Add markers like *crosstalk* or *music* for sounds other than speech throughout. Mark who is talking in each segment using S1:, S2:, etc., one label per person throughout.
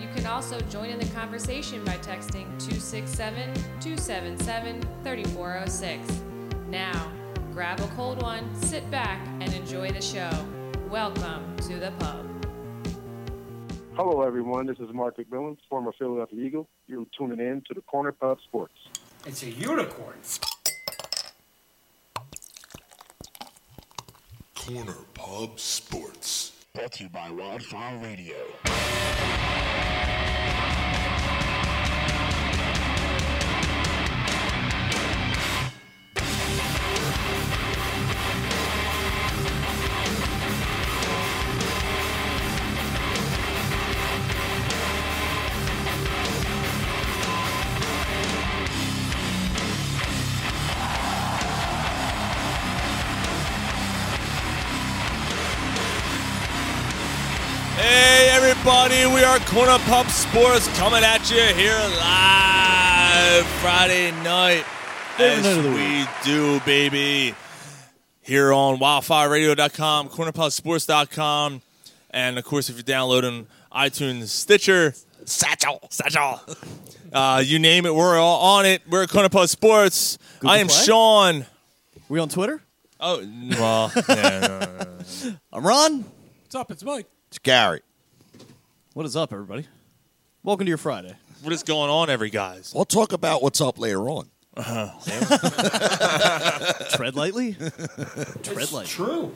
S1: You can also join in the conversation by texting 267 277 3406. Now, grab a cold one, sit back, and enjoy the show. Welcome to the pub.
S2: Hello, everyone. This is Mark McMillan, former Philadelphia Eagle. You're tuning in to the Corner Pub Sports.
S3: It's a unicorn.
S4: Corner Pub Sports.
S5: Brought to you by Wildfire Radio.
S6: Hey, everybody, we are Corner Pub Sports coming at you here live Friday night. As we do, baby. Here on wildfireradio.com, cornerpubsports.com, and of course, if you're downloading iTunes, Stitcher, Satchel, Satchel, *laughs* uh, you name it, we're all on it. We're at Corner Pub Sports. I am
S7: Play?
S6: Sean.
S7: We on Twitter?
S6: Oh,
S8: *laughs*
S6: well, yeah, no, no, no.
S7: I'm Ron.
S8: What's up? It's Mike.
S9: It's Gary.
S7: What is up, everybody? Welcome to your Friday.
S6: what is going on, every guys?
S9: We'll talk about what's up later on.
S7: Tread
S6: *laughs*
S7: lightly. Tread lightly.
S3: True.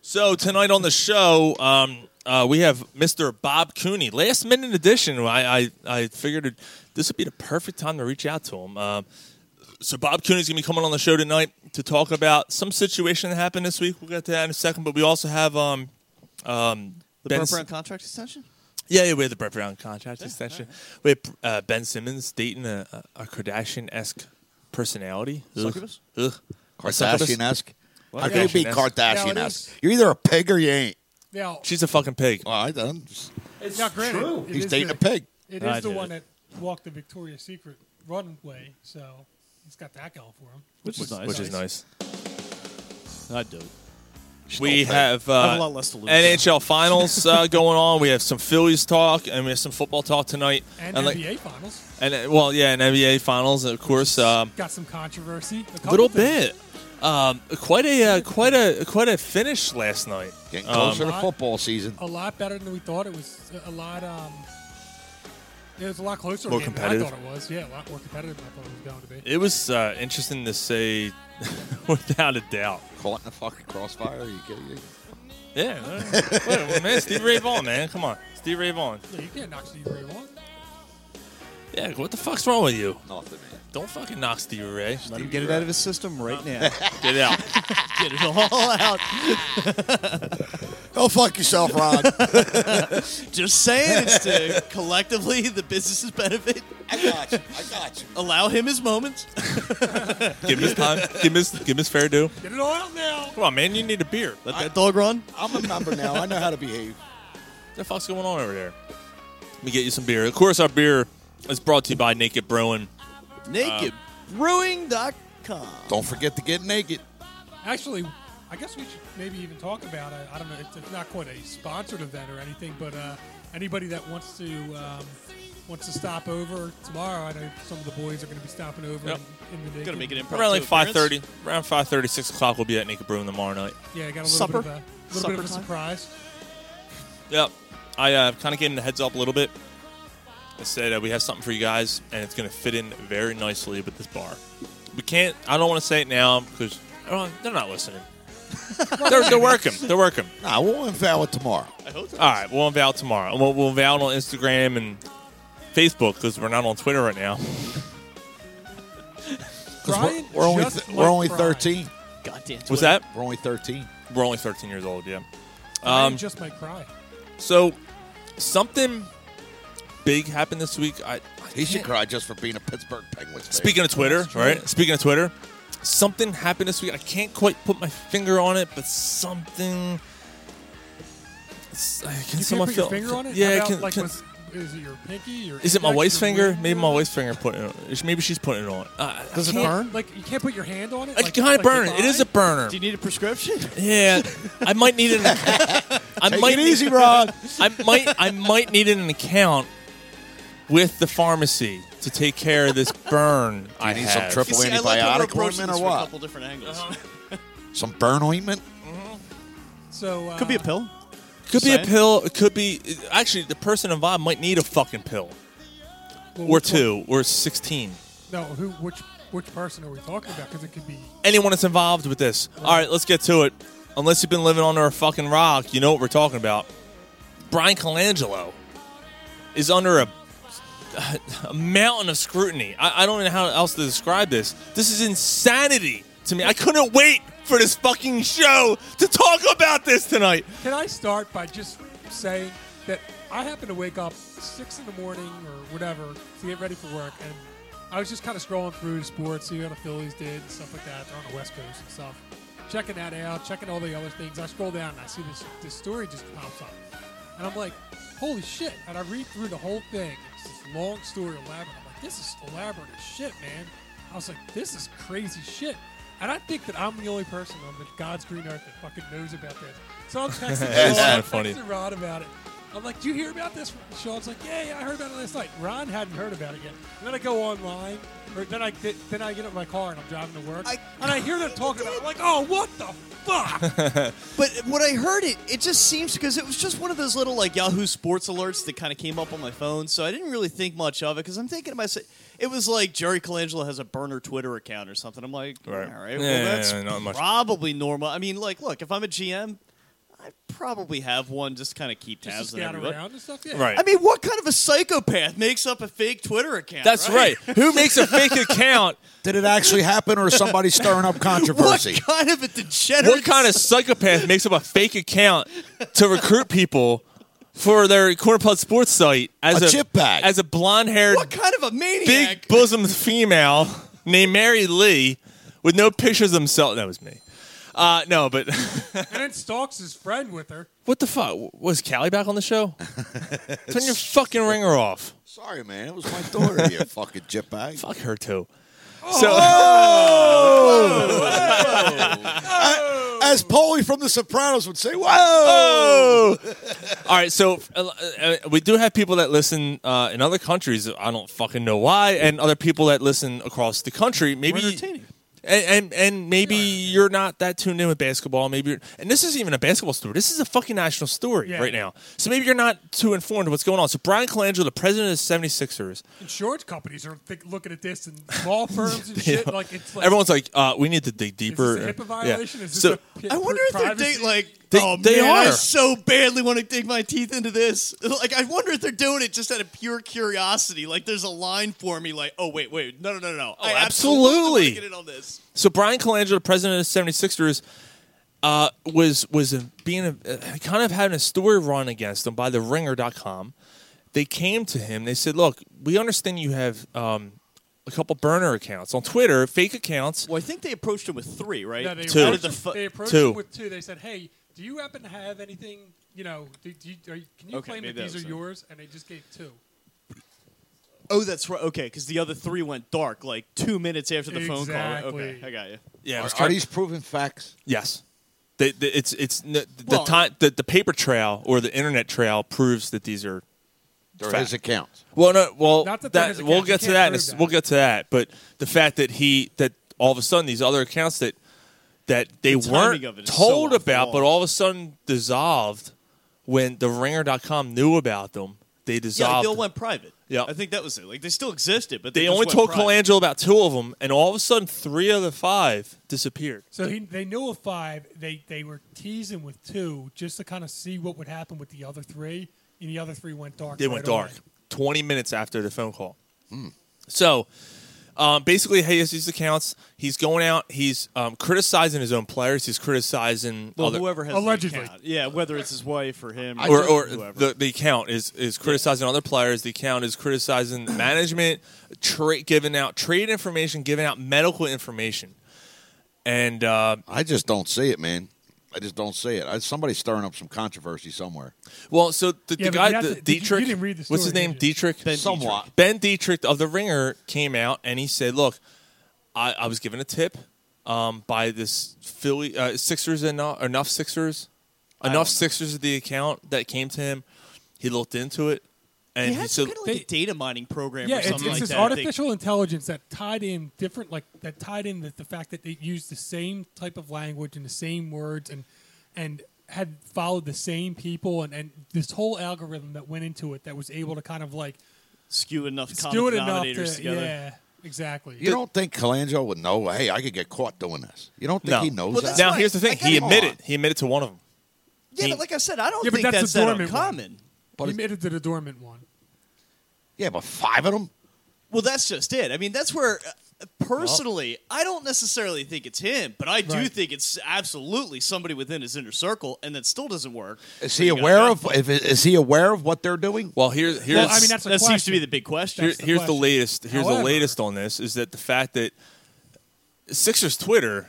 S6: So tonight on the show, um, uh, we have Mr. Bob Cooney, last minute edition. I I, I figured it, this would be the perfect time to reach out to him. Um so Bob Cooney's gonna be coming on the show tonight to talk about some situation that happened this week. We'll get to that in a second, but we also have um um
S7: The
S6: Ben
S7: Brett
S6: S-
S7: Brown contract extension.
S6: yeah, yeah, we had the Brett Brown contract extension. We had uh, Ben Simmons dating a, a Kardashian esque personality. Ugh.
S7: Succubus?
S6: Ugh. A succubus?
S9: Kardashian esque. How can you be
S6: Kardashian-esque.
S9: Kardashian
S8: Yeah, it
S9: esque?
S8: is.
S9: You're either a pig or you ain't.
S8: Now,
S6: She's a fucking pig.
S9: Well, I don't. just-
S3: It's
S8: now granted,
S3: true.
S8: it
S9: He's
S8: is
S9: dating
S8: the,
S9: a pig.
S8: It
S7: I
S8: is the
S7: did
S8: one
S7: it.
S8: that walked the Victoria's Secret runway, so he's got that going for him.
S7: Which is nice.
S6: Which is nice.
S7: I'd do it.
S6: We have, uh,
S7: I have a lot less to lose. *laughs*
S6: NHL finals uh, going on. We have some Phillies talk, and we have some football talk tonight.
S8: And
S6: like-
S8: NBA Finals
S6: and, uh, well, yeah, and NBA finals, of course. A
S8: got some controversy. A couple
S6: little
S8: things.
S6: bit, um, quite a uh, quite a quite a finish last night.
S9: Getting
S6: Um,
S9: closer to
S8: I-
S9: football season.
S8: A lot better than we thought. It was a lot. Um, it was a lot closer.
S6: More
S8: game
S6: competitive.
S8: Than I thought it was. Yeah, a lot more competitive than I thought it was going to be.
S6: it was uh, interesting to say, *laughs* without a doubt.
S9: Caught in the fucking crossfire. Are you kidding me?
S6: Yeah, uh, wait, man, Steve Ray Vaughan, man, come on, Steve Ray Vaughan.
S8: Yeah, you can't knock Steve Ray one.
S6: Yeah, what the fuck's wrong with you?
S9: Nothing, man.
S6: Don't fucking knock Steve Ray.
S7: Let him get it out of his system
S6: *laughs*
S7: right now.
S6: Get out.
S7: get it all out.
S9: Go fuck yourself, *laughs* Ron.
S7: Just saying, it's
S6: *laughs*
S7: to collectively the business's benefit.
S9: I got you. I got you.
S7: Allow him his moments.
S6: give him his time. Give him his, give him his fair due.
S8: Get it all out now.
S6: Come on, man, you need a beer.
S7: Let that dog run.
S9: I'm a member now. I know how to behave.
S6: the fuck's going on over there? Let me get you some beer. Of course, our beer is brought to you by Naked Brewing. Uh,
S7: NakedBrewing.com.
S9: Don't forget to get naked.
S8: Actually, I guess we should maybe even talk about it. I don't know. It's, it's not quite a sponsored event or anything, but uh, anybody that wants to um, wants to stop over tomorrow, I know some of the boys are going to be stopping over.
S6: Yep.
S8: In, in the naked.
S7: Gonna make it improv.
S6: Around like
S7: appearance?
S6: five thirty, around five thirty, six o'clock, we'll be at Naked Brewing tomorrow night.
S8: Yeah, I got a little
S7: Supper?
S8: bit of a little bit of a
S7: Supper time?
S8: surprise.
S6: Yep. I uh, kind of gave him the heads up a little bit. I said uh, we have something for you guys, and it's going to fit in very nicely with this bar. We can't. I don't want to say it now because they're not *laughs* listening. they're, they're working. They're working.
S9: Nah, we'll unveil it tomorrow.
S6: All right, we'll unveil tomorrow. And We'll, we'll unveil it on Instagram and Facebook because we're not on Twitter right now.
S9: 'Cause
S8: Brian,
S9: we're, we're only
S8: just
S9: we're only
S8: like Brian.
S9: 13.
S7: Goddamn.
S6: What's that?
S9: We're only 13.
S6: We're only 13 years old, yeah.
S8: Brian
S6: Um,
S8: just might cry.
S6: So, something big happened this week. I, I
S9: He should
S6: can't-
S9: cry just for being a Pittsburgh Penguins fan.
S6: Speaking of Twitter, right? Speaking of Twitter, something happened this week. I can't quite put my finger on it, but something. Can
S8: You
S6: someone
S8: can't
S6: feel-
S8: put your finger on it?
S6: Yeah,
S8: How about,
S6: can-
S8: like,
S6: can-
S8: with- is it your pinky? Your
S6: is it my
S8: index,
S6: waist
S8: your
S6: finger?
S8: ring?
S6: Maybe my waist finger putting it. on. Maybe she's putting it on. Uh,
S7: Does it
S8: Can't-
S7: burn?
S8: Like you can't put your hand on it.
S6: It's
S8: like,
S6: kind
S8: like
S6: of burning. It
S8: your
S6: is a
S8: thigh?
S6: burner.
S7: Do you need a prescription?
S6: Yeah, I might need
S9: *laughs*
S6: an. I might
S9: it easy,
S6: Rod. I might. I might need an account with the pharmacy to take care of this burn. I
S9: need
S6: have.
S9: some triple
S7: You see, I love how we're
S9: antibiotic
S7: approaching
S9: ointment or
S7: this from a
S9: what?
S7: couple different angles.
S9: Some burn ointment?
S8: So uh,
S7: Could be a pill.
S6: Could be a
S7: Saying.
S6: pill. It could be actually the person involved might need a fucking pill
S8: well,
S6: or
S8: which one-
S6: two or sixteen.
S8: No, who? Which which person are we talking about? Because it could be.
S6: Anyone that's involved with this. All right, let's get to it. Unless you've been living under a fucking rock, you know what we're talking about. Brian Colangelo is under a, *sighs* a mountain of scrutiny. I, I don't know how else to describe this. This is insanity to me. I couldn't wait for this fucking show to talk about this tonight.
S8: Can I start by just saying that I happened to wake up six in the morning or whatever to get ready for work, and I was just kind of scrolling through sports, see how the Phillies did and stuff like that. They're on the West Coast and stuff, checking that out, checking all the other things. I scroll down and I see this this story just pops up, and I'm like, holy shit! And I read through the whole thing. It's this long story, elaborate. I'm like, this is elaborate as shit, man. I was like, this is crazy shit. And I think that I'm the only person on the God's green earth that fucking knows about this. So
S6: *laughs*
S8: I'm texting
S6: That's
S8: Sean,
S6: kinda
S8: I'm
S6: funny.
S8: texting Ron about it. I'm like, "Do you hear about this?" Sean's like, "Yeah, yeah, I heard about it last night." Ron hadn't heard about it yet. And then I go online, or then I get, then I get in my car and I'm driving to work,
S7: I-
S8: and I hear them talking about it. I'm like, "Oh, what the
S6: *laughs*
S8: fuck!"
S7: But when I heard it, it just seems because it was just one of those little like Yahoo Sports alerts that kind of came up on my phone, so I didn't really think much of it because I'm thinking to myself, it was like Jerry Colangelo has a burner Twitter account or something. I'm like,
S6: Right.
S7: all right,
S6: Yeah,
S7: well that's
S6: yeah, not much.
S7: probably normal. I mean, like, look, if I'm a GM, I probably have one just kind of keep
S8: Just to
S7: tabs on
S8: scout
S7: everybody.
S8: around and stuff. Yeah.
S6: Right.
S7: I mean, what kind of a psychopath makes up a fake Twitter account?
S6: That's right. Who makes a fake account?
S9: Did it actually happen or is somebody stirring *laughs* up
S7: What
S9: controversy?
S7: kind of a degenerate?
S6: What kind of psychopath makes up a fake account to recruit people for their corner pod sports site as
S9: A
S6: a,
S9: chip bag.
S6: as a blonde-haired
S7: what kind of a maniac?
S6: big bosomed female named Mary Lee with no pictures of himself? That was me. Uh, no, but *laughs*
S8: And then stalks his friend with her.
S6: what the fuck was Callie back on the show? Turn your fucking ringer off.
S9: Sorry, man. It was my daughter, *laughs* you fucking jip bag.
S6: Fuck her too.
S9: As Paulie from The Sopranos would say, whoa!
S6: Oh. All right, so uh, uh, we do have people that listen uh, in other countries. I don't fucking know why, and other people that listen across the country. Maybe
S7: entertaining.
S6: And, and and maybe you're not that tuned in with basketball. Maybe you're, and this isn't even a basketball story. This is a fucking national story
S8: Yeah.
S6: right now. So maybe you're not too informed of what's going on. So Brian Colangelo, the president of the 76ers,
S8: Insurance companies are think, looking at
S6: *laughs*
S8: this and law firms and shit. Like it's like
S6: everyone's like, uh, we need to dig
S8: Is this
S6: deeper.
S8: a HIPAA
S6: Yeah.
S8: violation? Is this
S6: so,
S8: a pi-
S7: I wonder if they're
S8: privacy?
S7: date like
S6: They-
S7: oh
S6: they
S7: man, I
S6: are.
S7: so badly want to dig my teeth into this. *laughs* Like I wonder if they're doing it just out of pure curiosity. Like there's a line for me. Like oh wait wait no no no no. I
S6: absolutely.
S7: want to get in on this.
S6: So Brian Colangelo, the president of the 76ers, uh, was was a, being a, uh, kind of having a story run against him by the ringer.com. They came to him. They said, "Look, we understand you have um, a couple burner accounts on Twitter, fake accounts."
S7: Well, I think they approached him with three, right?
S8: No, they
S6: Two.
S8: Approached
S7: Out
S8: him,
S7: of the fu-
S8: they approached
S6: two.
S8: him with two. They said, "Hey, do you happen to have anything? You know, do, do you, are you, can you
S7: Okay,
S8: claim
S7: maybe
S8: that
S7: that
S8: these are
S7: was it.
S8: yours?" And they just gave two.
S7: oh, that's right. Okay, because the other three went dark like two minutes after the phone call. Okay,
S8: Exactly.
S7: I got you.
S6: Yeah, it
S9: Are,
S6: was
S9: are
S6: kind-
S9: these proven facts?
S6: yes. They, they, it's it's n- the,
S7: Well-
S6: time the, the paper trail or the internet trail proves that these are
S9: They're
S6: Fact.
S9: his accounts.
S6: Well, no, well,
S8: Not that there
S6: that,
S8: is a
S6: we'll
S8: catch. You
S6: get to
S8: can't
S6: that, in a
S8: prove
S6: s-
S8: that.
S6: We'll get to that. But the fact that he that all of a sudden these other accounts that that they
S7: timing
S6: weren't
S7: of it is so
S6: told
S7: off the
S6: about, but
S7: wall.
S6: all of a sudden dissolved when the Ringer.com knew about them. They
S7: Yeah, like,
S6: dissolved.
S7: they all
S6: them.
S7: went private.
S6: Yeah.
S7: I think that was it. Like they still existed, but they,
S6: they
S7: just
S6: only
S7: went
S6: told
S7: private.
S6: Colangelo about two of them, and all of a sudden three of the five disappeared.
S8: So he, they knew of five. They they were teasing with two just to kind of see what would happen with the other three, and the other three went dark.
S6: They
S8: right
S6: went dark
S8: away.
S7: Hmm.
S6: 20 minutes after the phone call. So Um, basically, Jesus accounts. He's going out. He's um, criticizing his own players. He's criticizing
S7: Well,
S6: other,
S7: whoever has
S8: Allegedly.
S7: the account. yeah, whether it's his wife or him
S6: or, or
S7: whoever.
S6: the, the account is is criticizing other players. The account is criticizing
S8: *clears throat*
S6: management, tra- giving out trade information, giving out medical information, and uh,
S9: I just don't see it, man. I just don't see it. I, somebody's stirring up some controversy somewhere.
S6: well, so the,
S8: Yeah,
S6: the
S8: but
S6: guy,
S8: you have
S6: the,
S8: to- did you- you
S6: Dietrich,
S8: didn't read the
S6: what's his
S8: story,
S6: name?
S8: did you?
S6: Dietrich,
S7: Ben Somewhat. Dietrich.
S6: Ben Dietrich of the Ringer came out and he said, "Look, I, I was given a tip um, by this Philly uh, Sixers enough, enough Sixers, enough Sixers of the account that came to him. He looked into it, and
S7: he
S6: he
S7: had
S6: said."
S7: some kind of like a data mining program
S8: Yeah,
S7: or
S8: it's,
S7: something
S8: it's
S7: like
S8: this
S7: that. I think.
S8: artificial intelligence that tied in different, like that tied in the, the fact that they used the same type of language and the same words and and had followed the same people and, and this whole algorithm that went into it that was able to kind of like
S7: skew enough common
S8: do it enough
S7: denominators
S8: to
S7: together.
S8: yeah exactly
S9: You don't think Colangelo would know? Hey, I could get caught doing this. You don't think
S6: No.
S9: he knows
S7: Well,
S9: that?
S7: that's
S6: now
S7: why
S6: here's the
S7: I
S6: thing:
S7: gotta
S6: he
S9: come
S6: admitted
S9: on.
S6: he admitted to one of them.
S7: Yeah,
S6: He-
S7: but like I said, I don't
S8: Yeah, but
S7: think
S8: that's a
S7: that's, that
S8: dormant one.
S7: uncommon.
S9: But
S8: you
S9: it-
S8: made it to the dormant one
S9: yeah, but five of them.
S7: Well, that's just it. I mean, that's where uh, personally, I don't necessarily think it's him, but I do
S8: Right.
S7: think it's absolutely somebody within his inner circle, and that still doesn't work.
S9: Is he aware of? If, is he aware of what they're doing?
S6: Well, here's here's
S8: I mean, that's a
S7: that seems to
S8: question.
S7: be the big question.
S6: here-
S8: the
S6: here's the
S8: question.
S6: latest. Here's the
S8: However-
S6: latest on this is that the fact that Sixers Twitter,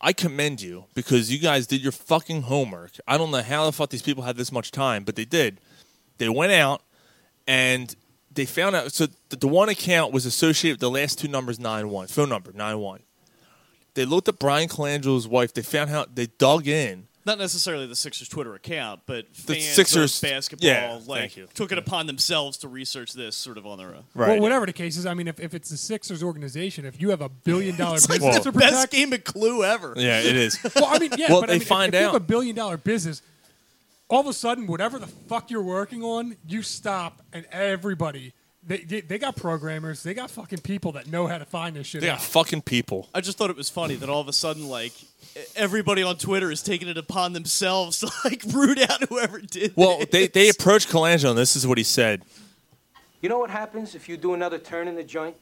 S6: I commend you because you guys did your fucking homework. I don't know how the fuck these people had this much time, but they did. They went out and they found out. So the, the one account was associated with the last two numbers nine one phone number nine one. They looked at Brian Colangelo's wife. They found out. They dug in.
S7: Not necessarily the Sixers Twitter account, but fans
S6: Sixers-
S7: of basketball
S6: yeah,
S7: like
S6: thank you.
S7: took it upon themselves to research this sort of on their own.
S8: Well, whatever the case is, I mean, if, if it's the Sixers organization, if you have a billion dollar
S7: It's like
S8: business
S7: the
S8: to
S7: best
S8: protect,
S7: game of Clue ever.
S6: Yeah, it is.
S8: well, I mean, yeah,
S6: Well,
S8: but
S6: they
S8: I mean, if-
S6: find
S8: if, you
S6: out.
S8: have a billion dollar business, all of a sudden, whatever the fuck you're working on, you stop, and everybody they they, they got programmers, they got fucking people that know how to find this
S6: *laughs*
S8: shit.
S6: They got
S8: out.
S6: fucking people.
S7: I just thought it was funny that all of a sudden, like everybody on Twitter is taking it upon themselves to like *laughs* root out whoever did.
S9: *laughs*
S6: Well, they,
S7: this.
S6: they approached Colangelo, and this is what he said.
S3: You know what happens if you do another turn in the joint?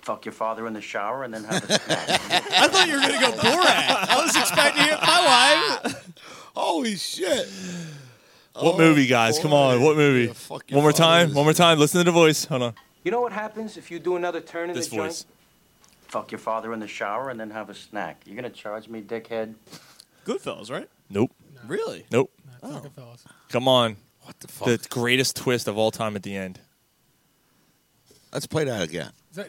S3: Fuck your father in the shower and then have a
S7: I thought you were gonna go Borat. I was expecting it. My wife.
S9: Holy shit!
S6: What movie, guys? Come on,
S9: Oh, boy.
S6: what movie?
S9: Yeah, fuck your
S6: One more
S9: father
S6: time,
S9: is-
S6: one more time. Listen to the voice. Hold on,
S3: You know what happens if you do another turn in
S6: this
S3: the joint?
S6: voice.
S3: Fuck your father in the shower and then have a snack. You're gonna charge me, dickhead?
S7: Goodfellas, right?
S6: Nope,
S7: Really?
S6: nope.
S8: Fucking
S9: Oh.
S8: fellas.
S6: Come on,
S9: What the fuck?
S6: the greatest twist of all time at the end.
S9: Let's play that again.
S8: Is that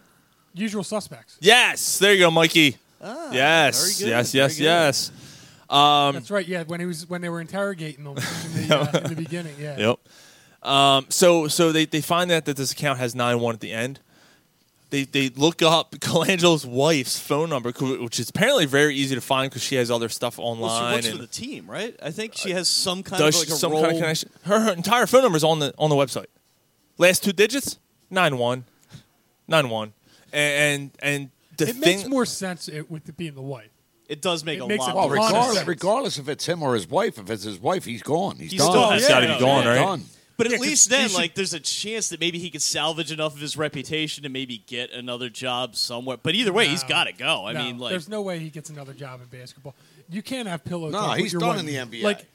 S8: usual suspects?
S6: Yes, there you go, Mikey.
S9: Ah,
S6: yes,
S7: very good,
S6: yes,
S7: very
S6: yes,
S7: good.
S6: yes.
S8: That's right. Yeah, when he was when they were interrogating them in the, uh, in the beginning. Yeah.
S6: Yep. Um, so, so they, they find out that this account has nine one at the end. They they look up *laughs* Colangelo's wife's phone number, co- which is apparently very easy to find because she has other stuff online.
S7: Well, she works for
S6: and- Uh,
S7: the team, right? I think she has some kind
S6: does
S7: of like a
S6: some
S7: role.
S6: kind of connection. Her, her entire phone number is on the on the website. Last two digits nine one, nine one, and and, and the
S8: It
S6: thing.
S8: makes more sense it, with it being the wife.
S7: It does make
S8: It
S7: a
S8: makes
S7: lot.
S8: it
S9: Well,
S7: of sense.
S9: regardless,
S8: sense.
S9: regardless if it's him or his wife, if it's his wife, he's gone. He's,
S7: He's
S9: done.
S7: still-
S6: He's gotta be
S7: yeah,
S6: gone,
S7: yeah.
S6: right?
S9: Done.
S7: But
S8: Yeah,
S7: at
S8: 'cause
S7: least
S8: you
S7: then,
S8: should-
S7: like, there's a chance that maybe he could salvage enough of his reputation to maybe get another job somewhere. But either way, he's
S8: No.
S7: got to go. I
S8: No,
S7: mean, like,
S8: Um, there's no way he gets another job in basketball. You can't have pillow.
S9: No,
S8: talk with
S9: he's
S8: your
S9: done
S8: wife.
S9: in the NBA.
S8: Like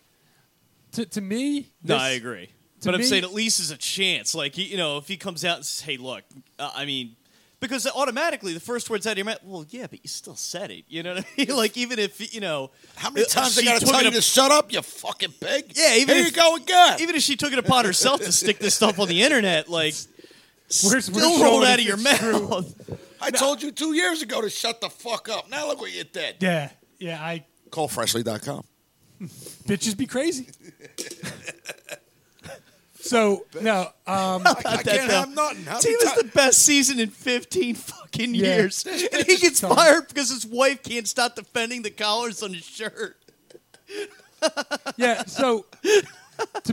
S8: to to me,
S7: no,
S8: this-
S7: I agree.
S8: to
S7: But I'm
S8: me-
S7: saying at least there's a chance. Like, he, you know, if he comes out and says, "Hey, look," uh, I mean, because automatically the first words out of your mouth, well, yeah, but you still said it. You know what I mean? *laughs* like, even if you know,
S9: How many
S7: if
S9: times I
S7: Uh, she
S9: gotta
S7: took
S9: tell
S7: it
S9: you
S7: up-
S9: to shut up, you fucking pig?
S7: Yeah, even
S9: here you
S7: if-
S9: go again.
S7: even if she took it upon herself to stick this stuff
S9: *laughs*
S7: on the internet, like
S8: Where's-
S7: still
S8: where's
S7: rolled
S8: showing
S7: out of
S8: if
S7: your
S8: it's true?
S7: mouth.
S9: I told you two years ago to shut the fuck up. Now look what you did.
S8: Yeah, yeah. I
S9: Call freshly.com.
S8: bitches be crazy. *laughs* so no, um,
S7: *laughs*
S9: I can't have nothing. How
S7: Team
S9: many
S7: is
S9: ti-
S7: the best season in 15 fucking
S8: Yeah.
S7: years, and he gets *laughs*
S8: Sorry.
S7: fired because his wife can't stop defending the collars on his shirt.
S8: yeah. So to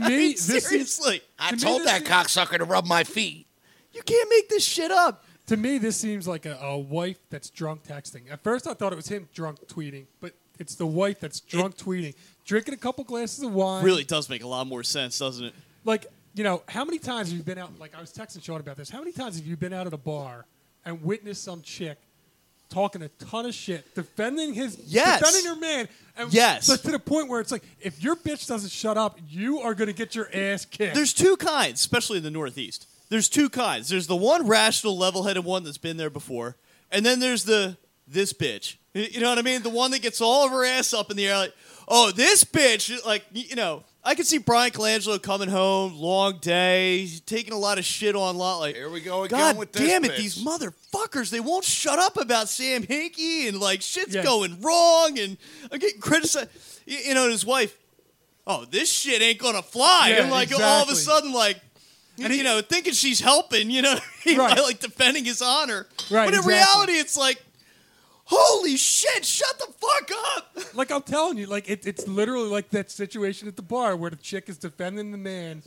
S7: *laughs*
S8: me, this is,
S7: Seriously,
S9: I
S8: to me,
S9: told
S8: this
S9: that
S8: is-
S9: cocksucker to rub my feet.
S7: you can't make this shit up.
S8: to me this seems like a, a wife that's drunk texting. At first, I thought it was him drunk tweeting, but it's the wife that's drunk tweeting, drinking a couple glasses of wine.
S7: Really does make a lot more sense, doesn't it?
S8: like you know, how many times have you been out? Like I was texting Sean about this. How many times have you been out at a bar and witness some chick talking a ton of shit, defending his,
S7: Yes.
S8: defending her man, and
S7: Yes.
S8: so to the point where it's like, if your bitch doesn't shut up, you are gonna get your ass kicked.
S7: There's two kinds, especially in the Northeast. There's two kinds. There's the one rational, level-headed one that's been there before, and then there's the this bitch. Y- You know what I mean? The one that gets all of her ass up in the air, like, oh, this bitch. Like, y- you know, I can see Brian Colangelo coming home, long day, taking a lot of shit on lot. Like,
S9: Here we go again
S7: God
S9: with this
S7: damn it,
S9: bitch."
S7: these motherfuckers! They won't shut up about Sam Hinkie and like shit's
S8: Yes.
S7: going wrong, and I'm getting criticized. You, you know, and his wife. Oh, this shit ain't gonna fly.
S8: Yeah,
S7: and like all of a
S8: exactly.
S7: sudden, like
S8: And
S7: you
S8: he-
S7: know, thinking she's helping, you know, what I mean?
S8: Right.
S7: *laughs* like defending his honor.
S8: Right,
S7: But in
S8: exactly.
S7: reality, it's like, holy shit, shut the fuck up.
S8: like I'm telling you, like it, it's literally like that situation at the bar where the chick is defending the man,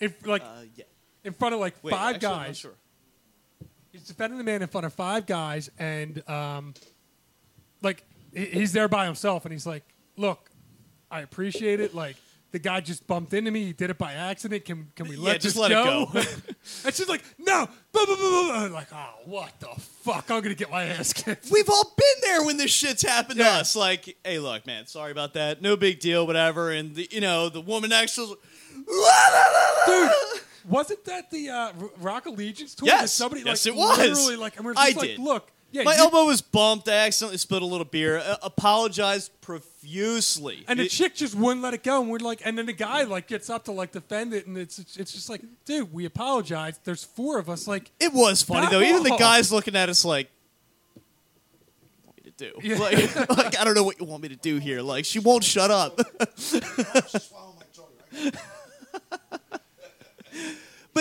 S8: if like
S7: yeah.
S8: in front of like
S7: *laughs*
S8: five guys.
S7: Sure.
S8: He's defending the man in front of five guys, and um, like he- he's there by himself, and he's like, "Look, I appreciate it. Like the guy just bumped into me. He did it by accident. Can can we
S7: Yeah,
S8: let
S7: just
S8: this
S7: let it
S8: go?"
S7: go.
S8: *laughs* and she's like, "No, blah, blah, blah, blah, blah." I'm like, oh, what the fuck? I'm gonna get my
S7: *laughs*
S8: ass kicked."
S7: We've all been there when this shit's happened to
S8: Yeah.
S7: us. Like, hey, look, man, sorry about that. No big deal, whatever. And, the, you know, the woman next to us,
S8: Dude, wasn't that the uh, R- Rock Allegiance tour?
S7: Yes.
S8: that somebody
S7: Yes,
S8: like
S7: it was.
S8: literally like, and we we're
S7: I
S8: just like,
S7: did.
S8: "Look, yeah,
S7: *laughs* my
S8: you-
S7: elbow was bumped. I accidentally spilled a little beer. Uh, apologized profusely.
S8: And the
S7: It-
S8: chick just wouldn't let it go, and we're like, and then the guy like gets up to like defend it, and it's it's just like, dude, we apologize. There's four of us, like,
S7: It was funny
S8: Not
S7: though. Even the
S8: all.
S7: guys looking at us like, "What do you do?
S8: Yeah.
S7: Like, *laughs* like, I don't know what you want me to do here. Like, she won't shut up." *laughs* but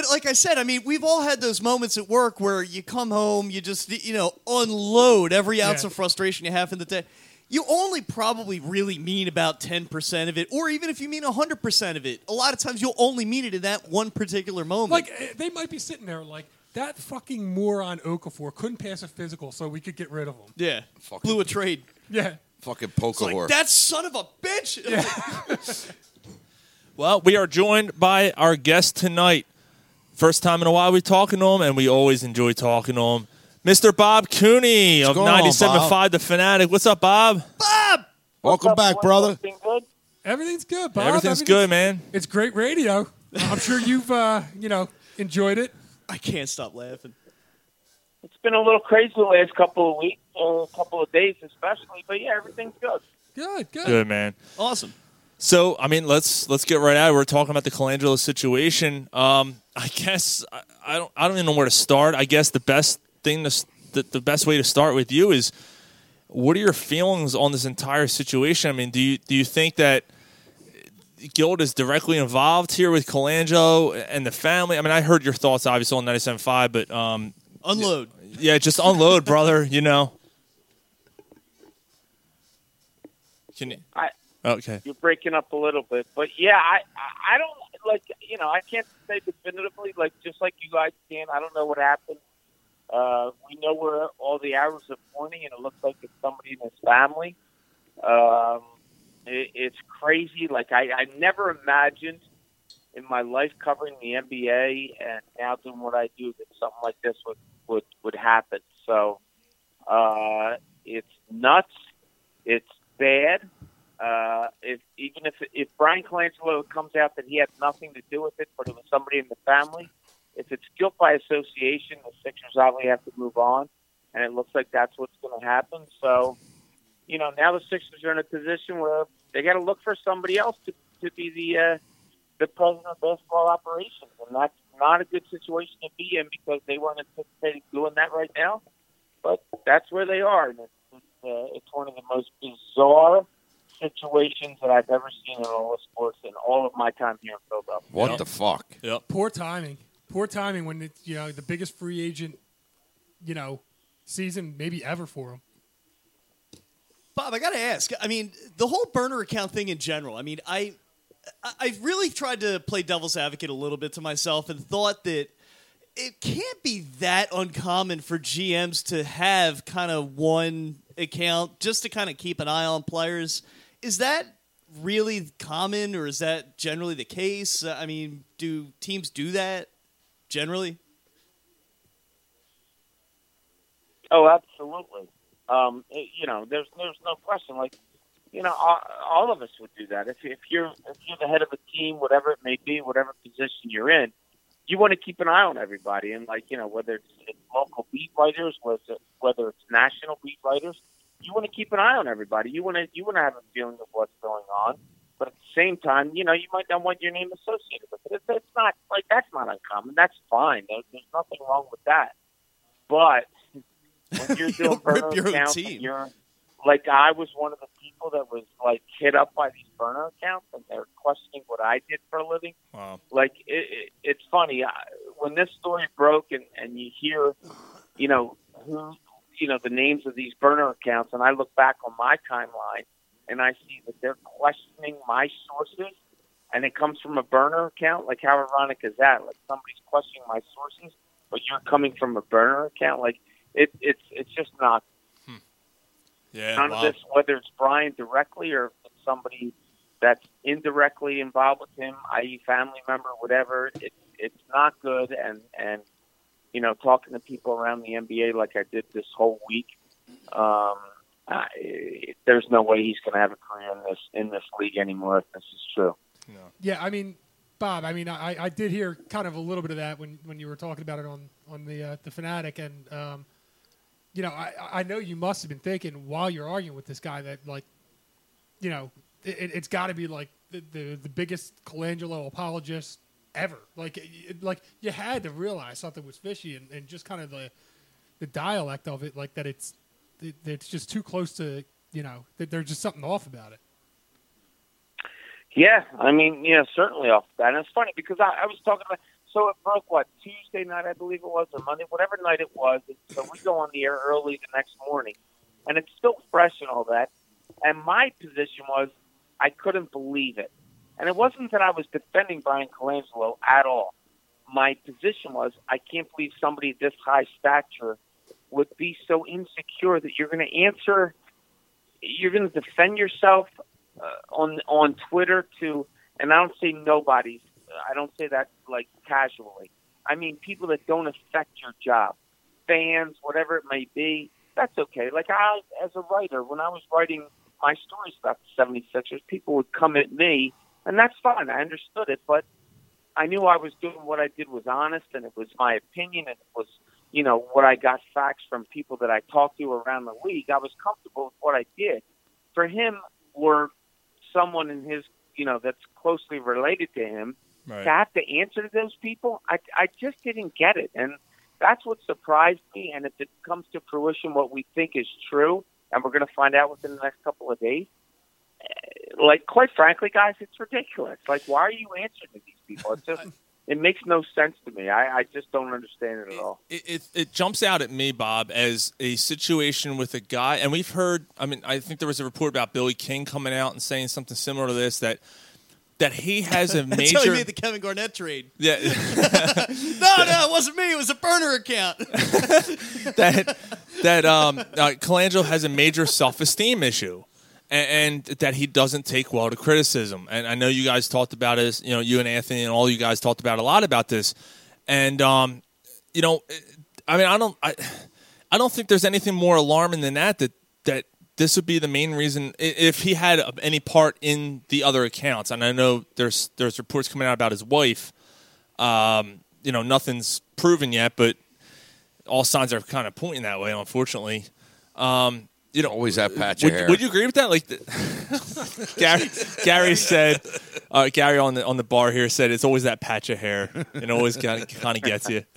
S7: like I said, I mean, we've all had those moments at work where you come home, you just you know unload every ounce
S8: Yeah.
S7: of frustration you have in the day. You only probably really mean about ten percent of it, or even if you mean hundred percent of it, a lot of times you'll only mean it in that one particular moment.
S8: like eh, they might be sitting there like that fucking moron Okafor couldn't pass a physical, so we could get rid of him.
S7: yeah,
S9: Fucking-
S7: blew a trade.
S8: Yeah,
S9: Fucking poker
S7: It's
S9: whore.
S7: like, that son of a bitch. And I'm like,
S6: Well, we are joined by our guest tonight. First time in a while we're talking to him, and we always enjoy talking to him. Mr. Bob Cooney of
S9: going on,
S6: 97.5
S9: Bob?
S6: The Fanatic. What's up, Bob?
S7: Bob!
S9: Welcome back, brother.
S8: everything's good, Bob.
S6: Everything's good, man.
S8: It's great radio. I'm sure you've uh, you know enjoyed it.
S7: I can't stop laughing.
S10: It's been a little crazy the last couple of weeks, uh, couple of days especially, but yeah, everything's good.
S8: Good, good.
S6: Good, man.
S7: Awesome.
S6: So, I mean, let's let's get right out. We're talking about the Colangelo situation. Um, I guess I, I don't I don't even know where to start. I guess the best thing to s- the, the best way to start with you is what are your feelings on this entire situation? I mean, do you do you think that Guild is directly involved here with Colangelo and the family? I mean, I heard your thoughts obviously on 97.5, but um,
S7: Unload.
S6: yeah, just unload, brother. You know. Can you?
S10: I
S6: Okay.
S10: you're breaking up a little bit, but yeah, I I- I don't like you know I can't say definitively like just like you guys can. I don't know what happened. Uh, we know where all the arrows are pointing, and it looks like it's somebody in his family. Um, it, it's crazy. Like I, I never imagined in my life covering the NBA and now doing what I do that something like this would would would happen. So uh, it's nuts. It's bad uh, if even if if Brian Colangelo comes out that he had nothing to do with it, but it was somebody in the family, if it's guilt by association, the Sixers obviously have to move on, and it looks like that's what's going to happen. So, you know, now the Sixers are in a position where they got to look for somebody else to to be the uh, the president of basketball operations, and that's not a good situation to be in because they weren't anticipating doing that right now, but that's where they are. And it's, it's, uh, it's one of the most bizarre situations that I've ever seen in all of sports in all of my time here in Philadelphia.
S9: What the fuck?
S6: Yep.
S8: Poor timing. Poor timing when it's you know the biggest free agent, you know, season maybe ever for him.
S7: Bob, I gotta ask. I mean, the whole burner account thing in general. I mean, I, I I've really tried to play devil's advocate a little bit to myself and thought that it can't be that uncommon for GMs to have kind of one account just to kind of keep an eye on players. Is that really common, or is that generally the case? Uh, I mean, do teams do that generally?
S10: Oh, absolutely. Um, it- you know, there's there's no question. Like, you know, all, all of us would do that. If, if you're if you're the head of a team, whatever it may be, whatever position you're in, you want to keep an eye on everybody. And like, you know, whether it's, it's local beat writers, whether it's, whether it's national beat writers, you want to keep an eye on everybody. You want to you want to have a feeling of what's going on. But at the same time, you know, you might not want your name associated with it. It's, it's not like that's not uncommon. That's fine. There, there's nothing wrong with that. But
S7: *laughs*
S10: when you're doing burner
S7: your own
S10: accounts,
S7: team.
S10: and you're like I was one of the people that was like hit up by these burner accounts, and they're questioning what I did for a living.
S6: Wow.
S10: Like it, it, it's funny I, when this story broke, and and you hear, you know, who, you know, the names of these burner accounts, and I look back on my timeline, and I see that they're questioning my sources, and it comes from a burner account. Like how ironic is that? Like somebody's questioning my sources, but you're coming from a burner account. Like it, it's it's just not
S6: Yeah.
S10: none
S6: wow.
S10: of this, whether it's Brian directly or if it's somebody that's indirectly involved with him, i.e., family member, whatever. It, it's not good, and and you know, talking to people around the NBA like I did this whole week, um, I, there's no way he's going to have a career in this in this league anymore if this is true.
S8: Yeah, I mean, Bob. I mean, I, I did hear kind of a little bit of that when, when you were talking about it on on the uh, the fanatic, and um, you know, I I know you must have been thinking while you're arguing with this guy that like, you know, it, it- it's got to be like the, the the biggest Colangelo apologist ever. Like, it- it, like you had to realize something was fishy, and, and just kind of the the dialect of it, like that it's it, it's just too close to you know that there's just something off about it.
S10: Yeah, I mean, yeah, certainly off that. And it's funny because I, I was talking about so it broke what Tuesday night, I believe it was, or Monday, whatever night it was. And so we go on the air early the next morning, and it's still fresh and all that. And my position was I couldn't believe it, and it wasn't that I was defending Brian Colangelo at all. My position was I can't believe somebody of this high stature would be so insecure that you're going to answer, you're going to defend yourself uh, on on Twitter to, and I don't say nobody's. I don't say that like casually. I mean people that don't affect your job, fans, whatever it may be. That's okay. Like I, as a writer, when I was writing my stories about the 76ers, people would come at me, and that's fine. I understood it, but I knew I was doing what I did was honest, and it was my opinion, and it was you know what I got facts from people that I talked to around the league. I was comfortable with what I did. For him, or someone in his, you know, that's closely related to him to have to answer to those people, I, I just didn't get it. And that's what surprised me. And if it comes to fruition, what we think is true, and we're going to find out within the next couple of days, eh, like, quite frankly, guys, it's ridiculous. Like, why are you answering to these people? It's just, it makes no sense to me. I, I just don't understand it at all.
S6: it, it, it jumps out at me, Bob, as a situation with a guy, and we've heard. I mean, I think there was a report about Billy King coming out and saying something similar to this that that he has a
S10: *laughs*
S7: That's how he
S6: major.
S7: made the Kevin Garnett trade.
S6: yeah,
S7: *laughs* No, no, it wasn't me. It was a burner *laughs* account.
S6: that that um, uh, Colangelo has a major self-esteem issue, and, and that he doesn't take well to criticism. And I know you guys talked about this. You know, you and Anthony and all you guys talked about a lot about this. And um, you know, I mean, I don't, I, I don't think there's anything more alarming than that. That that this would be the main reason i- if he had any part in the other accounts. And I know there's there's reports coming out about his wife. Um, you know, nothing's proven yet, but all signs are kind of pointing that way. Unfortunately, um, you know,
S9: Always that patch of
S6: would,
S9: hair.
S6: would you agree with that? Like, the, *laughs* Gary, Gary said, uh, Gary on the on the bar here said it's always that patch of hair, and always kind of, kind of gets you. *laughs*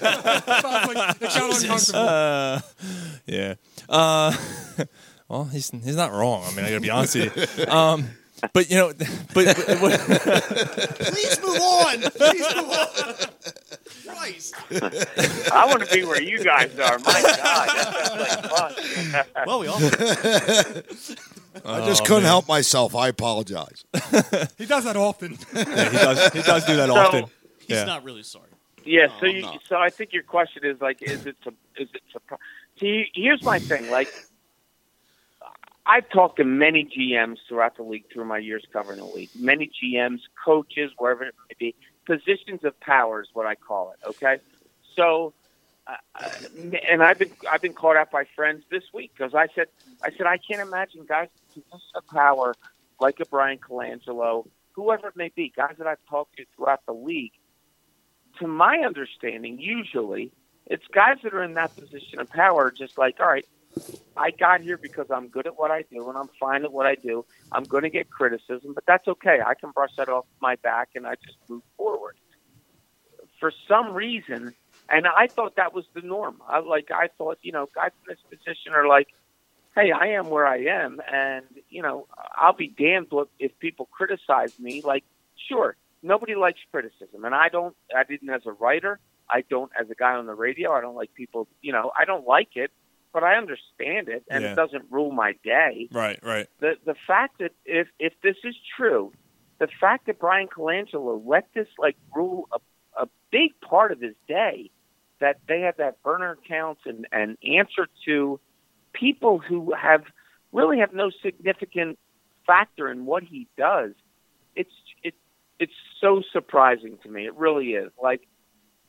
S8: Bob's like, it got uncomfortable.
S6: Uh, yeah. Uh, *laughs* well, he's he's not wrong. I mean, I gotta be honest with you. Um, but you know, *laughs* but, but what-
S7: Please move on. Please move on. Christ.
S10: I want to be where you guys are. My God, that sounds like fun.
S7: Well, we *laughs* all.
S9: I just couldn't
S6: man.
S9: help myself. I apologize.
S8: He does that often.
S6: yeah, he does he does do that
S10: So-
S6: often.
S7: He's
S6: Yeah.
S7: not really sorry.
S10: Yeah.
S9: No,
S10: So
S9: I'm
S10: you,
S9: not.
S10: so I think your question is like, is it su- is it surprise? See, here's my thing. Like, I've talked to many GMs throughout the league through my years covering the league. Many GMs, coaches, wherever it may be, positions of power is what I call it. Okay. So uh, and I've been I've been called out by friends this week because I said I said I can't imagine guys in position of power like a Brian Colangelo, whoever it may be, guys that I've talked to throughout the league. To my understanding, usually it's guys that are in that position of power, just like all right, I got here because I'm good at what I do and I'm fine at what I do. I'm going to get criticism, but that's okay. I can brush that off my back and I just move forward. For some reason, and I thought that was the norm. I like I thought, you know, guys in this position are like, hey, I am where I am, and you know, I'll be damned what- if people criticize me. Like, sure, nobody likes criticism, and I don't. I didn't as a writer. I don't as a guy on the radio. I don't like people. You know, I don't like it, but I understand it, and
S6: Yeah.
S10: it doesn't rule my day.
S6: Right, right.
S10: The the fact that if if this is true, the fact that Brian Colangelo let this like rule a, a big part of his day, that they have that burner accounts and and answer to people who have really have no significant factor in what he does. It's it it's so surprising to me. It really is. Like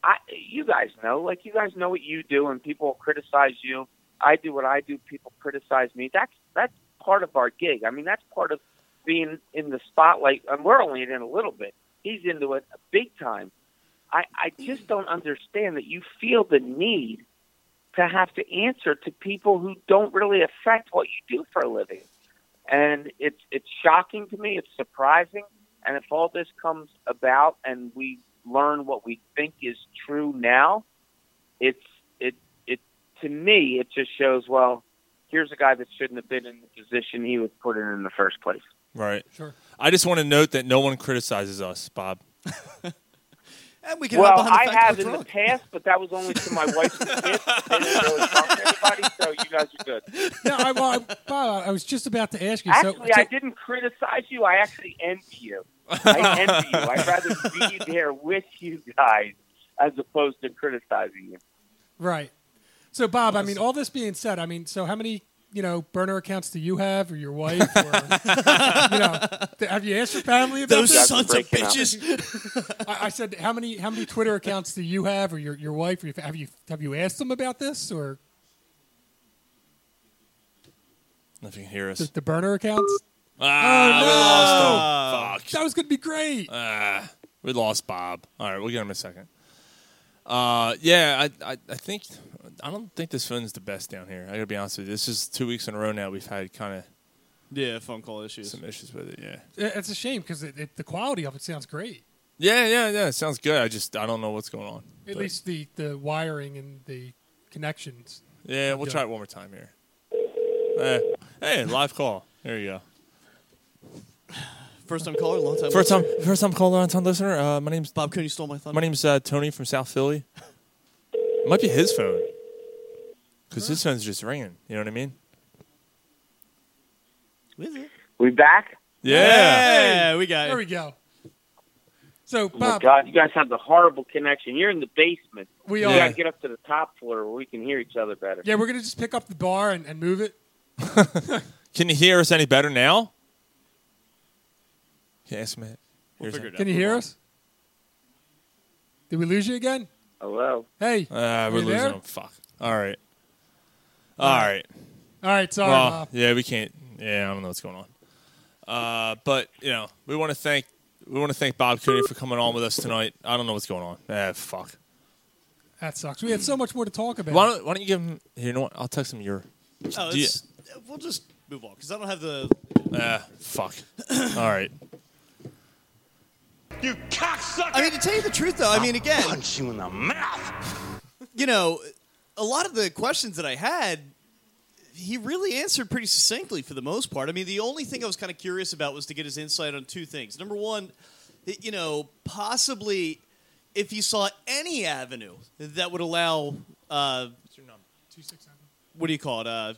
S10: I you guys know, like you guys know what you do and people criticize you. I do what I do, people criticize me. That's that's part of our gig. I mean, that's part of being in the spotlight. And we're only in it a little bit. He's into it big time. I, I just don't understand that you feel the need to have to answer to people who don't really affect what you do for a living. And it's it's shocking to me, it's surprising, and if all this comes about and we learn what we think is true now, it's it it to me it just shows well, here's a guy that shouldn't have been in the position he was put in in the first place.
S6: Right.
S8: Sure.
S6: I just want to note that no one criticizes us, Bob.
S7: And we
S10: well, I have in the past, but that was only to my wife's kids. They didn't really talk to anybody, so you guys are good.
S8: No, I, well, I, Bob, I was just about to ask you. so,
S10: Actually,
S8: so-
S10: I didn't criticize you. I actually envy you. I envy you.
S8: *laughs*
S10: I'd rather be there with you guys as opposed to criticizing you.
S8: Right. So, Bob, I mean, all this being said, I mean, so how many, you know, burner accounts do you have or your wife?
S10: *laughs*
S8: Or, you know, th- have you asked your family about
S7: Those
S8: this?
S7: sons of bitches.
S8: I, I said, how many, how many Twitter accounts do you have or your, your wife? Or your, fa- have you, have you asked them about this or
S6: If you can hear us.
S8: the, the burner accounts?
S6: Ah, we lost him. Fuck.
S8: That was going to be great.
S6: Ah, we lost Bob. All right, we'll get him in a second. Uh, yeah, I, I, I think I don't think this phone's the best down here. I gotta be honest with you. This is two weeks in a row now. We've had kind of
S7: yeah, phone call issues.
S6: some issues with it. Yeah,
S8: It- It's a shame because it, it, the quality of it sounds great.
S6: yeah, yeah, yeah. It sounds good. I just I don't know what's going on.
S8: At
S6: But-
S8: least the, the wiring and the connections.
S6: yeah, we'll
S8: Yeah.
S6: try it one more time here. Eh, hey, live call. There you go.
S7: First time caller, long time.
S6: First time,
S7: listener.
S6: first time caller on time listener. Uh, my name's
S7: Bob Cooney stole my thunder.
S6: my name's uh, Tony from South Philly. might be his phone because his phone's just ringing. You know what I mean?
S7: Is it?
S10: We back?
S6: yeah.
S7: Yeah, we got it.
S8: There we go. So,
S10: Oh my
S8: Bob,
S10: God, you guys have the horrible connection. You're in the basement.
S8: we
S10: You
S8: are.
S10: gotta get up to the top floor where we can hear each other better.
S8: Yeah, we're gonna just pick up the bar and, and move it.
S6: Can you hear us any better now? Yes, man. Here's
S7: figure it
S8: Can you hear us? Did we lose you again?
S10: Hello.
S8: Hey.
S6: Uh, we're
S8: You Uh,
S6: losing
S8: there?
S6: them. Fuck. All right. All right.
S8: All right, sorry.
S6: Well,
S8: Bob.
S6: yeah, we can't. Yeah, I don't know what's going on. Uh, but you know, we want to thank we want to thank Bob Cooney for coming on with us tonight. I don't know what's going on. Ah, fuck.
S8: that sucks. We had so much more to talk about.
S6: Why don't Why don't you give him? You know what? I'll text him your.
S7: Oh,
S6: Do you-
S7: it's, We'll just move on because I don't have the.
S6: Ah, fuck. All right.
S7: I mean, to tell you the truth, though, I mean, again,
S5: Punch you in the mouth.
S7: you know, a lot of the questions that I had, he really answered pretty succinctly for the most part. I mean, the only thing I was kind of curious about was to get his insight on two things. Number one, that, you know, possibly if he saw any avenue that would allow, uh, what do you call it, uh,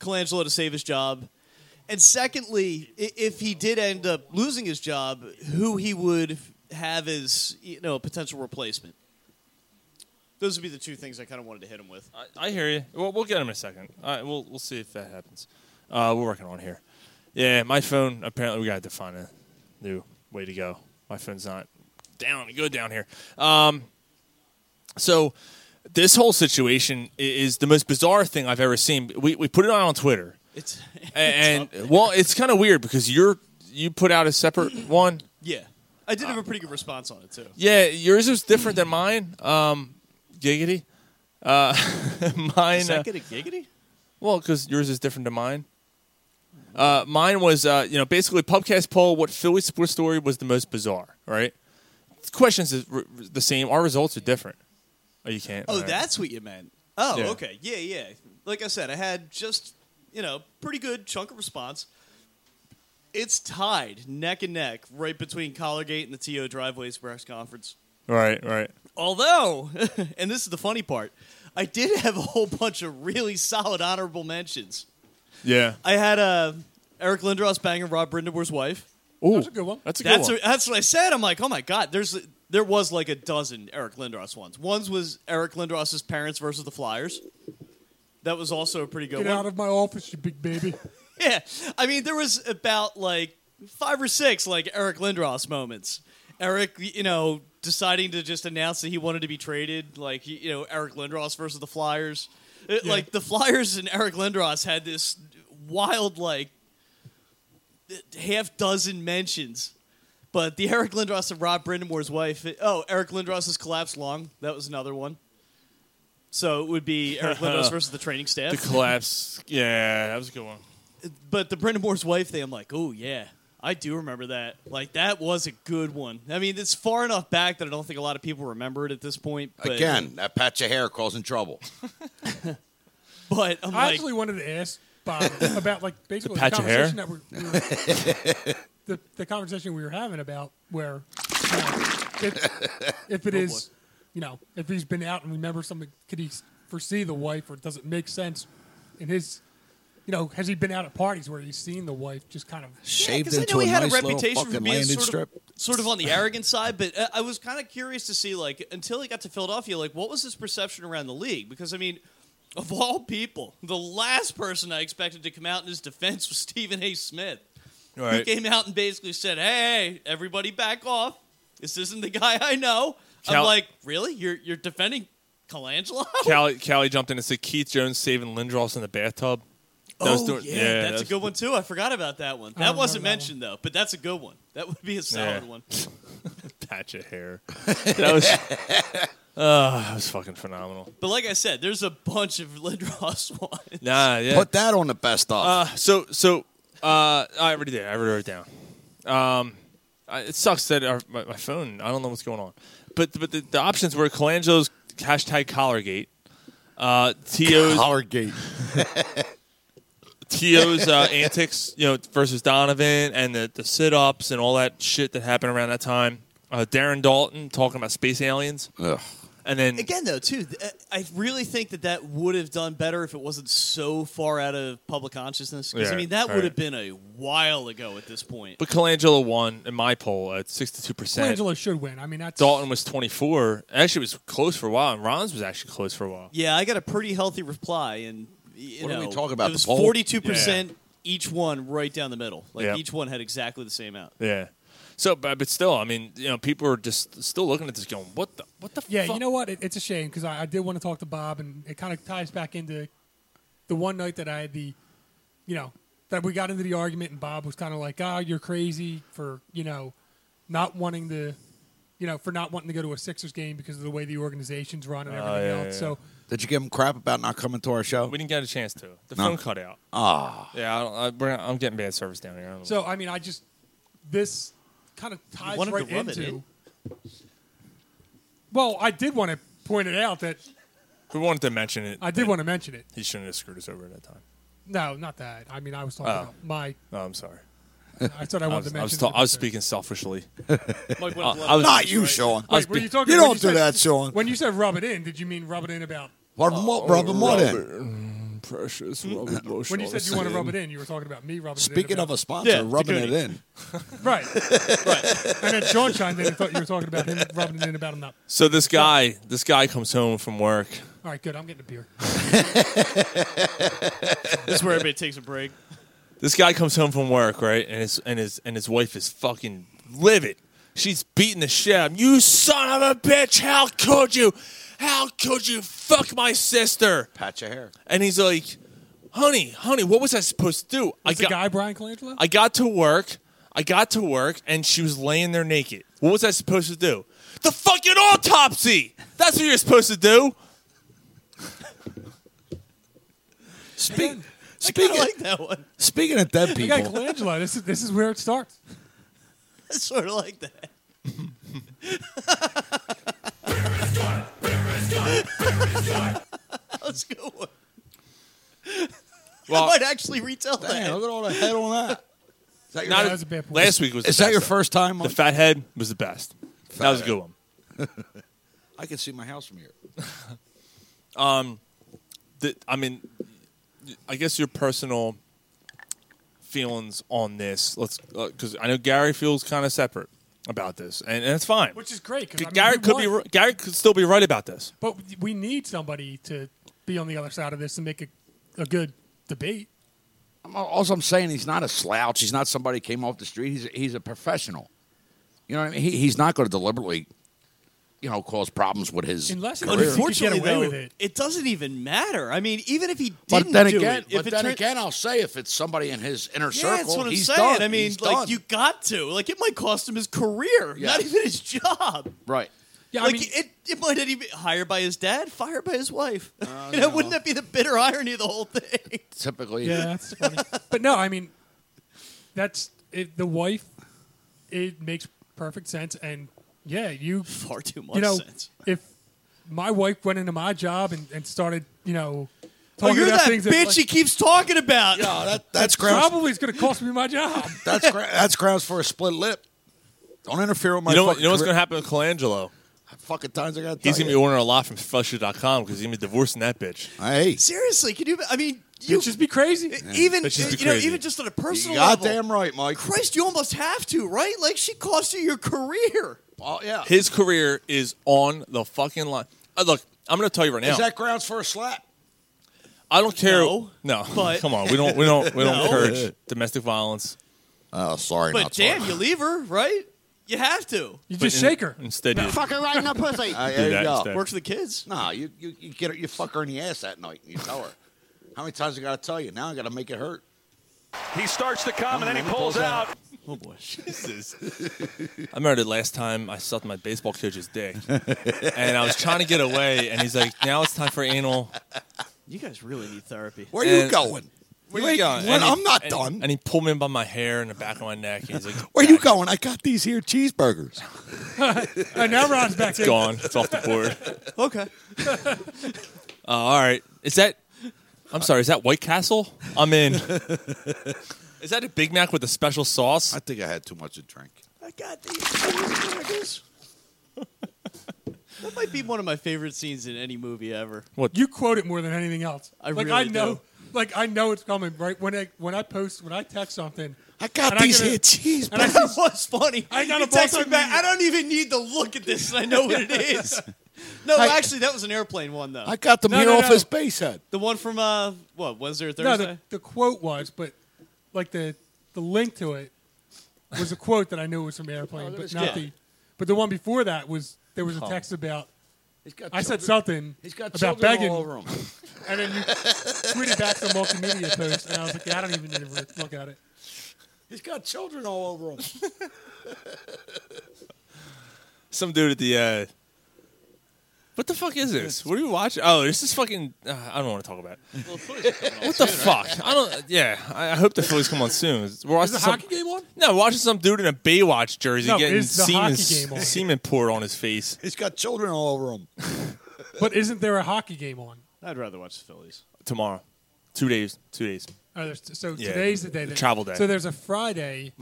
S7: Colangelo to save his job. And secondly, i- if he did end up losing his job, who he would have as you know a potential replacement. Those would be the two things I kind of wanted to hit him with.
S6: I, I hear you. Well, we'll get him in a second. All right, we'll we'll see if that happens. Uh, we're working on it here. Yeah, my phone. Apparently, we got to find a new way to go. My phone's not down good down here. Um, so This whole situation i- is the most bizarre thing I've ever seen. We we put it on on Twitter,
S7: *laughs* It's
S6: and, and well, it's kind of weird because you're you put out a separate one.
S7: yeah. I did
S6: Uh,
S7: have a pretty good response on it too.
S6: Yeah, yours is different than mine. Um, giggity. Uh, *laughs* mine.
S7: Does
S6: uh,
S7: that get a giggity?
S6: Well, because yours is different to mine. Uh, mine was, uh, you know, basically pubcast poll: what Philly sports story was the most bizarre? Right? Questions is r- the same. Our results are different. Oh, you can't.
S7: Oh,
S6: alright.
S7: that's what you meant. Oh,
S6: Yeah.
S7: okay. Yeah, yeah. Like I said, I had just, you know, pretty good chunk of response. It's tied neck and neck right between Collargate and the TO Driveways press conference.
S6: right, right.
S7: Although, *laughs* and this is the funny part, I did have a whole bunch of really solid honorable mentions.
S6: Yeah.
S7: I had uh, Eric Lindros banging Rob Brindamore's wife.
S6: Ooh,
S8: That's a good one.
S6: That's a good
S7: that's
S6: one.
S7: what- that's what I said. I'm like, oh my god, there's there was like a dozen Eric Lindros ones. One's was Eric Lindros's parents versus the Flyers. That was also a pretty good
S8: Get
S7: one.
S8: out of my office, you big
S6: *laughs*
S8: baby.
S7: *laughs* yeah, I mean there was about like five or six like Eric Lindros moments. Eric, you know, deciding to just announce that he wanted to be traded, like you- you know Eric Lindros versus the Flyers. It-
S8: Yeah.
S7: Like the Flyers and Eric Lindros had this wild like half dozen mentions. But the Eric Lindros and Rob Brindamore's wife. Oh, Eric Lindros's collapsed long. That was another one. So it would be Eric Lindros versus the training staff.
S6: The collapse. Yeah, that was a good one.
S7: but the Brenda Moore's wife thing, I'm like, oh yeah, I do remember that. Like that was a good one. I mean, it's far enough back that I don't think a lot of people remember it at this point. But,
S9: Again, that patch of hair causing trouble.
S7: but I'm
S8: I
S7: like,
S8: actually wanted to ask Bob about like basically the,
S6: patch of hair?
S8: conversation that we're, we were *laughs* the, the conversation we were having about where you know, if, if
S6: Oh,
S8: it is you know if he's been out and remembers something could he foresee the wife or does it make sense in his you know has he been out at parties where he's seen the wife just kind of
S9: Shaved
S7: 'cause I
S9: into
S7: know
S9: a
S7: he had
S9: nice
S7: a
S9: little
S7: reputation for
S9: fucking
S7: being
S9: landing
S7: sort of,
S9: strip.
S7: sort of on
S9: *laughs*
S7: the arrogant side, but uh, I was kind of curious to see like until he got to Philadelphia, like what was his perception around the league? Because I mean, of all people, the last person I expected to come out in his defense was Stephen A. Smith.
S6: Right.
S7: He came out and basically said, "Hey, everybody, back off! This isn't the *laughs* guy I know."
S6: Cal-
S7: I'm like, "Really? You're you're defending Colangelo?" *laughs*
S6: Callie, Callie jumped in and said Keith Jones saving Lindros in the bathtub. That was
S7: oh
S6: doing-
S7: yeah,
S6: yeah,
S7: that's a
S6: that's-
S7: good one too. I forgot about that one.
S8: I
S7: That
S8: remember
S7: wasn't
S8: that one.
S7: mentioned though, but that's a good one. *laughs* That would be a solid
S6: Yeah.
S7: one.
S6: Patch of hair. That was. *laughs* Uh, that was fucking phenomenal.
S7: But like I said, there's a bunch of *laughs* Lindros ones.
S6: Nah, yeah.
S9: Put that on the best of.
S6: Uh, so so uh, I already did. I already wrote it down. Um, I, it sucks that our, my, my phone. I don't know what's going on, but but the, the options were Colangelo's hashtag Collargate, uh, To's
S9: Collargate.
S6: To's uh, antics, you know, versus Donovan and the the sit ups and all that shit that happened around that time. Uh, Darren Dalton talking about space aliens,
S9: Ugh.
S6: and then
S7: Again, though, too, th- uh, I really think that that would have done better if it wasn't so far out of public consciousness. Because
S6: Yeah,
S7: I mean, that
S6: right.
S7: would have been a while ago at this point.
S6: but Colangelo won in my poll at sixty two percent.
S8: Colangelo should win I mean that's
S6: Dalton was twenty four. Actually, it was close for a while, and Rons was actually close for a while.
S7: yeah, I got a pretty healthy reply, and you
S9: What are
S7: know,
S9: we talking about,
S7: It
S9: the
S7: was
S9: poll?
S7: forty-two percent each one, right down the middle. Like
S6: Yep.
S7: each one had exactly the same out.
S6: Yeah. So, but, but still, I mean, you know, people are just still looking at this, going, "What the, what the?"
S8: Yeah,
S6: fuck?
S8: you know what? It, it's a shame because I, I did want to talk to Bob, and it kind of ties back into the one night that I had the, you know, that we got into the argument, and Bob was kind of like, "Oh, you're crazy for you know, not wanting to, you know, for not wanting to go to a Sixers game because of the way the organization's run and
S7: Ah,
S8: everything
S6: yeah,
S8: else."
S6: yeah.
S8: So
S9: Did you give him crap about not coming to our show?
S6: we didn't get a chance to. The
S9: No.
S6: phone cut out.
S9: Ah,
S6: Yeah, I don't, I, we're not, I'm getting bad service down here. I don't know.
S8: So I mean, I just this kind of ties
S7: wanted
S8: right
S7: to rub it
S8: into.
S7: in.
S8: Well, I did want to point it out that
S6: we wanted to mention it.
S8: I did want to mention it.
S6: He shouldn't have screwed us over at that time.
S8: No, not that. I mean, I was talking
S6: Oh.
S8: about my.
S6: No, I'm sorry.
S8: I thought I
S6: I
S8: wanted
S6: was,
S8: to mention.
S6: I was,
S8: it
S6: ta- I was
S8: before.
S6: speaking
S9: *laughs*
S6: selfishly.
S7: Mike went
S6: I was,
S9: not you, Sean.
S6: I
S7: Uh,
S6: was
S8: Wait, were
S6: be-
S8: you talking?
S9: You
S8: when
S9: don't do
S8: said-
S9: that, Sean.
S8: When you said rub it in, did you mean rub it in about?
S9: Rub
S7: uh,
S9: him up, rub him up in.
S6: precious *laughs* Robert Bush.
S8: When you said you want to rub it in, you were talking about me rubbing it in.
S9: Speaking of
S8: about-
S9: a sponsor,
S7: Yeah,
S9: rubbing
S7: Takuni.
S9: it in.
S8: *laughs* right, right, and then Sean chimed in and thought you were talking about him rubbing it in about him not.
S6: so this guy, this guy comes home from work.
S8: All right, good. I'm getting a beer.
S7: This is where everybody takes a break.
S6: This guy comes home from work, right? And his and his and his wife is fucking livid. She's beating the shit out of him. You son of a bitch! How could you? How could you fuck my sister?
S11: Patch your hair.
S6: And he's like, honey, honey, what was I supposed to do? I
S8: the guy Brian Colangelo?
S6: I got to work. I got to work, and she was laying there naked. What was I supposed to do? The fucking autopsy. That's what you're supposed to do.
S11: Speak.
S7: Speaking, like *laughs* that one.
S11: Speaking of dead
S8: The guy
S11: people,
S8: Colangelo. This is this is where it starts.
S7: It's sort of like that. *laughs* That was a good one.
S11: *laughs*
S6: Well-
S7: I might actually retell that.
S11: Damn, look at all the head on that. Is that your
S6: Not-
S11: first-
S6: last week was.
S11: Is
S6: the
S11: that
S6: best.
S11: your first time?
S6: The
S11: on-
S6: fat head was the best. that was a good one.
S11: I can see my house from here.
S6: Um, the, I mean, I guess your personal feelings on this. Let's because I know Gary feels kind of separate about this, and, and it's fine.
S8: Which is great. 'cause, I mean,
S6: Gary
S8: we
S6: could
S8: won.
S6: be r- Gary could still be right about this.
S8: But we need somebody to be on the other side of this and make a, a good debate.
S11: I'm, also, I'm saying he's not a slouch. He's not somebody who came off the street. He's he's a professional. You know what I mean? He, he's not going to deliberately, you know, cause problems with his
S8: Unless he
S11: career.
S8: thinks he could
S7: Unfortunately,
S8: get away
S7: though,
S8: with it.
S7: doesn't even matter. I mean, even if he didn't
S11: But then
S7: do
S11: again,
S7: it, if
S11: but
S7: it
S11: then
S7: turn-
S11: again, I'll say if it's somebody in his inner
S7: yeah,
S11: circle,
S7: that's what I'm
S11: he's
S7: saying.
S11: done.
S7: I mean,
S11: He's
S7: like
S11: done.
S7: you got to. Like it might cost him his career,
S11: Yeah.
S7: not even his job.
S11: right?
S8: Yeah,
S7: like
S8: I mean,
S7: it, it might not even hired by his dad, fired by his wife. *laughs* you know, wouldn't that be the bitter irony of the whole thing?
S11: Typically,
S8: yeah, that's funny. but no, I mean, that's it, the wife. It makes perfect sense, and yeah, you
S7: Far too much
S8: you know,
S7: sense.
S8: if my wife went into my job and, and started, you know,
S7: Oh,
S8: talking
S7: you're
S8: about
S7: that
S8: things
S7: bitch
S8: that, like,
S7: he keeps talking about.
S11: No, that, that's grounds.
S8: probably is going to cost me
S7: *laughs*
S8: my job.
S11: That's gra- that's grounds for a split lip. Don't interfere with my
S6: You know, what-
S11: fucking
S6: you know what's
S11: career.
S6: gonna happen with Colangelo?
S11: Fucking times I got.
S6: He's gonna be ordering a lot from Flusher.com because he's gonna be divorcing that bitch.
S11: Hey,
S7: Seriously, could you? I mean, you
S8: You'd just be crazy.
S7: even
S6: That's just
S7: you know,
S6: crazy.
S7: even just on a personal
S11: you
S7: level.
S11: goddamn right, Mike.
S7: Christ, you almost have to, right? Like she cost you your career.
S11: Oh yeah.
S6: His career is on the fucking line. Uh, look, I'm gonna tell you right now.
S11: Is that grounds for a slap?
S6: I don't care.
S7: No, but-
S6: come on, we don't, we don't,
S8: *laughs*
S6: we don't
S7: No.
S6: encourage domestic violence.
S9: Oh, sorry,
S7: But
S9: not
S7: damn,
S9: sorry.
S7: you leave her, right? You have to.
S8: You
S6: But
S8: just
S6: in-
S8: shake her.
S6: Instead, you
S5: Fuck her right in the pussy.
S11: Uh,
S6: do
S11: there you
S6: that
S11: go.
S6: instead.
S7: Works for the kids.
S11: Nah, you, you, you get her, you fuck her in the ass that night and you tell her. How many times I got to tell you? Now I got to make it hurt.
S12: He starts to come and then he pulls out.
S7: Oh boy. *laughs*
S6: I remember the last time I sucked my baseball coach's dick, and I was trying to get away, and he's like, "Now it's time for anal."
S7: You guys really need therapy.
S11: Where
S6: And-
S11: going? Where
S6: Wait, what?
S11: And he-
S6: I'm
S11: not
S6: And, and he pulled me by my hair and the back of my neck. And he's like, "Back."
S11: going? I got these here cheeseburgers.
S8: And now Ron's back
S6: It's gone. It's off the board.
S7: Okay.
S6: *laughs* Uh, all right. Is that? I'm sorry. Is that White Castle? I'm in. Is that a Big Mac with a special sauce?
S9: I think I had too much to drink.
S7: I got these cheeseburgers. that might be one of my favorite scenes in any movie
S11: *laughs*
S7: ever.
S8: You quote it more than anything else.
S7: I
S8: like
S7: really
S8: I know,
S7: do.
S8: like I know it's coming. Right when I when I post when I text something,
S11: I got
S8: And I
S11: these
S8: get a-
S11: here
S7: *laughs* And I
S11: cheeseburgers.
S7: that was funny.
S8: I got
S7: He
S8: a
S7: texted me
S8: multi-
S7: back. I don't even need to look at this, and I know what it is. *laughs* No,
S11: I-
S7: actually, that was an airplane one though.
S11: I got them
S8: No,
S11: here
S8: no,
S11: off
S8: no.
S11: his base head.
S7: the one from uh, what Wednesday or
S8: no,
S7: Thursday?
S8: the, the quote was, but like the the link to it was a quote that I knew was from
S11: Oh,
S8: Airplane, but not
S7: yeah.
S8: the. But the one before that was there was a text about
S11: He's got
S8: I said
S11: children-
S8: something
S11: Oh. He's got
S8: about
S11: children
S8: begging,
S11: all over him.
S8: and then you tweeted back some multimedia post, and I was like, yeah, I don't even need to look at it.
S11: He's got children all over him.
S7: *laughs*
S6: some dude at the uh what the fuck is this? What are you watching? Oh, this is fucking. Uh, I don't want to talk about it. what the fuck? I don't. Yeah, I, I hope the Phillies come on soon. We're watching
S8: Is the
S6: some,
S8: hockey game on?
S6: No, we're watching some dude in a Baywatch jersey
S8: No,
S6: getting
S8: is the
S6: semen,
S8: hockey game on?
S6: semen poured on his face.
S11: He's got children all over him.
S8: But isn't there a hockey game on?
S7: I'd rather watch the Phillies.
S6: Tomorrow, two days, two days.
S8: Oh, there's, so
S6: Yeah,
S8: today's the day.
S6: the
S8: That,
S6: travel day. Mm-hmm.
S8: So there's a Friday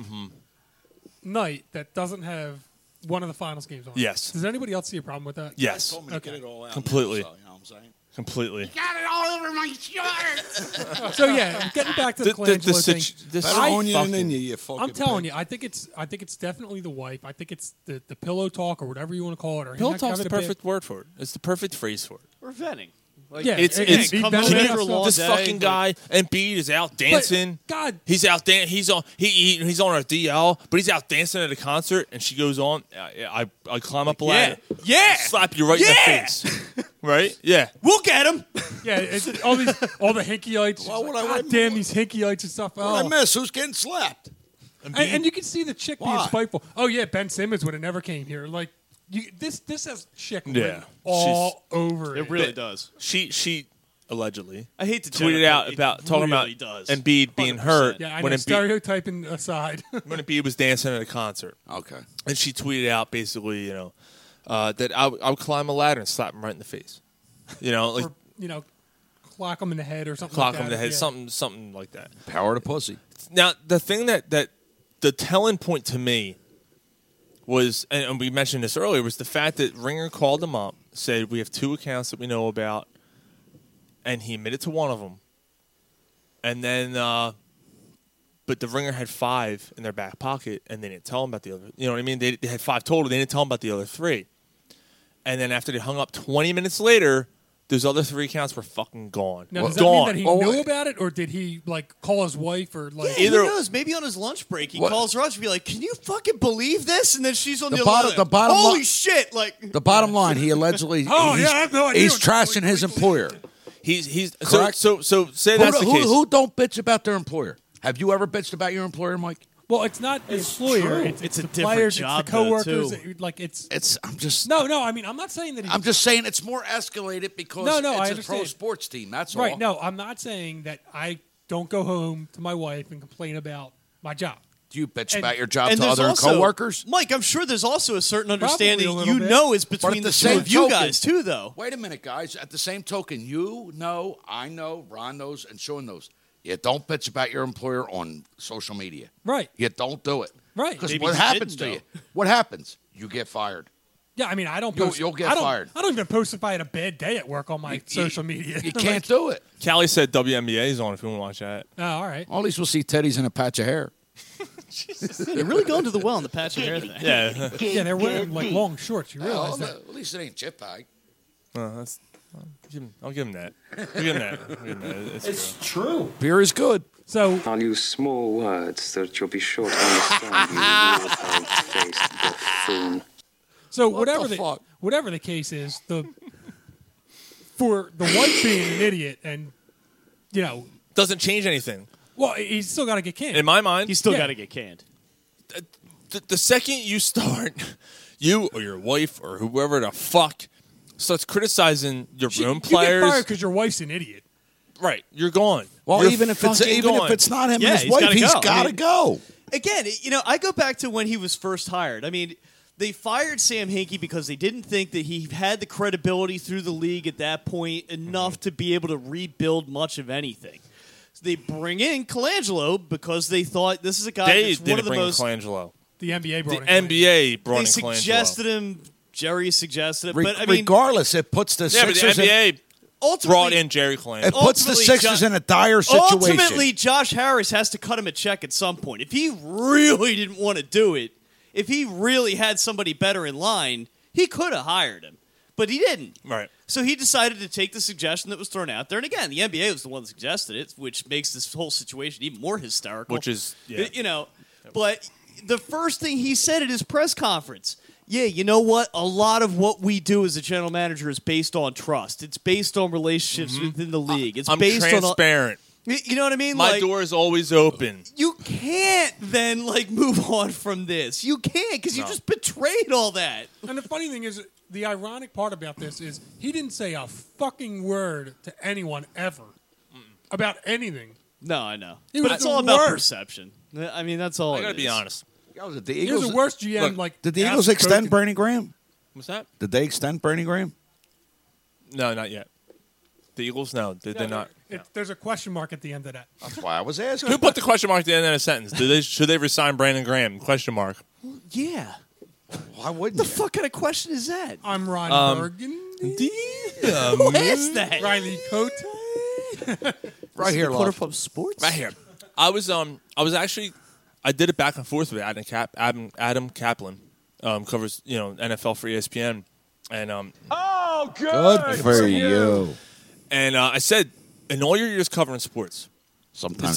S8: night that doesn't have one of the finals games on. it.
S6: Yes.
S8: Does anybody else see a problem with that?
S6: Yes,
S11: Told me to
S8: Okay.
S11: get it all out.
S6: Completely.
S11: So, you know what I'm saying?
S6: completely.
S5: Got it all over my shirt.
S8: So yeah, getting back to the,
S6: The- the- the
S8: Colangelo thing.
S6: situ- this
S11: Better own you than
S6: fucking-
S11: in you, you fucking
S8: I'm telling
S11: pig.
S8: you, I think it's I think it's definitely the wife. I think it's the, the pillow talk or whatever you want to call it. Or him
S6: Pillow
S8: not
S6: talk's
S8: having
S6: the
S8: a big-
S6: perfect word for it. It's the perfect phrase for it.
S7: We're venting. Like,
S8: Yeah,
S6: It's
S8: it-
S6: it's
S8: it-
S6: can
S8: it-
S7: comes
S8: it-
S7: in
S8: it-
S7: for a long
S6: this
S7: day,
S6: fucking
S7: but-
S6: guy Embiid is out dancing.
S8: God.
S6: he's out dan- He's on. He, he he's on our DL, but he's out dancing at a concert, and she goes on. I I, I climb up a
S7: Yeah.
S6: ladder.
S7: Yeah.
S6: slap you right
S7: Yeah.
S6: in the face. Right? Yeah.
S7: We'll get *laughs* him.
S8: yeah, it's, all these, all the Hickeites. Why would I damn these Hickeites and stuff?
S13: What'd
S8: oh.
S13: I miss? Who's getting slapped?
S8: And, and you can see the chick being
S13: Why?
S8: spiteful. Oh yeah, Ben Simmons would have never came here. Like you, this, this has chick written
S6: Yeah.
S8: all over it.
S6: does. She she allegedly
S7: I hate to tell
S6: tweeted
S7: you,
S6: out
S7: it
S6: about talking
S7: really
S6: about
S7: does.
S6: Embiid being hurt
S8: Yeah, I
S6: when
S8: know.
S6: Embiid,
S8: Stereotyping aside, *laughs*
S6: when Embiid was dancing at a concert.
S9: Okay.
S6: And she tweeted out basically, you know, uh, that I, would- I would climb a ladder and slap him right in the face. You know, like
S8: or, you know, clock them in the head or something.
S6: clock
S8: like
S6: him in
S8: that.
S6: the head,
S8: Yeah.
S6: something something like that.
S9: Power to pussy.
S6: Now the thing that that the telling point to me was, and, and we mentioned this earlier, was the fact that Ringer called him up, said we have two accounts that we know about, and he admitted to one of them, and then. Uh, but the ringer had five in their back pocket, and they didn't tell him about the other. You know what I mean? They, they had five total. They didn't tell him about the other three. And then after they hung up, twenty minutes later, those other three accounts were fucking gone.
S8: Now,
S6: gone.
S8: does that mean that he knew about it, or did he like call his wife or like?
S7: Either who knows? Maybe on his lunch break, he
S8: What?
S7: calls her up and be like, "Can you fucking believe this?" And then she's on
S9: The
S7: the,
S9: bottom-
S7: other end.
S9: the bottom
S7: Holy
S9: li-
S7: shit! Like
S9: The bottom line, he allegedly
S7: Oh,
S9: he's,
S7: yeah, I have no idea
S9: he's
S7: what-
S9: trashing his employer.
S6: He's he's
S9: correct.
S6: So so, so say
S9: who,
S6: that's the
S9: who,
S6: case.
S9: Who don't bitch about their employer? Have you ever bitched about your employer, Mike?
S8: Well, it's not the employer.
S9: true.
S8: It's,
S9: It's
S8: it's,
S9: a
S8: the
S9: different
S8: players,
S9: job,
S8: it's the
S9: though,
S8: coworkers.
S9: too.
S8: it- like it's
S9: it's. I'm just
S8: no, no. I mean, I'm not saying that. He,
S9: I'm just saying it's more escalated because
S8: No, no, I
S9: it's a pro
S8: understand.
S9: sports team. That's
S8: right.
S9: all.
S8: No, I'm not saying that I don't go home to my wife and complain about my job.
S9: Do you bitch
S8: And-
S9: about your job
S8: and
S9: to
S8: there's
S9: other
S8: also-
S9: coworkers?
S7: Mike, I'm sure there's also a certain
S9: Probably
S7: understanding
S9: a little
S7: you
S9: bit.
S7: know is
S9: But
S7: between
S9: at
S7: the, two
S9: same
S7: of you
S9: token-
S7: guys too, though.
S9: Wait a minute, guys. At the same token, you know, I know, Ron knows, and Sean knows. You don't bitch about your employer on social media.
S8: Right.
S9: You don't do it.
S8: Right.
S9: Because
S8: Maybe
S9: what
S8: he
S9: happens to
S8: didn't,
S9: you? What happens? You get fired.
S8: Yeah, I mean, I don't.
S9: You'll-
S8: Post,
S9: you'll get
S8: I don't,
S9: fired.
S8: I don't even post if I had a bad day at work on my social media. *laughs*
S9: You can't do it.
S6: Callie said WNBA is on if you want to watch that.
S8: Oh, all right.
S9: At least we'll see Teddy's in a patch of hair.
S7: They're really going to the well in the patch of hair thing.
S6: Yeah. *laughs*
S8: yeah, they're wearing like long shorts. You
S9: Well,
S8: realize that?
S9: at least it ain't chip bag.
S6: Uh, that's, I'll, give him, I'll give him that. I'll give him that. I'll give him that. It's,
S9: True. Beer is good.
S8: So
S10: I'll use small words that you'll be sure to understand. you faced buffoon.
S8: So
S10: What
S8: whatever
S10: the
S8: the, whatever the case is, the for the wife being an idiot and you know,
S6: Doesn't change anything.
S8: well, he's still got to get canned.
S6: In my mind,
S8: He's still Yeah. gotta
S7: get canned.
S6: The, the second you start, *laughs* you or your wife or whoever the fuck starts criticizing your own
S8: You get fired
S6: players,
S8: because your wife's an idiot.
S6: right? You're gone.
S9: Well,
S6: You're
S9: even if it's-
S6: fucking
S9: even if
S6: gone.
S9: it's not him and his
S7: he's
S9: wife,
S7: gotta
S9: he's
S7: go.
S9: gotta go.
S7: Again, you know, I go back to when he was first hired. I mean, they fired Sam Hinkie because they didn't think that he had the credibility through the league at that point enough
S6: Mm-hmm.
S7: to be able to rebuild much of anything. So they bring in Colangelo because they thought this is a guy
S6: They
S7: that's
S6: didn't
S7: one of the
S6: bring in
S7: most.
S6: Colangelo.
S8: The NBA
S7: brought
S6: The
S7: in
S6: NBA brought
S7: They
S6: in Colangelo.
S7: suggested him. Jerry suggested it,
S9: Re-
S7: but I mean,
S9: regardless, it puts the
S6: Yeah, but the
S9: Sixers in-
S6: NBA
S7: ultimately
S6: brought in Jerry Colangelo.
S9: It puts the Sixers in a dire situation.
S7: Ultimately, Josh Harris has to cut him a check at some point. If he really didn't want to do it, if he really had somebody better in line, he could have hired him, but he didn't.
S6: Right.
S7: So he decided to take the suggestion that was thrown out there, and again, the NBA was the one that suggested it, which makes this whole situation even more hysterical.
S6: Which is- yeah.
S7: you know, but the first thing he said at his press conference. Yeah, you know what? A lot of what we do as a general manager is based on trust. It's based on relationships within the league. It's
S6: Mm-hmm. I'm
S7: based on a-
S6: transparent.
S7: Y- You know what I mean?
S6: My
S7: like,
S6: door is always open.
S7: You can't then like move on from this. You can't because you
S8: No.
S7: just betrayed all that.
S8: And the funny thing is, the ironic part about this is he didn't say a fucking word to anyone ever about anything.
S7: No, I know,
S8: He
S7: but
S8: was
S7: it's
S8: the
S7: all about
S8: worst.
S7: perception. I mean, that's all.
S6: I gotta be honest.
S9: the
S8: He was the worst GM. like
S9: did the Eagles extend Bernie Graham?
S6: What's that?
S9: Did they extend Bernie Graham?
S6: No, not yet. The Eagles, no, they, they're not.
S8: It, There's a question mark at the end of that.
S9: That's why I was asking.
S6: Who put the question mark at the end of a sentence? Do they should they resign Brandon Graham? Question mark.
S7: Yeah.
S9: Why wouldn't
S7: the fuck kind of question is that?
S8: I'm Ron
S6: Um,
S8: Bergen.
S7: Who is that?
S8: Riley Cote.
S9: Right here,
S7: quarter
S9: love.
S7: pub sports.
S6: Right here. I was um I was actually I did it back and forth with Adam Cap Adam Adam Kaplan um, covers you know NFL for E ESPN and um
S3: Oh, good.
S6: and uh, I said in all your years covering sports
S9: Sometimes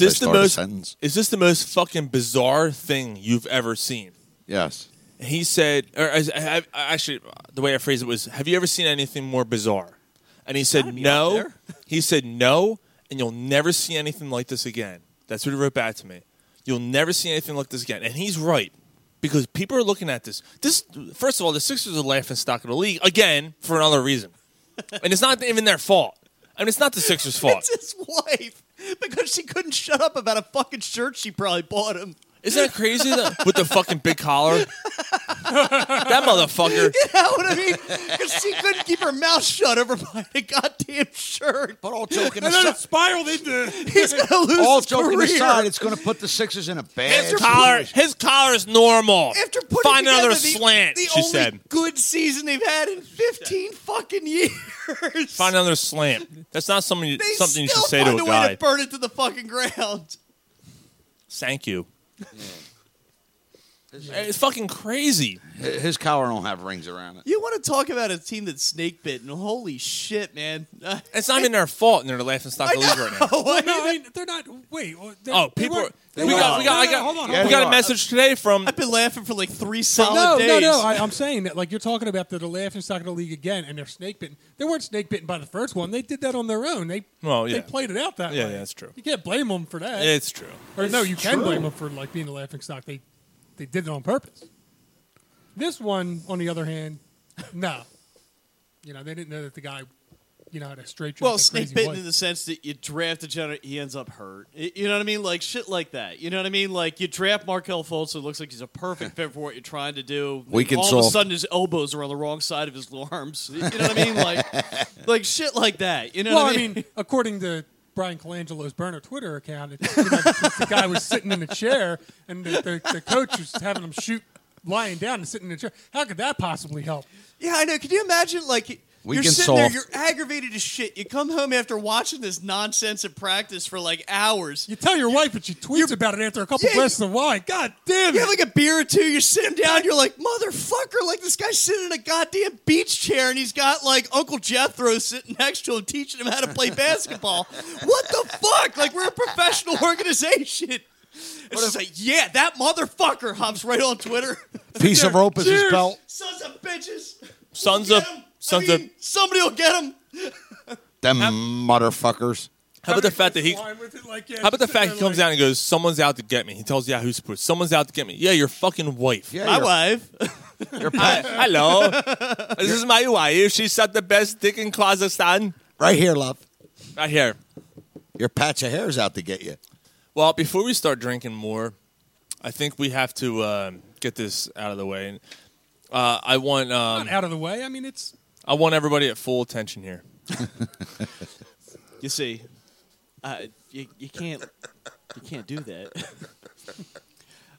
S6: is this the
S9: I start a
S6: most
S9: sentence.
S6: is this the most fucking bizarre thing you've ever seen
S9: Yes.
S6: he said, or I, I, I- actually, the way I phrased it was, "Have you ever seen anything more bizarre?" And he said, no. He said, no, and you'll never see anything like this again. That's what he wrote back to me. You'll never see anything like this again. And he's right because people are looking at this. This, first of all, the Sixers are laughing stock of the league again for another reason. and it's not even their fault. I mean, it's not the Sixers' fault.
S7: *laughs* It's his wife because she couldn't shut up about a fucking shirt she probably bought him. *laughs*
S6: Isn't that crazy though? With the fucking big collar. that motherfucker.
S7: You know what I mean? Because she couldn't keep her mouth shut over buying a goddamn shirt.
S9: But all *laughs*
S7: joking
S9: aside-
S7: spiraled into. He's gonna lose
S9: All
S7: his
S9: joking
S7: career.
S9: aside, it's going to put the Sixers in a bad
S6: His collar,
S9: situation.
S6: his collar is normal.
S7: After putting
S6: Find
S7: together
S6: another
S7: the,
S6: slant,
S7: the
S6: she
S7: only
S6: said.
S7: good season they've had in 15 fucking years.
S6: Find another slant. That's not something you,
S7: They
S6: something you should
S7: still
S6: say to
S7: find
S6: a
S7: way
S6: guy.
S7: to burn it to the fucking ground.
S6: Thank you. It's fucking crazy.
S9: His, collar don't have rings around it.
S7: You want to talk about a team that's snake bitten? Holy shit, man! *laughs*
S6: It's not even their fault, and they're the laughing stock of the league right now.
S8: Well, no, I mean they're not. Wait, well, they're-
S6: Oh,
S8: they
S6: people!
S8: weren't-
S6: we
S8: they weren't-
S6: got, we got, I
S8: no, no,
S6: got,
S8: hold on, hold
S6: we
S8: on.
S6: got a message today from.
S7: I've been laughing for like three solid
S8: no,
S7: days.
S8: no, no. I, I'm saying that like you're talking about the, the laughing stock of the league again, and they're snake bitten. They weren't snake bitten by the first one. They did that on their own. They
S6: Well, yeah.
S8: they played it out that
S6: Yeah,
S8: way.
S6: yeah, that's true.
S8: You can't blame them for that.
S6: *laughs* It's true.
S8: Or no,
S6: It's
S8: you can
S6: true.
S8: blame them for like being a laughing stock. They they did it on purpose. This one, on the other hand, *laughs* no. You know they didn't know that the guy, you know, had a straight.
S7: well, snake bitten in the sense that you draft a general, he ends up hurt. Y- You know what I mean? Like shit, like that. You know what I mean? Like you draft Markel Fultz, who looks like he's a
S8: *laughs*
S7: perfect fit for what you're trying to do.
S9: We
S7: and
S9: can
S7: all of a
S9: solve-
S7: sudden his elbows are on the wrong side of his *laughs* arms. You know what I mean?
S8: *laughs*
S7: Like, like shit, like that. You know
S8: well,
S7: what
S8: I mean, according to Brian Colangelo's burner Twitter account, it's, you know, the guy was sitting in a chair and the, the, the coach was having him shoot lying down and sitting in a chair. How could that possibly help?
S7: Yeah, I know. Could you imagine? Like,
S8: We
S7: you're
S8: can
S7: sitting there,
S8: solve-
S7: you're aggravated as shit. You come home after watching this nonsense at practice for like hours.
S8: You tell your wife, but she tweets about it after a couple
S7: Yeah,
S8: glasses of wine. God damn it!
S7: You have like a beer or two. You're sitting down. You're like, motherfucker! Like this guy's sitting in a goddamn beach chair, and he's got like Uncle Jethro sitting next to him, teaching him how to play basketball. What the fuck? Like we're a professional organization. It's just like, yeah, that motherfucker hops right on Twitter. *laughs*
S9: Piece of rope is his
S7: Cheers,
S9: belt.
S7: Sons of bitches.
S6: Sons of sons of.
S7: Somebody will get him.
S9: Them motherfuckers.
S6: How about the fact that he? How about the fact he comes out and goes, "Someone's out to get me." He tells Yahoo Sports, "Someone's out to get me." Yeah, your fucking wife.
S7: My wife.
S6: Hi- *laughs* Hello, this is my wife. She's not the best dick in Kazakhstan.
S9: Right here, love.
S6: Right here.
S9: Your patch of hair's out to get you.
S6: Well, before we start drinking more, I think we have to um get this out of the way. And uh, I want um,
S8: Not out of the way. I mean, it's
S6: I want everybody at full attention here.
S7: You see, uh, you, you can't you can't do that. *laughs*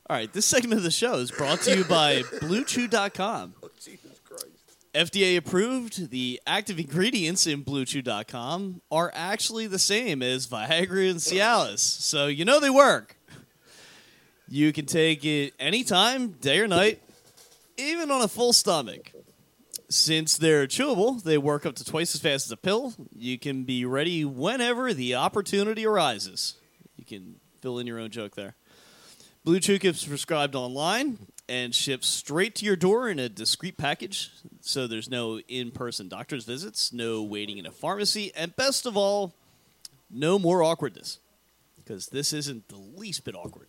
S7: All right, this segment of the show is brought to you by BlueChew.com. FDA approved, the active ingredients in BlueChew.com are actually the same as Viagra and Cialis, so you know they work. You can take it anytime, day or night, even on a full stomach. Since they're chewable, they work up to twice as fast as a pill. You can be ready whenever the opportunity arises. You can fill in your own joke there. Blue Chew is prescribed online and ships straight to your door in a discreet package. So there's no in person doctor's visits, no waiting in a pharmacy, and best of all, no more awkwardness. Because this isn't the least bit awkward.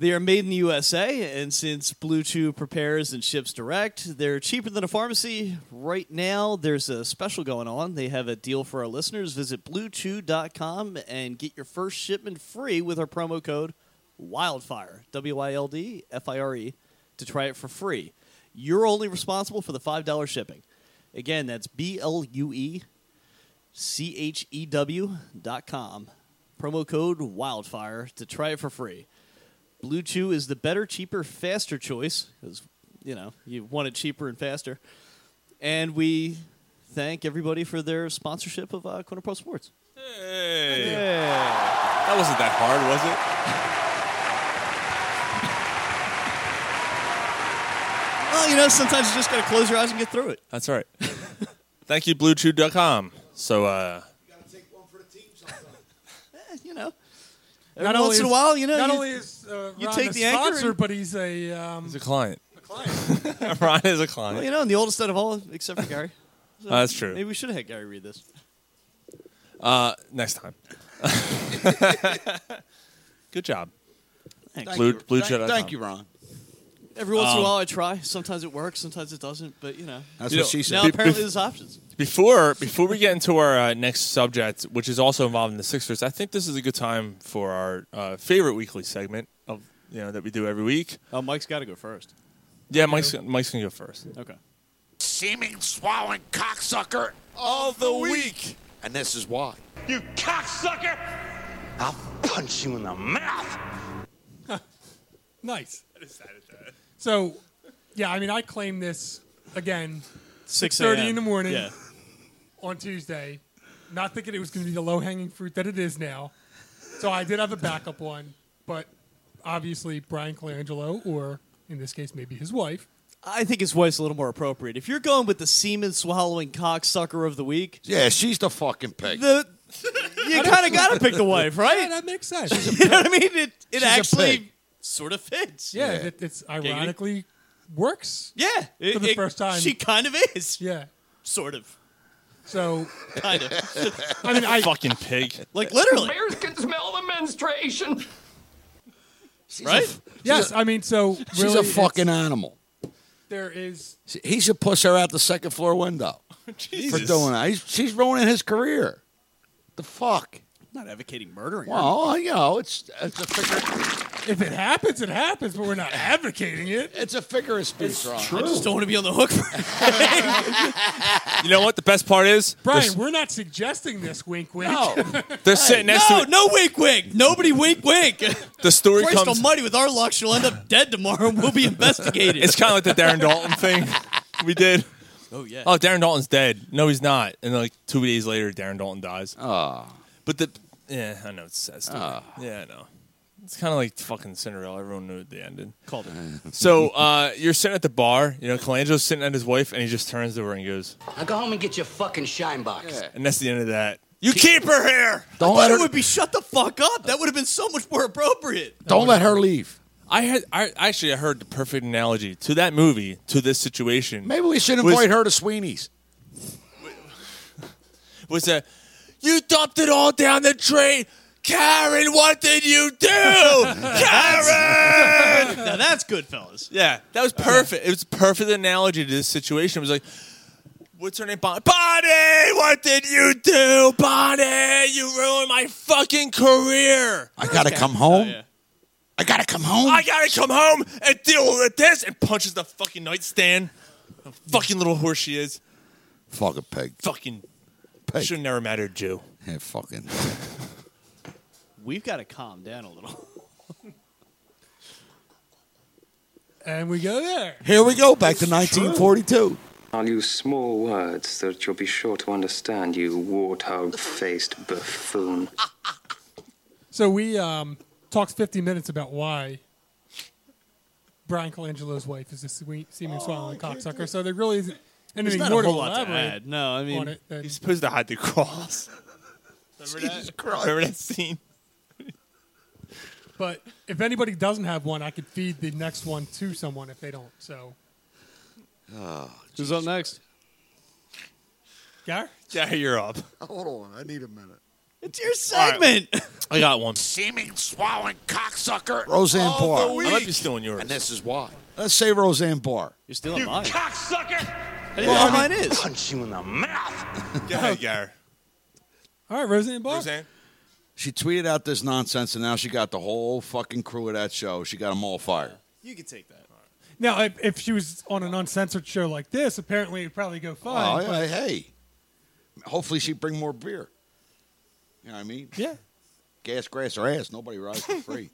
S7: They are made in the USA, and since Blue Chew prepares and ships direct, they're cheaper than a pharmacy. Right now, there's a special going on. They have a deal for our listeners. Visit bluechew.com and get your first shipment free with our promo code WILDFIRE, W I L D F I R E, to try it for free. You're only responsible for the $5 shipping. Again, that's B L U E C H E W dot com. Promo code WILDFIRE to try it for free. Blue Chew is the better, cheaper, faster choice because you know you want it cheaper and faster. And we thank everybody for their sponsorship of uh, Corner Pro Sports.
S6: Hey. That wasn't that hard, was it?
S7: Well, you know, sometimes you just got to close your eyes and get through it.
S6: That's all right. *laughs* Thank you, BlueChew.com. So, uh,
S7: Eh, you know, every
S8: not
S7: once
S8: only
S7: in a
S8: is-
S7: while, you know,
S8: Not
S7: you,
S8: only is uh,
S7: you
S8: Ron
S7: take
S8: a
S7: the anchor
S8: sponsor,
S7: and-
S8: but he's a um,
S6: he's a client. A client. *laughs* Ron is a client. *laughs*
S7: well, you know, in the oldest out of all, except for Gary. So
S6: Uh, that's true.
S7: Maybe we should have had Gary read this.
S6: Uh, next
S8: *laughs*
S6: time. *laughs* Good job.
S7: Thanks.
S6: Blue,
S7: Thank you.
S6: blue
S7: Thank-
S6: Jedi
S7: thank
S6: Tom.
S7: you, Ron. Every once in a
S6: Um,
S7: while, I try. Sometimes it works. Sometimes it doesn't. But you know,
S6: That's what she said.
S7: Now
S6: Be-
S7: apparently,
S6: bef-
S7: there's options.
S6: Before before we get into our uh, next subject, which is also involved in the Sixers, I think this is a good time for our uh, favorite weekly segment of you know that we do every week.
S7: Oh, Mike's got to go first.
S6: Yeah, Mike's Mike's gonna go first.
S7: Okay.
S11: Seeming swallowing cocksucker of the week. And this is why.
S12: You cocksucker!
S11: I'll punch you in the mouth.
S8: Nice. So, yeah, I mean, I claim this again,
S7: 6
S8: six
S7: a.m.
S8: thirty in the morning
S7: Yeah.
S8: on Tuesday, not thinking it was going to be the low hanging fruit that it is now. So I did have a backup one, but obviously Brian Colangelo, or in this case maybe his wife,
S7: I think his wife's a little more appropriate. If you're going with the semen swallowing cocksucker of the week,
S9: Yeah, she's the fucking pig.
S7: *laughs* the you kind of got to pick the wife,
S8: Yeah,
S7: right?
S8: that makes sense.
S7: *laughs* you know what I mean? It it
S8: She's a
S7: actually
S8: pig.
S7: sort of fits.
S8: Yeah, It, it's ironically works.
S7: Yeah,
S8: for the
S7: It- it-
S8: first time.
S7: she kind of is.
S8: Yeah,
S7: sort of.
S8: So
S7: kind *laughs* of.
S8: I mean, I
S6: fucking pig.
S7: Like, literally.
S14: Bears can smell the menstruation.
S7: *laughs* right?
S8: Yes, I mean, so
S9: she's
S8: really
S9: a
S8: it's-
S9: fucking animal.
S8: there is
S9: She- He should push her out the second floor window for
S7: Jesus.
S9: doing that. He's, she's ruining his career. The fuck.
S7: I'm not advocating murdering. her.
S9: Well, you know, it's it's a figure.
S8: If it happens, it happens, but we're not advocating it.
S9: It's a figure of speech, Ron.
S7: I just don't want to be on the hook for it.
S6: You know what? The best part is
S8: Brian,
S6: there's-
S8: we're not suggesting this. Wink, wink.
S9: *laughs*
S6: They're sitting *laughs* next
S7: no,
S6: to it.
S7: No, wink, wink. Nobody wink, wink.
S6: The story
S7: Christ
S6: comes-
S7: almighty, with our luck, she'll end up dead tomorrow and
S6: *laughs*
S7: we'll be investigated.
S6: It's kind of like the Darren Dalton thing we did.
S7: Oh, yeah.
S6: Oh, Darren Dalton's dead. No, he's not. And like two days later, Darren Dalton dies.
S7: Ah.
S6: Oh. But the yeah, I know it's sad story.
S12: Ah.
S6: Yeah, I know. It's kind of like fucking Cinderella. Everyone knew the ended.
S7: Called it.
S6: *laughs* So uh, you're sitting at the bar. You know, Colangelo's sitting at his wife, and he just turns to her and goes,
S5: Now go home and get your fucking shine box.
S6: and that's the end of that. You keep her here.
S7: Don't let her. It would be shut the fuck up. That would have been so much more *laughs* appropriate.
S9: Don't let her leave.
S6: I had I actually I heard the perfect analogy to that movie to this situation.
S9: Maybe we should
S6: was-
S9: invite her to Sweeney's.
S6: was that you dumped it all down the drain. Karen, what did you *laughs* do? Karen!
S7: now that's good, fellas.
S6: Yeah, that was perfect. It was a perfect analogy to this situation. It was like, what's her name? Bonnie. Bonnie, what did you do? Bonnie, you ruined my fucking career.
S9: I gotta come home.
S6: I gotta come home. I gotta come home and deal with this. And punches the fucking nightstand. Fucking little horse she is.
S9: Fucking pig.
S6: Fucking should have never mattered, Jew.
S9: Yeah, *laughs* fucking.
S7: We've got to calm down a little.
S8: And we go there.
S9: Here we go, back to 1942.
S15: I'll use small words that you'll be sure to understand, you warthog faced buffoon.
S8: So we um, talked 50 minutes about why Brian Colangelo's wife is a swe- semen swallowing cocksucker. So there really isn't anything
S7: not a
S8: more
S7: whole lot to
S8: elaborate
S7: add. No, I
S8: on
S7: mean-
S8: it than-
S6: He's supposed to hide the cross. *laughs* Remember that? Remember that scene?
S8: But if anybody doesn't have one, I could feed the next one to someone if they don't. So,
S7: Who's up next?
S8: Gar?
S6: Yeah, you're up.
S4: Hold on, I need a minute.
S7: It's your
S6: segment. I got one.
S11: Seeming swallowing cocksucker.
S9: Roseanne
S11: of
S9: Barr.
S11: the
S9: I
S11: week.
S9: might
S6: be stealing yours.
S11: And this is why.
S9: Let's say Roseanne Barr.
S7: You're still
S11: You
S12: cocksucker!
S9: Well,
S11: I
S7: mine is.
S11: Punch you in the mouth.
S6: Go ahead, Gar.
S8: All right, Roseanne Barr.
S6: Roseanne.
S9: She tweeted out this nonsense, and now she got the whole fucking crew of that show. She got them all fired.
S7: You can take that.
S8: Now, if, if she was on an uncensored show like this, apparently it'd probably go
S9: Oh,
S8: fine.
S9: yeah, hey. Hopefully she bring more beer. You know what I mean?
S8: Yeah.
S9: Gas, grass, or ass. Nobody rides for *laughs* free.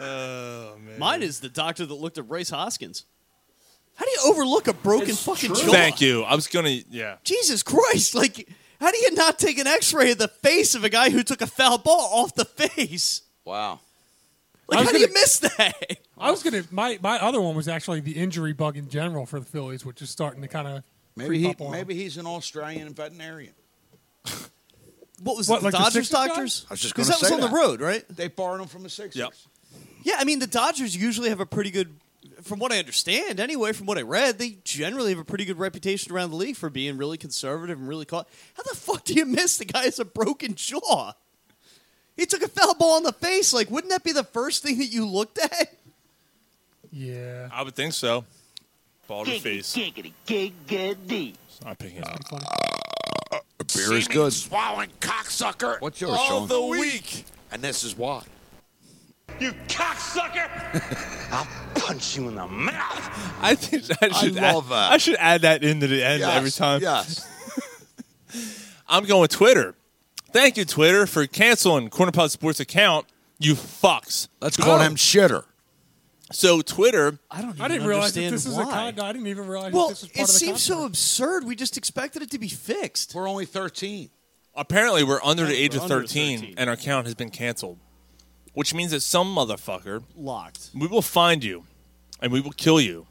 S6: Oh man.
S7: Mine is the doctor that looked at Bryce Hoskins. How do you overlook a broken fucking jaw?
S6: Thank you. I was gonna. Yeah.
S7: Jesus Christ! Like, how do you not take an X-ray of the face of a guy who took a foul ball off the face?
S9: Wow.
S7: Like,
S8: I
S7: how
S8: was
S7: do you
S8: gonna-
S7: miss that? *laughs*
S8: I was gonna. My, my other one was actually the injury bug in general for the Phillies, which is starting to kind of
S9: Maybe
S8: creep
S9: he,
S8: up on.
S9: maybe he's an Australian veterinarian.
S7: What was it?
S8: What,
S7: The
S8: like the
S7: Dodgers
S8: Sixers guy?
S7: doctors?
S9: I was just
S7: 'Cause
S9: gonna
S7: that was
S9: say
S7: on the
S9: that.
S7: road, right?
S9: They borrowed him from the Sixers.
S6: Yep.
S7: Yeah, I mean the Dodgers usually have a pretty good from what I understand, anyway, from what I read, they generally have a pretty good reputation around the league for being really conservative and really caught. How the fuck do you miss the guy has a broken jaw? He took a foul ball in the face. Like, wouldn't that be the first thing that you looked at?
S8: Yeah.
S6: I would think so. Bald in the face.
S12: Giggity, giggity.
S6: It's not picking up.
S9: Beer is good.
S12: Swallowing cocksucker.
S9: What's yours, All Sean? the
S12: week.
S16: And this is why.
S12: You cocksucker. I'll punch you in the mouth.
S6: I think I
S12: I
S6: should
S12: love
S6: add,
S12: that.
S6: I should add that into the end
S12: Yes,
S6: every time.
S9: Yes.
S6: I'm going with Twitter. Thank you, Twitter, for canceling Corner Pod Sports account. You fucks.
S9: Let's call him shitter.
S6: So Twitter.
S7: Oh, I don't.
S8: I didn't realize that this is a con. I didn't even realize
S7: Well,
S8: that this was part
S7: it
S8: of the
S7: seems so absurd. We just expected it to be fixed.
S9: We're only thirteen.
S6: Apparently, we're under the
S7: We're
S6: age of
S7: under
S6: 13,
S7: 13.
S6: and our account has been canceled, which means that some motherfucker
S7: Locked.
S6: We will find you, and we will kill you.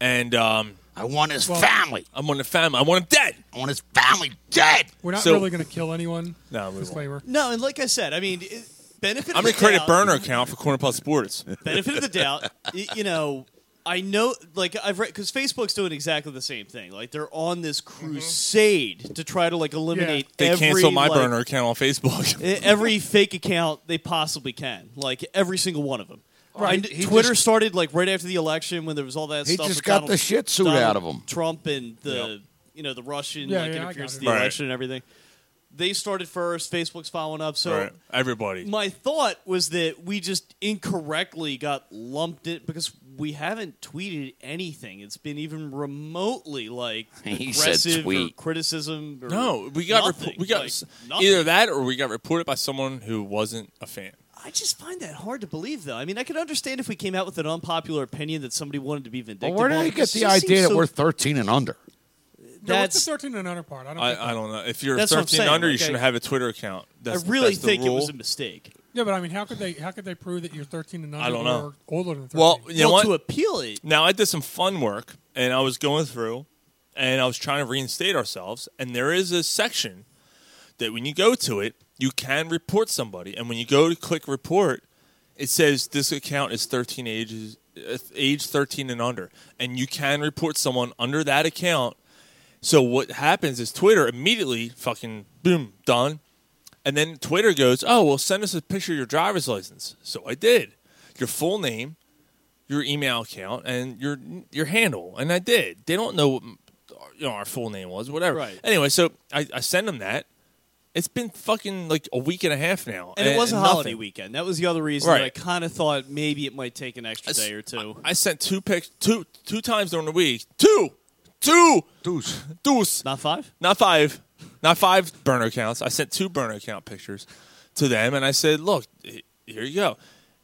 S6: And um,
S11: I want his family.
S6: I want the family. I want him dead.
S11: I want his family dead.
S8: We're not
S6: So-
S8: really going to kill anyone.
S6: No, we won't.
S8: Disclaimer.
S7: No, and like I said, I mean, it, benefit.
S6: I'm
S7: of the
S6: gonna create a
S7: doubt-
S6: burner account for Corner Plus Sports.
S7: benefit of the doubt, y- you know, I know, like I've read because Facebook's doing exactly the same thing. Like they're on this crusade to try to like eliminate.
S6: They
S7: every,
S6: cancel my
S7: like,
S6: burner account on
S7: *laughs*
S6: Facebook.
S7: e- every fake account they possibly can, like every single one of them.
S9: Right.
S7: And
S9: He
S7: Twitter
S9: just-
S7: started like right after the election when there was all that
S9: He
S7: stuff.
S9: just
S7: with
S9: got
S7: Donald-
S9: the shit suit
S7: Donald
S9: out of him.
S7: Trump and the you know the Russian
S8: Yeah,
S7: like
S8: yeah, I
S7: interference
S8: got
S7: in
S8: it.
S7: the
S6: Right.
S7: election and everything. They started first. Facebook's following up. So
S6: Right. Everybody.
S7: my thought was that we just incorrectly got lumped in because we haven't tweeted anything. It's been even
S9: *laughs*
S7: remotely like
S11: He said
S7: aggressive or
S11: tweet.
S7: criticism. Or
S6: No, we got
S7: nothing.
S6: report, we got
S7: Like,
S6: s-
S7: nothing.
S6: either that or we got reported by someone who wasn't a fan.
S7: I just find that hard to believe, though. I mean, I could understand if we came out with an unpopular opinion that somebody wanted to be
S9: But
S7: vindictive.
S9: where did
S7: on,
S9: he
S7: because
S9: get
S7: it
S9: the
S7: just
S9: idea that
S7: seems so-
S9: we're thirteen and under?
S8: No, what's
S7: That's
S8: the 13 and under part? I don't think
S6: I, I don't know. If you're
S7: That's what I'm
S6: 13
S7: saying,
S6: under, you
S7: like, I-
S6: should have a Twitter account. That's
S7: I really
S6: that's the
S7: think it was
S6: rule.
S7: a mistake.
S8: Yeah, but I mean, how could they? How could they prove that you're 13 and under?
S6: I don't know.
S8: Or older than 13?
S6: Well, you know
S7: Well,
S6: what?
S7: to appeal it,
S6: Now I did some fun work, and I was going through, and I was trying to reinstate ourselves. And there is a section that when you go to it, you can report somebody. And when you go to click report, it says this account is 13 ages, uh, age 13 and under, and you can report someone under that account. So what happens is Twitter immediately fucking boom done, and then Twitter goes, oh well, send us a picture of your driver's license. So I did. Your full name, your email account and your your handle, and I did. They don't know what m- you know our full name was, whatever.
S7: Right.
S6: Anyway, so I, I sent them that. It's been fucking like a week and a half now,
S7: and it was a holiday
S6: nothing.
S7: weekend. That was the other reason
S6: Right.
S7: that I kind of thought maybe it might take an
S6: I
S7: extra
S6: s-
S7: day or two.
S6: I sent two pics, two two times during the week, two, two,
S9: Deuce.
S6: deuce,
S7: Not five.
S6: not five, not five burner accounts. I sent two burner account pictures to them, and I said, "Look, h- here you go.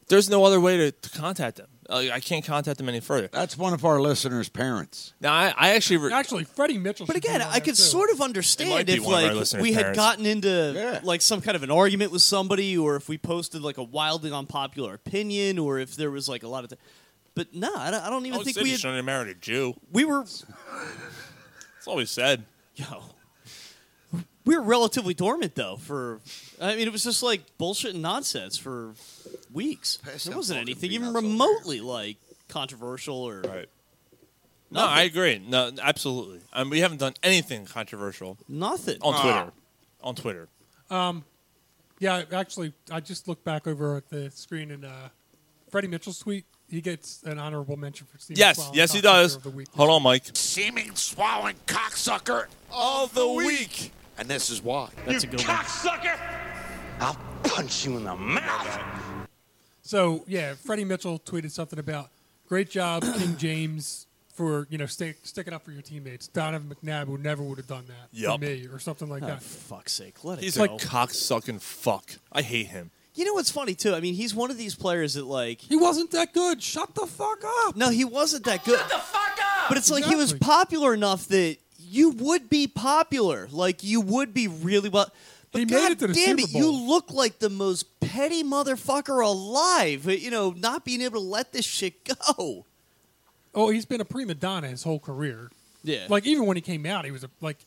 S6: There's no other way to, to contact them. Like, I can't contact them any further."
S9: That's one of our listeners' parents.
S6: Now, I, I actually re-
S8: actually, Freddie Mitchell.
S7: But
S8: should
S7: again,
S8: be on
S7: I
S8: there,
S7: could
S8: too.
S7: sort of
S6: It might
S7: understand
S6: be
S7: if
S6: one of our
S7: like
S6: listeners'
S7: we had
S6: parents.
S7: gotten into
S9: Yeah.
S7: like some kind of an argument with somebody, or if we posted like a wildly unpopular opinion, or if there was like a lot of. Th- but no, I don't, I don't even
S6: always
S7: think
S6: said
S7: we
S6: you
S7: had,
S6: shouldn't have married a Jew.
S7: we were
S6: That's all we said.
S7: yo. We were relatively dormant though. For I mean, it was just like bullshit and nonsense for weeks. There wasn't anything even remotely like controversial or
S6: Right. No, I agree. No, absolutely. Um, we haven't done anything controversial
S7: nothing.
S6: on Twitter. On Twitter.
S8: Yeah, actually, I just looked back over at the screen and uh, Freddie Mitchell's tweet. He gets an honorable mention for Steve.
S6: Yes,
S8: McClellan,
S6: yes, he
S8: Top Kicker
S6: does.
S8: of the Week.
S6: Hold on, Mike.
S16: Seeming swallowing cocksucker.
S6: All the week.
S16: And this is why.
S7: That's a good one.
S12: Cocksucker.
S3: I'll punch you in the mouth.
S8: So yeah, Freddie Mitchell tweeted something about great job, *coughs* King James, for you know stay, sticking up for your teammates. Donovan McNabb would never would have done that
S6: Yup.
S8: for me or something like
S7: Oh,
S8: that.
S7: for fuck's sake, let it
S6: He's
S7: go.
S6: a cocksucking fuck. I hate him.
S7: You know what's funny too? I mean, he's one of these players that like
S8: He wasn't that good. Shut the fuck up.
S7: no, he wasn't that good. But it's like he was
S8: Exactly.
S7: popular enough that you would be popular. Like you would be really well. But
S8: He made
S7: God
S8: it to the
S7: damn
S8: Super
S7: it, you
S8: Bowl.
S7: look like the most petty motherfucker alive. You know, not being able to let this shit go.
S8: Oh, he's been a prima donna his whole career.
S7: Yeah.
S8: Like even when he came out, he was a, like,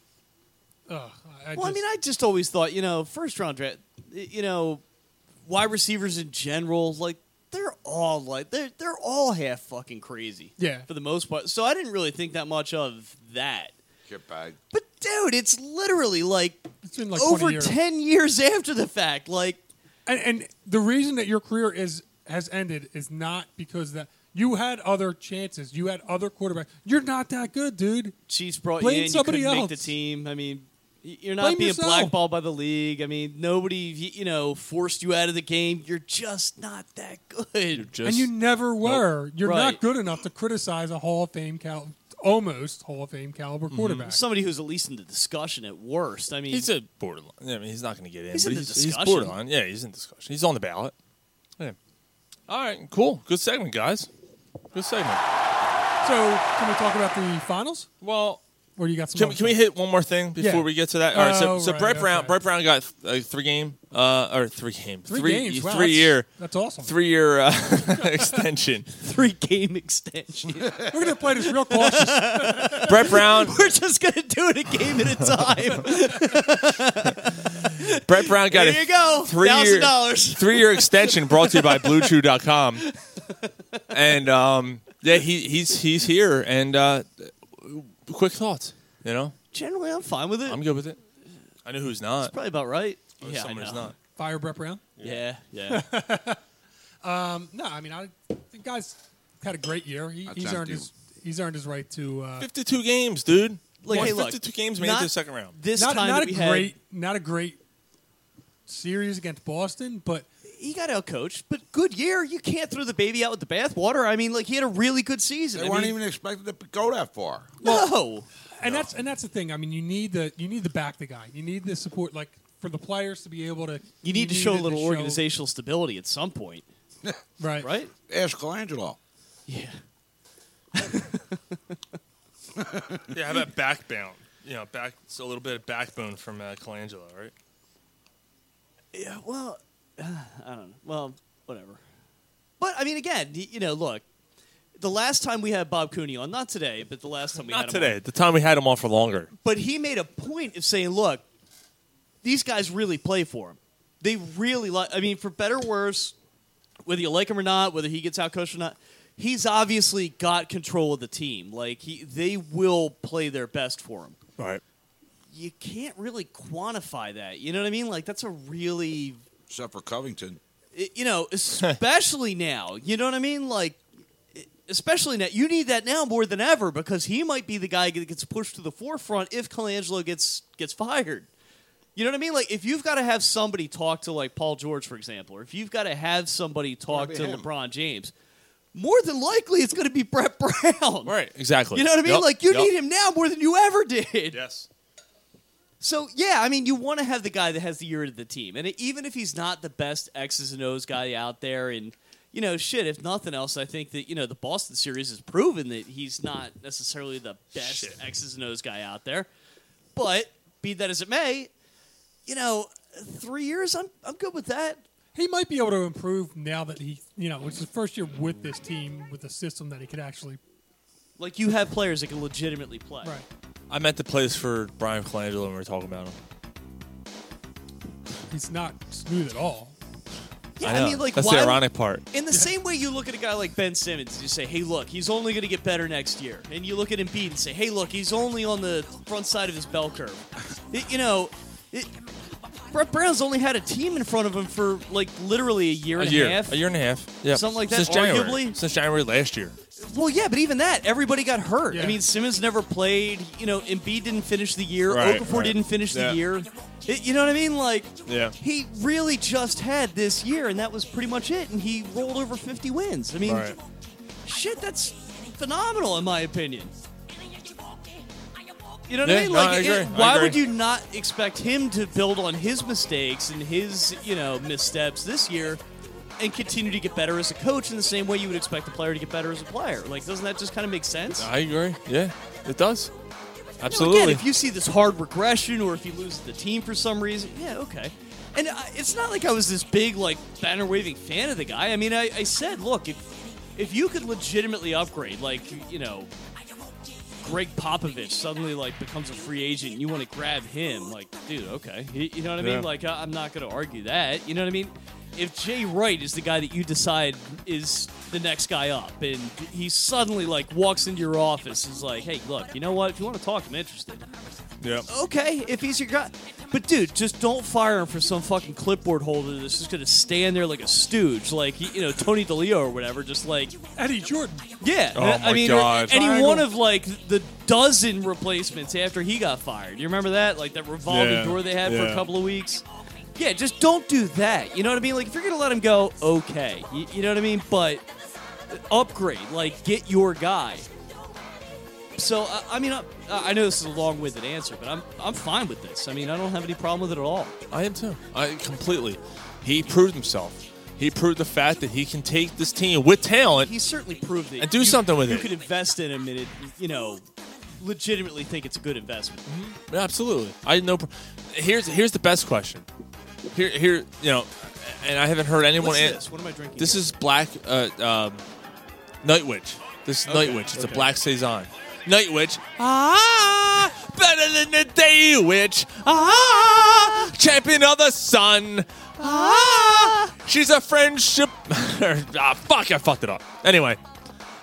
S8: ugh. I
S7: well, I
S8: just-
S7: mean, I just always thought, you know, first round draft, you know, wide receivers in general, like they're all like they're they're all half fucking crazy.
S8: Yeah.
S7: for the most part. So I didn't really think that much of that.
S11: Get bag.
S7: But dude, it's literally like,
S8: been like 20
S7: over
S8: years.
S7: ten years after the fact. Like,
S8: and, and the reason that your career is has ended is not because that you had other chances. You had other quarterbacks. You're not that good, dude.
S7: Chiefs brought
S8: Blame
S7: you in,
S8: somebody
S7: you couldn't
S8: else.
S7: make the team. I mean, y- you're not
S8: Blame
S7: being
S8: yourself.
S7: blackballed by the league. I mean, nobody y- you know forced you out of the game. You're just not that good.
S8: and you never were. You're
S7: Right.
S8: not good enough to criticize a Hall of Fame cal- almost Hall of Fame caliber
S6: Mm-hmm.
S8: quarterback.
S7: Somebody who's at least in the discussion at worst. I mean,
S6: He's a borderline. I mean, he's not going to get in.
S7: He's
S6: but
S7: in the
S6: he's,
S7: discussion.
S6: He's borderline. Yeah, he's in discussion. He's on the ballot. Yeah. All right, cool. Good segment, guys. Good segment.
S8: So, can we talk about the finals?
S6: Well,
S8: or you got some?
S6: Can we,
S8: other
S6: can we
S8: stuff?
S6: hit one more thing before
S8: Yeah.
S6: we get to that? All right. So,
S8: Oh,
S6: so
S8: right,
S6: Brett Brown,
S8: okay.
S6: Brett Brown got a three game, uh, or three game,
S8: Three games, wow,
S6: three
S8: that's-
S6: year,
S8: that's awesome.
S6: three year
S8: *laughs*
S6: uh, *laughs* extension.
S7: *laughs* three game extension. We're
S8: gonna play this real cautious.
S6: *laughs* Brett Brown.
S7: We're just gonna do it a game at a time.
S6: Brett Brown got
S7: Here
S6: a
S7: you go,
S6: three year
S7: $1,000.
S6: three year extension brought to you by BlueChew.com. And um, yeah, he, he's he's here. And uh, quick thoughts, you know.
S7: Generally, I'm fine with it.
S6: I'm good with it. I know who's not. It's
S7: probably about right.
S6: yeah, someone who's not.
S8: Fire Brett Brown.
S7: Yeah, yeah.
S8: um, no, I mean, I the guy's had a great year. He,
S6: I
S8: he's
S6: thank
S8: earned
S6: you.
S8: his he's earned his right to uh,
S6: 52 games, dude.
S8: Like,
S6: Won
S8: hey, look,
S6: 52 games made it
S8: not
S6: to the second round.
S7: *laughs* this
S8: not,
S7: time
S8: not
S7: that we
S8: a
S7: had-
S8: great not a great series against Boston, but
S7: he got out coached. But good year. You can't throw the baby out with the bathwater. I mean, like he had a really good season.
S9: They
S7: I
S9: weren't
S7: mean,
S9: even expected to go that far.
S7: no.
S8: and that's and that's the thing. I mean, you need the you need to back the guy. You need the support, like for the players to be able to.
S7: You need to show a
S8: needed
S7: little organizational stability at some point.
S8: right?
S7: Right?
S9: Ask Colangelo.
S6: Yeah, how about backbone? You know, back it's a little bit of backbone from uh, Colangelo, right?
S7: Yeah, well, *sighs* I don't know. Well, whatever. But I mean, again, y- you know, look. The last time we had Bob Cooney on, not today, but the last time we
S6: Not
S7: had him
S6: today.
S7: on,
S6: The time we had him on for longer.
S7: but he made a point of saying, "Look, these guys really play for him. They really like. I mean, for better or worse, whether you like him or not, whether he gets out coached or not, he's obviously got control of the team. Like he, they will play their best for him.
S6: Right.
S7: You can't really quantify that. You know what I mean? Like that's a really,
S9: Except for Covington.
S7: i-
S6: *laughs*
S7: you know, especially now. You know what I mean? Like. i- Especially now, you need that now more than ever because he might be the guy that gets pushed to the forefront if Colangelo gets gets fired. You know what I mean? Like if you've got to have somebody talk to like Paul George, for example, or if you've got to have somebody talk
S6: be
S7: to
S6: him.
S7: LeBron James, more than likely it's going to be Brett Brown.
S6: Right. Exactly.
S7: You know what I mean?
S6: Yep,
S7: Like you
S6: yep.
S7: need him now more than you ever did.
S6: Yes.
S7: So yeah, I mean, you want to have the guy that has the ear to the team, and even if he's not the best X's and O's guy out there, and you know, shit, if nothing else, I think that you know the Boston series has proven that he's not necessarily the best X's and O's guy out there. But be that as it may, you know, three years, I'm I'm good with that.
S8: He might be able to improve now that he, you know, it's his first year with this team with a system that he could actually.
S7: Like you have players that can legitimately play.
S8: Right.
S6: I meant to play this for Brian Colangelo when we were talking about him.
S8: He's not smooth at all.
S7: Yeah,
S6: I
S7: I,
S6: know.
S7: mean, like
S6: That's the
S7: why would-
S6: ironic part.
S7: In the same way you look at a guy like Ben Simmons and you say, "Hey, look, he's only going to get better next year," and you look at Embiid and say, "Hey, look, he's only on the front side of his
S6: *laughs*
S7: bell curve." It- you know, it, Brett Brown's only had a team in front of him for like literally a year
S6: a
S7: and
S6: year,
S7: a half.
S6: a year and a half, yeah,
S7: Something like that,
S6: Since January,
S7: arguably.
S6: since January last year.
S7: Well, yeah, but even that, everybody got hurt.
S6: Yeah.
S7: I mean, Simmons never played. You know, Embiid didn't finish the year.
S6: Right,
S7: Okafor
S6: right.
S7: didn't finish
S6: Yeah.
S7: the year. It- you know what I mean? Like,
S6: Yeah.
S7: he really just had this year, and that was pretty much it. And he rolled over 50 wins. I mean,
S6: Right.
S7: shit, that's phenomenal in my opinion. You know what
S6: Yeah,
S7: I mean?
S6: no, I agree. I
S7: why
S6: agree.
S7: would you not expect him to build on his mistakes and his, you know, missteps this year and continue to get better as a coach in the same way you would expect a player to get better as a player? Like, doesn't that just kind of make sense?
S6: I agree. Yeah, it does.
S7: Now,
S6: Absolutely.
S7: again, if you see this hard regression or if you lose the team for some reason, yeah, okay. And I, it's not like I was this big, like, banner waving fan of the guy. I mean, I, I said, look, if, if you could legitimately upgrade, like, you know, Greg Popovich suddenly, like, becomes a free agent and you want to grab him, like, dude, okay. You, you know what I mean?
S6: Yeah.
S7: Like, I, I'm not going to argue that. You know what I mean? if Jay Wright is the guy that you decide is the next guy up, and he suddenly like walks into your office and is like, "Hey, look, you know what? If you want to talk, I'm interested."
S6: Yeah.
S7: Okay, if he's your guy, but dude, just don't fire him for some fucking clipboard holder that's just gonna stand there like a stooge, like you know Tony DeLeo or whatever, just like
S8: Eddie Jordan.
S7: Yeah,
S6: Oh
S7: I
S6: my
S7: mean,
S6: God.
S7: any
S6: Triangle.
S7: one of like the dozen replacements after he got fired. You remember that, like that revolving
S6: Yeah,
S7: door they had for
S6: yeah.
S7: a couple of weeks. Yeah, just don't do that. You know what I mean? Like if you're gonna let him go, okay. You, you know what I mean? But uh, upgrade, like get your guy. So I, I mean, I, I know this is a long-winded answer, but I'm I'm fine with this. I mean, I don't have any problem with it at all.
S6: I am too. I completely. He proved himself. He proved the fact that he can take this team with talent.
S7: He certainly proved it.
S6: And do something with
S7: you
S6: it.
S7: You could invest in him, and it, you know, legitimately think it's a good investment.
S6: Yeah, absolutely. I know. Here's here's the best question. Here here you know, and I haven't heard anyone.
S7: What's
S6: an-
S7: this? What am I drinking
S6: This
S7: here?
S6: is black uh, um, night witch. This is night
S7: Okay,
S6: witch. It's a
S7: okay.
S6: black saison. Night witch. Ah, better than the day witch. Ah, champion of the sun. Ah, she's a friendship. *laughs* ah, fuck! I fucked it up. Anyway,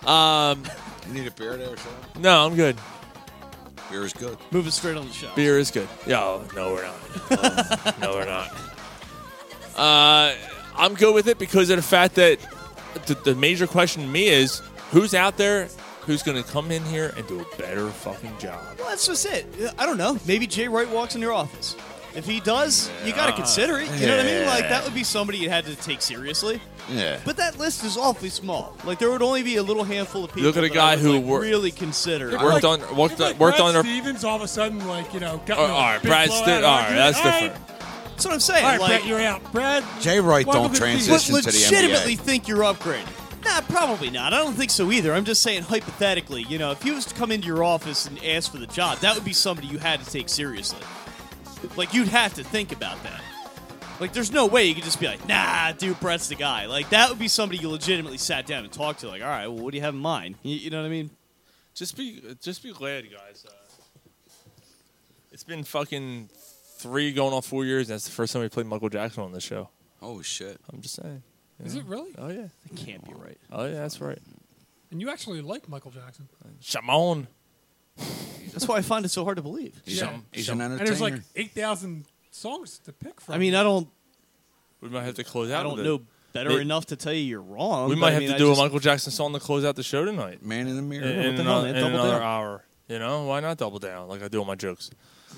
S6: um,
S9: You need a beer there or something?
S6: no, I'm good.
S9: Beer is good.
S7: Moving straight on the shot.
S6: Beer is good. Yo, no, we're not. *laughs* Oh, no, we're not. Uh, I'm good with it because of the fact that the, the major question to me is who's out there who's going to come in here and do a better fucking job?
S7: Well, that's just it. I don't know. Maybe Jay Wright walks in your office. If he does, you got to
S6: Yeah.
S7: consider it. You know what I mean?
S6: Ah, Yeah.
S7: Like that would be somebody you had to take seriously.
S6: Yeah.
S7: But that list is awfully small. Like there would only be a little handful of people.
S6: Look at a
S7: that I
S6: guy
S7: would,
S6: who
S7: like,
S6: wor-
S7: really consider
S6: worked on worked on, worked on
S8: Brad
S6: her.
S8: Stevens all of a sudden, like, you know, got
S6: Oh,
S8: in a
S6: all right,
S8: big
S6: Brad
S8: blowout
S6: Ste- all right,
S8: argument.
S6: that's
S8: All right,
S6: different.
S7: That's what I'm saying.
S8: All right,
S7: like
S8: Brad, you're out. Brad.
S9: Jay Wright
S8: welcome
S9: don't
S8: to the team.
S9: transition
S7: But
S9: to the
S7: legitimately
S9: NBA.
S7: think you're upgrading. Nah, probably not. I don't think so either. I'm just saying hypothetically. You know, if he was to come into your office and ask for the job, that would be somebody you had to take seriously. Like you'd have to think about that. Like there's no way you could just be like, nah, dude, Brett's the guy. Like that would be somebody you legitimately sat down and talked to. Like, all right, well, what do you have in mind? You, you know what I mean?
S6: Just be just be glad, guys. Uh, it's been fucking three going on four years. And that's the first time we played Michael Jackson on this show.
S9: Oh shit!
S6: I'm just saying.
S8: Is it really?
S6: Oh yeah.
S7: It can't be right.
S6: Oh yeah, that's right.
S8: And you actually like Michael Jackson.
S6: Shamon.
S7: That's why I find it so hard to believe.
S9: He's,
S8: Yeah.
S9: a- he's an entertainer.
S8: And there's like 8,000 songs to pick from.
S7: I mean, I don't,
S6: We might have to close out.
S7: I don't
S6: with it.
S7: know better
S6: May-
S7: enough to tell you you're wrong.
S6: We
S7: but
S6: might
S7: I
S6: have
S7: mean,
S6: to
S7: I
S6: do
S7: just-
S6: a Michael Jackson song to close out the show tonight.
S9: Man in the mirror.
S6: In,
S7: Yeah, what the
S6: in
S7: hell,
S6: ano-
S7: man?
S6: in
S7: Double
S6: another
S7: down.
S6: hour. You know why not double down like I do on my
S7: *laughs*
S6: jokes?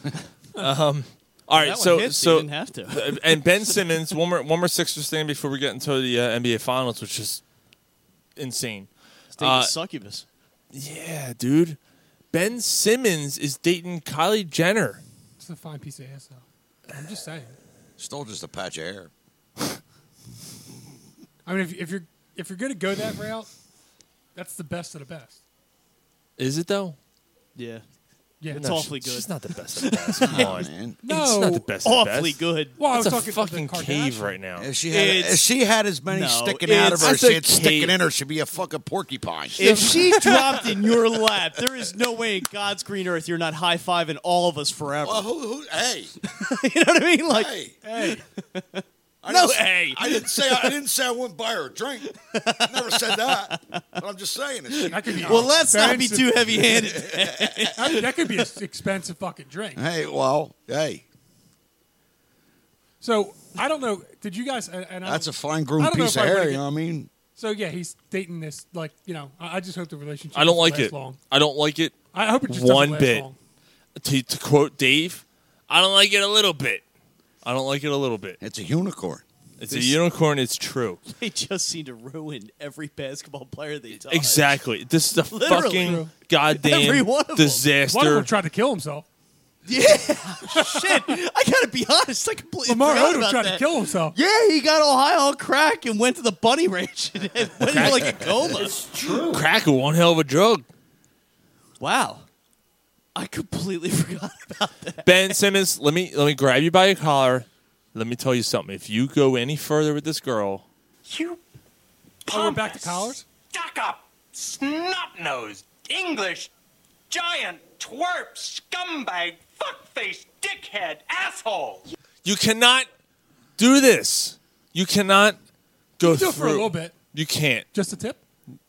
S6: um, all
S7: That
S6: right,
S7: one
S6: so
S7: hits,
S6: so
S7: you didn't have to.
S6: and Ben Simmons, one more one more Sixers thing before we get into the uh, NBA Finals, which is insane.
S7: Stay with
S6: Uh,
S7: succubus.
S6: yeah, dude, Ben Simmons is dating Kylie Jenner.
S8: it's a fine piece of ass, though. I'm just saying.
S9: Stole just a patch of hair.
S8: I mean, if, if you're if you're going to go that route, that's the best of the best.
S6: Is it though?
S7: Yeah.
S8: Yeah.
S7: It's
S6: No,
S7: awfully
S6: she-
S7: good.
S6: She's not the best. Of the
S7: *laughs*
S6: best. Come on,
S9: man.
S8: No.
S6: it's not the best. of the
S7: Awfully
S6: best.
S7: good.
S8: Well, I
S6: It's
S8: was
S6: a
S8: talking about the
S6: fucking
S8: Kardashians.
S6: cave right now.
S9: If she had,
S7: It's-
S9: if she had as many
S7: No,
S9: sticking out of
S7: it's-
S9: her as
S7: that's a
S9: she had sticking
S6: cave.
S9: in her, she'd be a fucking porcupine.
S7: If she dropped in your lap, there is no way in God's green earth you're not high fiving all of us forever.
S9: Well, who, who, hey,
S7: *laughs* you know what I mean? Like,
S9: hey,
S8: Hey,
S9: I
S7: No,
S9: didn't-
S7: hey.
S9: I didn't say I didn't say I wouldn't buy her a drink. Never said that. But I'm just saying it. She,
S8: that could be
S7: well, let's not be
S8: expensive.
S7: too heavy handed.
S8: *laughs* that, that could be an expensive fucking drink.
S9: hey, well, hey,
S8: So I don't know. Did you guys? And, and I
S9: that's a
S8: don't-
S9: fine
S8: I
S9: groomed
S8: don't know
S9: piece
S8: if
S9: of
S8: I wanna
S9: hair.
S8: get-
S9: You know what I mean?
S8: So yeah, he's dating this. Like you know, I, I just hope the relationship.
S6: I don't
S8: doesn't
S6: like
S8: last
S6: it.
S8: Long.
S6: I don't like it.
S8: I hope it just doesn't
S6: one
S8: last
S6: bit.
S8: long.
S6: To, to quote Dave, I don't like it a little bit. I don't like it a little bit.
S9: It's a unicorn.
S6: It's a unicorn. It's true.
S7: they just seem to ruin every basketball player they touch.
S6: *laughs* Exactly. This is a
S7: Literally.
S6: fucking
S7: True.
S6: goddamn
S7: Every one of 'em.
S8: One of
S6: disaster.
S8: them tried to kill himself.
S7: Yeah. Shit. I got to be honest. I completely
S8: Lamar
S7: forgot
S8: Odom
S7: about
S8: tried
S7: that.
S8: to kill himself.
S7: Yeah, he got all high on crack and went to the bunny ranch and *laughs* went into like a coma.
S6: Crack is one hell of a drug.
S7: Wow. I completely *laughs* forgot about that.
S6: Ben Simmons, let me let me grab you by your collar. Let me tell you something. If you go any further with this girl,
S12: You
S8: Oh, we're back to collars.
S12: stuck up, snot nosed, English, giant, twerp, scumbag, fuckface, dickhead, asshole.
S6: you cannot do this. You cannot go
S8: You can do it for a
S6: through
S8: little bit.
S6: You can't.
S8: Just a tip.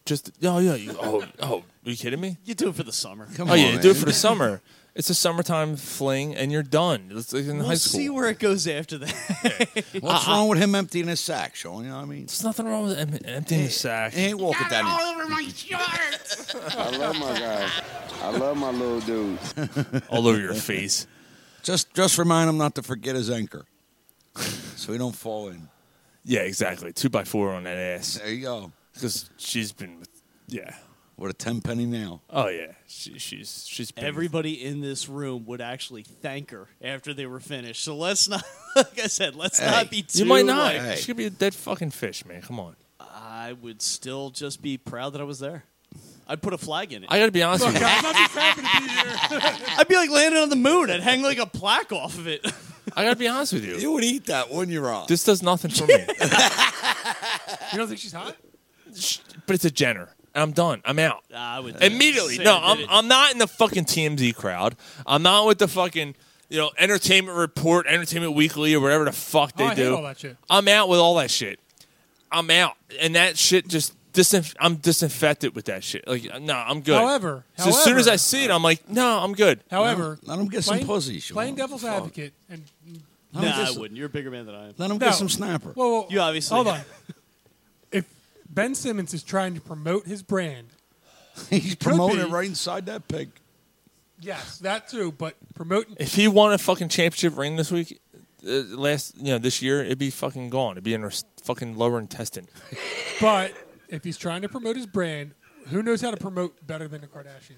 S6: Just oh yeah. You, oh oh. Are you kidding me?
S7: You do it for the summer.
S6: oh yeah. Do it for the summer. It's a summertime fling, and you're done. It's like in
S7: We'll
S6: high school.
S7: see where it goes after that.
S9: What's wrong with him emptying his sack, Sean? You know what I mean? There's
S6: nothing wrong with em- emptying his sack.
S9: He ain't walking that in.
S12: over my shorts.
S17: I love my guys. I love my little dudes.
S6: All over your face.
S9: Just just remind him not to forget his anchor. *laughs* so he don't fall in.
S6: Yeah, exactly. Two by four on that ass.
S9: There you go.
S6: Because she's been, with- yeah.
S9: With a ten penny nail.
S6: Oh yeah, she, she's she's been
S7: Everybody in this room would actually thank her after they were finished. So let's not, *laughs* like I said, let's not be too.
S6: You might not.
S7: like-
S6: She could be a dead fucking fish, man. Come on.
S7: I would still just be proud that I was there. I'd put a flag in it.
S6: I gotta be honest with you.
S7: I'd be like landing on the moon. I'd hang like a plaque off of it. *laughs*
S6: I gotta be honest with you.
S9: You would eat that, wouldn't you, Rob?
S6: This does nothing for me.
S8: *laughs* You don't think she's hot?
S6: but it's a Jenner. I'm done. I'm out.
S7: I would
S6: Immediately.
S7: say
S6: No,
S7: I
S6: I'm
S7: did it.
S6: I'm not in the fucking TMZ crowd. I'm not with the fucking you know Entertainment Report, Entertainment Weekly, or whatever the fuck they
S8: Oh, I hate
S6: do.
S8: all that shit.
S6: I'm out with all that shit. I'm out, and that shit just disinf- I'm disinfected with that shit. Like, no, I'm good.
S8: However-
S6: so as soon as
S8: however-
S6: I see it, I'm like, no, I'm good.
S8: However,
S9: let him get some
S8: playing,
S9: pussy, Sean.
S8: Playing devil's
S9: Fuck.
S8: advocate and
S7: No, I wouldn't. You're a bigger man than I am.
S9: Let him
S8: No.
S9: get some snapper.
S8: Whoa, whoa,
S7: You obviously- *laughs*
S8: hold on. if Ben Simmons is trying to promote his brand,
S9: He's promoting it right inside that pig.
S8: Yes, that too. But
S9: *laughs*
S8: promoting
S6: If he won a fucking championship ring this week, uh, last you know this year, it'd be fucking gone. It'd be in her s- fucking lower intestine.
S8: But if he's trying to promote his brand, who knows how to promote better than the Kardashians?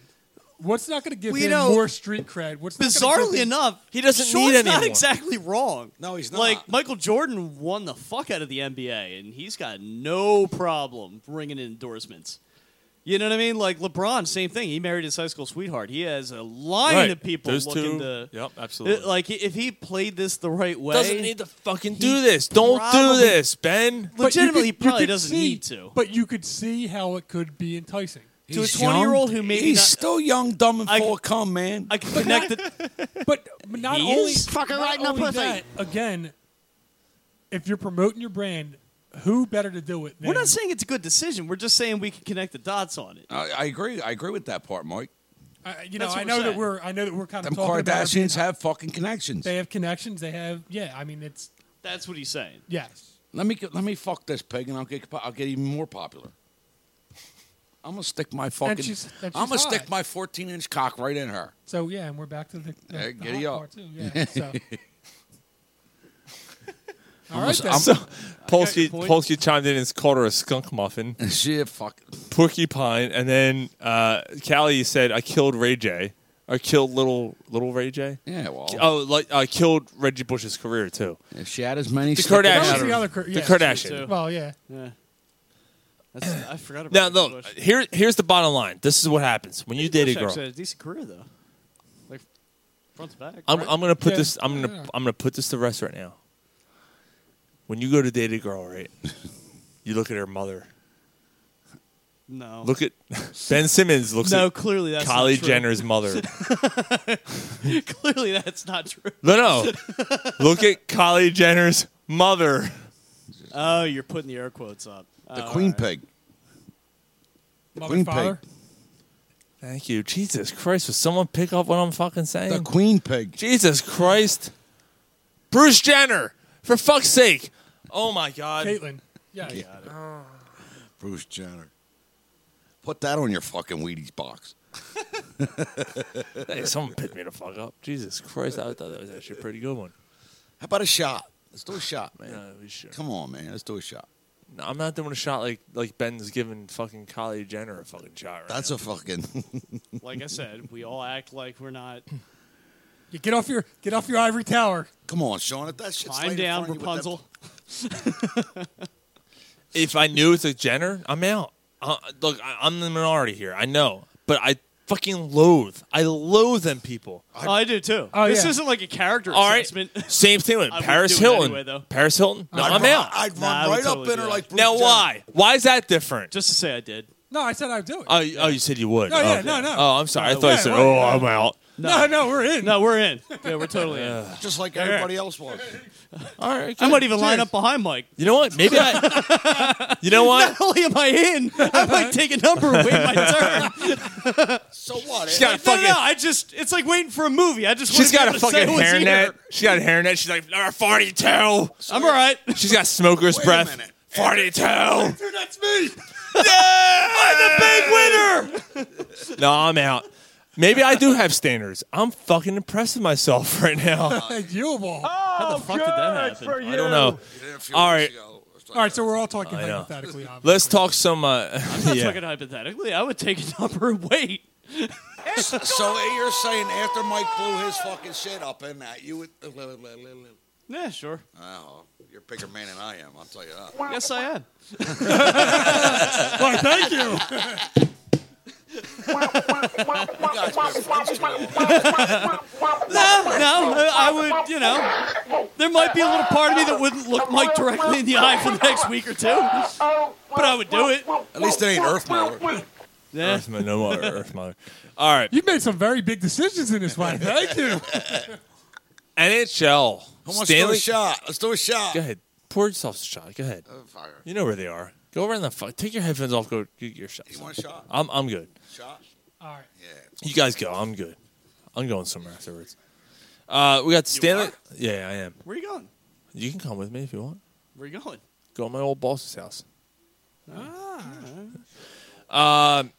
S8: What's not going to give
S7: Well, you
S8: him
S7: know,
S8: more street cred? What's not gonna give
S7: Bizarrely
S8: him-
S7: enough, Short's not exactly wrong.
S9: No, he's
S7: Like Michael Jordan won the fuck out of the NBA, and he's got no problem bringing in endorsements. You know what I mean? Like LeBron, same thing. He married his high school sweetheart. He has a line
S6: Right.
S7: of people
S6: Those two-
S7: looking to.
S6: yep, absolutely.
S7: Uh, Like if he played this the right way,
S6: Doesn't need to fucking
S7: he
S6: do this. Don't do
S7: probably-
S6: this, Ben.
S8: But you
S7: Legitimately,
S8: could-
S7: he
S8: you
S7: probably
S8: could
S7: doesn't
S8: see-
S7: need to.
S8: But you could see how it could be enticing.
S7: To a 20-year-old who maybe
S9: he's
S7: not-
S9: still young, dumb, and full of cum, man.
S7: I can connect the
S6: *laughs*
S8: But not
S7: He
S8: only
S7: is?
S8: fucking
S7: right in the pussy.
S8: That, again, if you're promoting your brand, who better to do it? Than
S7: We're not saying it's a good decision. We're just saying we can connect the dots on it.
S9: I, I agree. I agree with that part, Mike.
S8: I, you know,
S7: That's what
S8: I
S7: I'm
S8: know that
S7: saying.
S8: we're. I know that we're kind of
S9: Them
S8: talking about. it being-
S9: Kardashians have fucking connections.
S8: They have connections. They have. Yeah, I mean, it's
S7: That's what he's saying.
S8: yes.
S9: Let me get- let me fuck this pig, and I'll get I'll get even more popular. I'm gonna stick my fucking.
S8: she's- and she's
S9: I'm gonna stick
S8: hot.
S9: my 14 inch cock right in her.
S8: So yeah, and we're back to the, the,
S9: Yeah,
S8: the
S9: giddy
S8: hot
S9: up.
S8: part too. Yeah. So. All right,
S9: Almost-
S8: then.
S9: I'm-
S6: So,
S8: your
S6: Polsky,
S8: point.
S6: Polsky chimed in and called her a skunk muffin,
S9: she a fuck.
S6: porcupine, and then uh, Callie said, "I killed Ray J. I killed little little Ray J.
S9: Yeah, well.
S6: oh, like I killed Reggie Bush's career too.
S9: If she had as many.
S6: The
S9: stick-
S6: Kardashians.
S8: That was the other Kar-
S6: The
S8: yeah,
S6: Kardashian.
S8: Well, yeah.
S7: Yeah. That's, I forgot about
S6: Now,
S7: Reggie
S6: look.
S7: Bush.
S6: Here, here's the bottom line. This is what happens when you date a
S7: Bush
S6: girl.
S7: actually had a decent career though, like front to back.
S6: I'm,
S7: right?
S6: I'm gonna put
S7: Yeah.
S6: this. I'm gonna
S7: Yeah.
S6: I'm gonna put this to rest right now. When you go to date a girl, *laughs* right? you look at her mother.
S7: No.
S6: Look at Ben Simmons. Looks
S7: No,
S6: at
S7: clearly that's not
S6: Kylie
S7: true.
S6: Jenner's mother.
S7: *laughs* Clearly, that's not true.
S6: no, no. Look at Kylie Jenner's mother.
S7: Oh, you're putting the air quotes up.
S9: The
S7: Oh,
S9: queen
S7: all
S9: pig.
S7: right.
S8: Mother,
S9: Queen
S8: father.
S6: Thank you, Jesus Christ. Would someone pick up what I'm fucking saying?
S9: The queen pig.
S6: Jesus Christ, Bruce Jenner. For fuck's sake. Oh my God.
S8: Caitlin. Yeah.
S9: Bruce Jenner. Put that on your fucking Wheaties box.
S6: Hey, someone picked me the fuck up. Jesus Christ. I thought that was actually a pretty good one.
S9: How about a shot? Let's do a shot, man.
S6: No, we should.
S9: Come on, man. Let's do a shot.
S6: No, I'm not doing a shot like like Ben's giving fucking Kylie Jenner a fucking shot. Right
S9: That's
S6: now.
S9: a fucking. *laughs*
S7: Like I said, we all act like we're not.
S8: You get off your get off your ivory tower.
S9: Come on, Sean. If that shit's
S7: Climb
S9: laid in
S7: down,
S9: front of you with that-
S7: Rapunzel.
S6: if I knew it's a Jenner, I'm out. Uh, look, I, I'm the minority here. I know, but I fucking loathe. I loathe them people.
S7: I, oh, I do too.
S8: Oh,
S7: this
S8: yeah.
S7: isn't like a character
S6: All right,
S7: assessment. *laughs*
S6: same thing with
S7: I would
S6: Paris
S7: do it
S6: Hilton.
S7: anyway, though.
S6: Paris Hilton. No, I'm out.
S9: I'd run
S7: Nah, I would
S9: right
S7: totally
S9: up in
S7: do
S9: her
S7: that.
S9: like Bruce
S6: now,
S9: Jenner.
S6: why? Why is that different?
S7: Just to say, I did.
S8: No, I said I'd do it.
S6: Oh, you- oh, you said you would.
S8: No, yeah,
S6: Okay.
S8: no, no.
S6: Oh, I'm sorry. I
S7: No,
S6: thought you
S7: yeah,
S6: said,
S8: right,
S6: "Oh,
S8: right.
S6: I'm out."
S8: No, no, we're in.
S7: No, we're
S6: *laughs*
S7: in. Yeah, we're totally in.
S9: Just like
S7: All right.
S9: everybody else was.
S7: All right. I might even line up behind Mike.
S6: You know what? Maybe I.
S7: *laughs*
S6: You know what?
S7: Not only am I in, I
S6: *laughs*
S7: might take a number away my turn.
S9: so what?
S6: She's got a
S7: no, no,
S6: fucking-
S7: no, I just, it's like waiting for a movie. I just
S6: She's
S7: wanna
S6: got
S7: be
S6: a
S7: able to say
S6: fucking
S7: who's
S6: hairnet.
S7: here.
S6: She's got a hairnet. She's like, number 42.
S7: I'm all right.
S6: She's got smoker's breath. 42.
S9: Dude, that's
S6: *laughs*
S9: me.
S7: I'm the big winner.
S6: No, I'm out. Maybe I do have standards. I'm fucking impressed with myself *laughs* right now.
S8: you of all.
S7: How the fuck did that happen? *laughs*
S6: I don't know. All right.
S8: All right, so we're all talking
S6: I know.
S8: hypothetically. obviously.
S6: Let's talk some. Uh,
S7: I'm not
S6: *laughs* yeah.
S7: talking hypothetically. I would take a number *laughs* and wait.
S9: so eh, you're saying after Mike blew his fucking shit up in that, you would. uh,
S7: Yeah, sure.
S9: Oh, you're a bigger man than I am. I'll tell you that.
S7: Yes, I am.
S8: Why, thank you.
S7: No, Uh, no, I- I would, you know, there might be a little part of me that wouldn't look Mike directly in the eye for the next week or two, but I would do it.
S9: At least it ain't Earth Miller.
S7: Yeah.
S6: Earth Mother- no more Earth Mother. All right.
S8: You made some very big decisions in this one. Thank you.
S6: NHL.
S9: Who wants to do
S6: Stanley.
S9: a shot? Let's do a shot. Oh,
S6: Go ahead. Pour yourself a shot. Go ahead.
S9: Fire.
S6: You know where they are. Go around the fuck. Take your headphones off. Go get your shot.
S9: You want a shot?
S6: I'm I'm good.
S9: Shot?
S8: All right.
S6: You guys go. I'm good. I'm going somewhere afterwards. Uh, we got Stanley. Yeah, I am.
S7: Where you going?
S6: You can come with me if you want.
S7: Where you going?
S6: Go to my old boss's house.
S7: Ah.
S6: Um,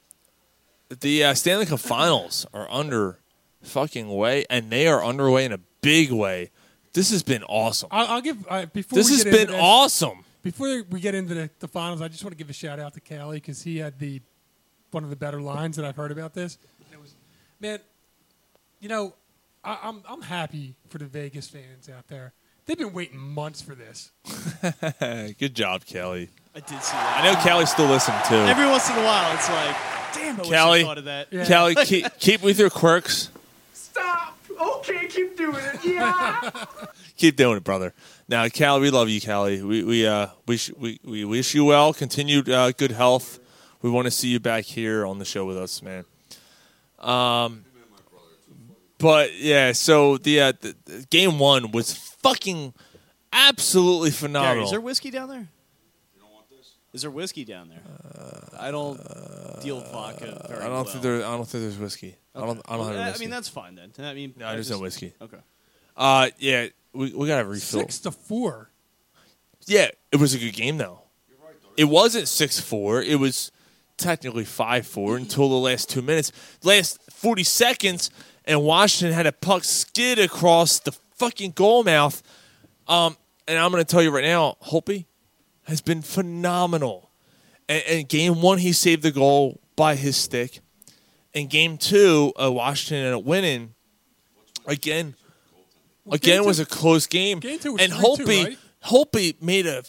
S6: the uh, Stanley Cup Finals are under fucking way, and they are underway in a big way. This has been awesome.
S8: I'll, I'll give all right, before
S6: This
S8: we
S6: has
S8: get into
S6: been
S8: this-
S6: awesome.
S8: Before we get into the, the finals, I just want to give a shout out to Callie because he had the one of the better lines that I've heard about this. And it was, man, you know, I, I'm I'm happy for the Vegas fans out there. They've been waiting months for this.
S6: Good job, Kelly.
S7: I did see
S6: I
S7: that.
S6: know Kelly's still listening too.
S7: Every once in a while, it's like, damn, I wish I
S6: Callie,
S7: thought of that. *laughs*
S6: Callie, keep, keep with your quirks.
S14: Stop! Okay, keep doing it. Yeah!
S6: *laughs* Keep doing it, brother. Now, Callie, we love you, Callie. We we uh we sh- we, we wish you well, continued uh, good health. We want to see you back here on the show with us, man. Um, but yeah, so the, uh, the, the game one was fucking absolutely
S7: Gary,
S6: phenomenal.
S7: is there whiskey down there? Is there whiskey down there? I don't deal vodka very
S6: Uh, I don't
S7: well.
S6: think there. I don't think there's whiskey. I don't. I don't
S7: Well,
S6: have
S7: I
S6: whiskey.
S7: mean, that's fine then. I mean,
S6: no,
S7: I
S6: there's no
S7: just-
S6: whiskey.
S7: Okay.
S6: Uh, yeah, we we gotta refill.
S8: Six to four.
S6: Yeah, it was a good game though. It wasn't six four. It was technically five four until the last two minutes, last forty seconds, and Washington had a puck skid across the fucking goal mouth. Um, and I'm gonna tell you right now, Holpe has been phenomenal. And, and game one, he saved the goal by his stick. In game two, uh, Washington ended up winning. Again, again
S8: game
S6: was
S8: two-
S6: a close game.
S8: game two was
S6: and
S8: 3-2,
S6: Holpe,
S8: right?
S6: Holpe made a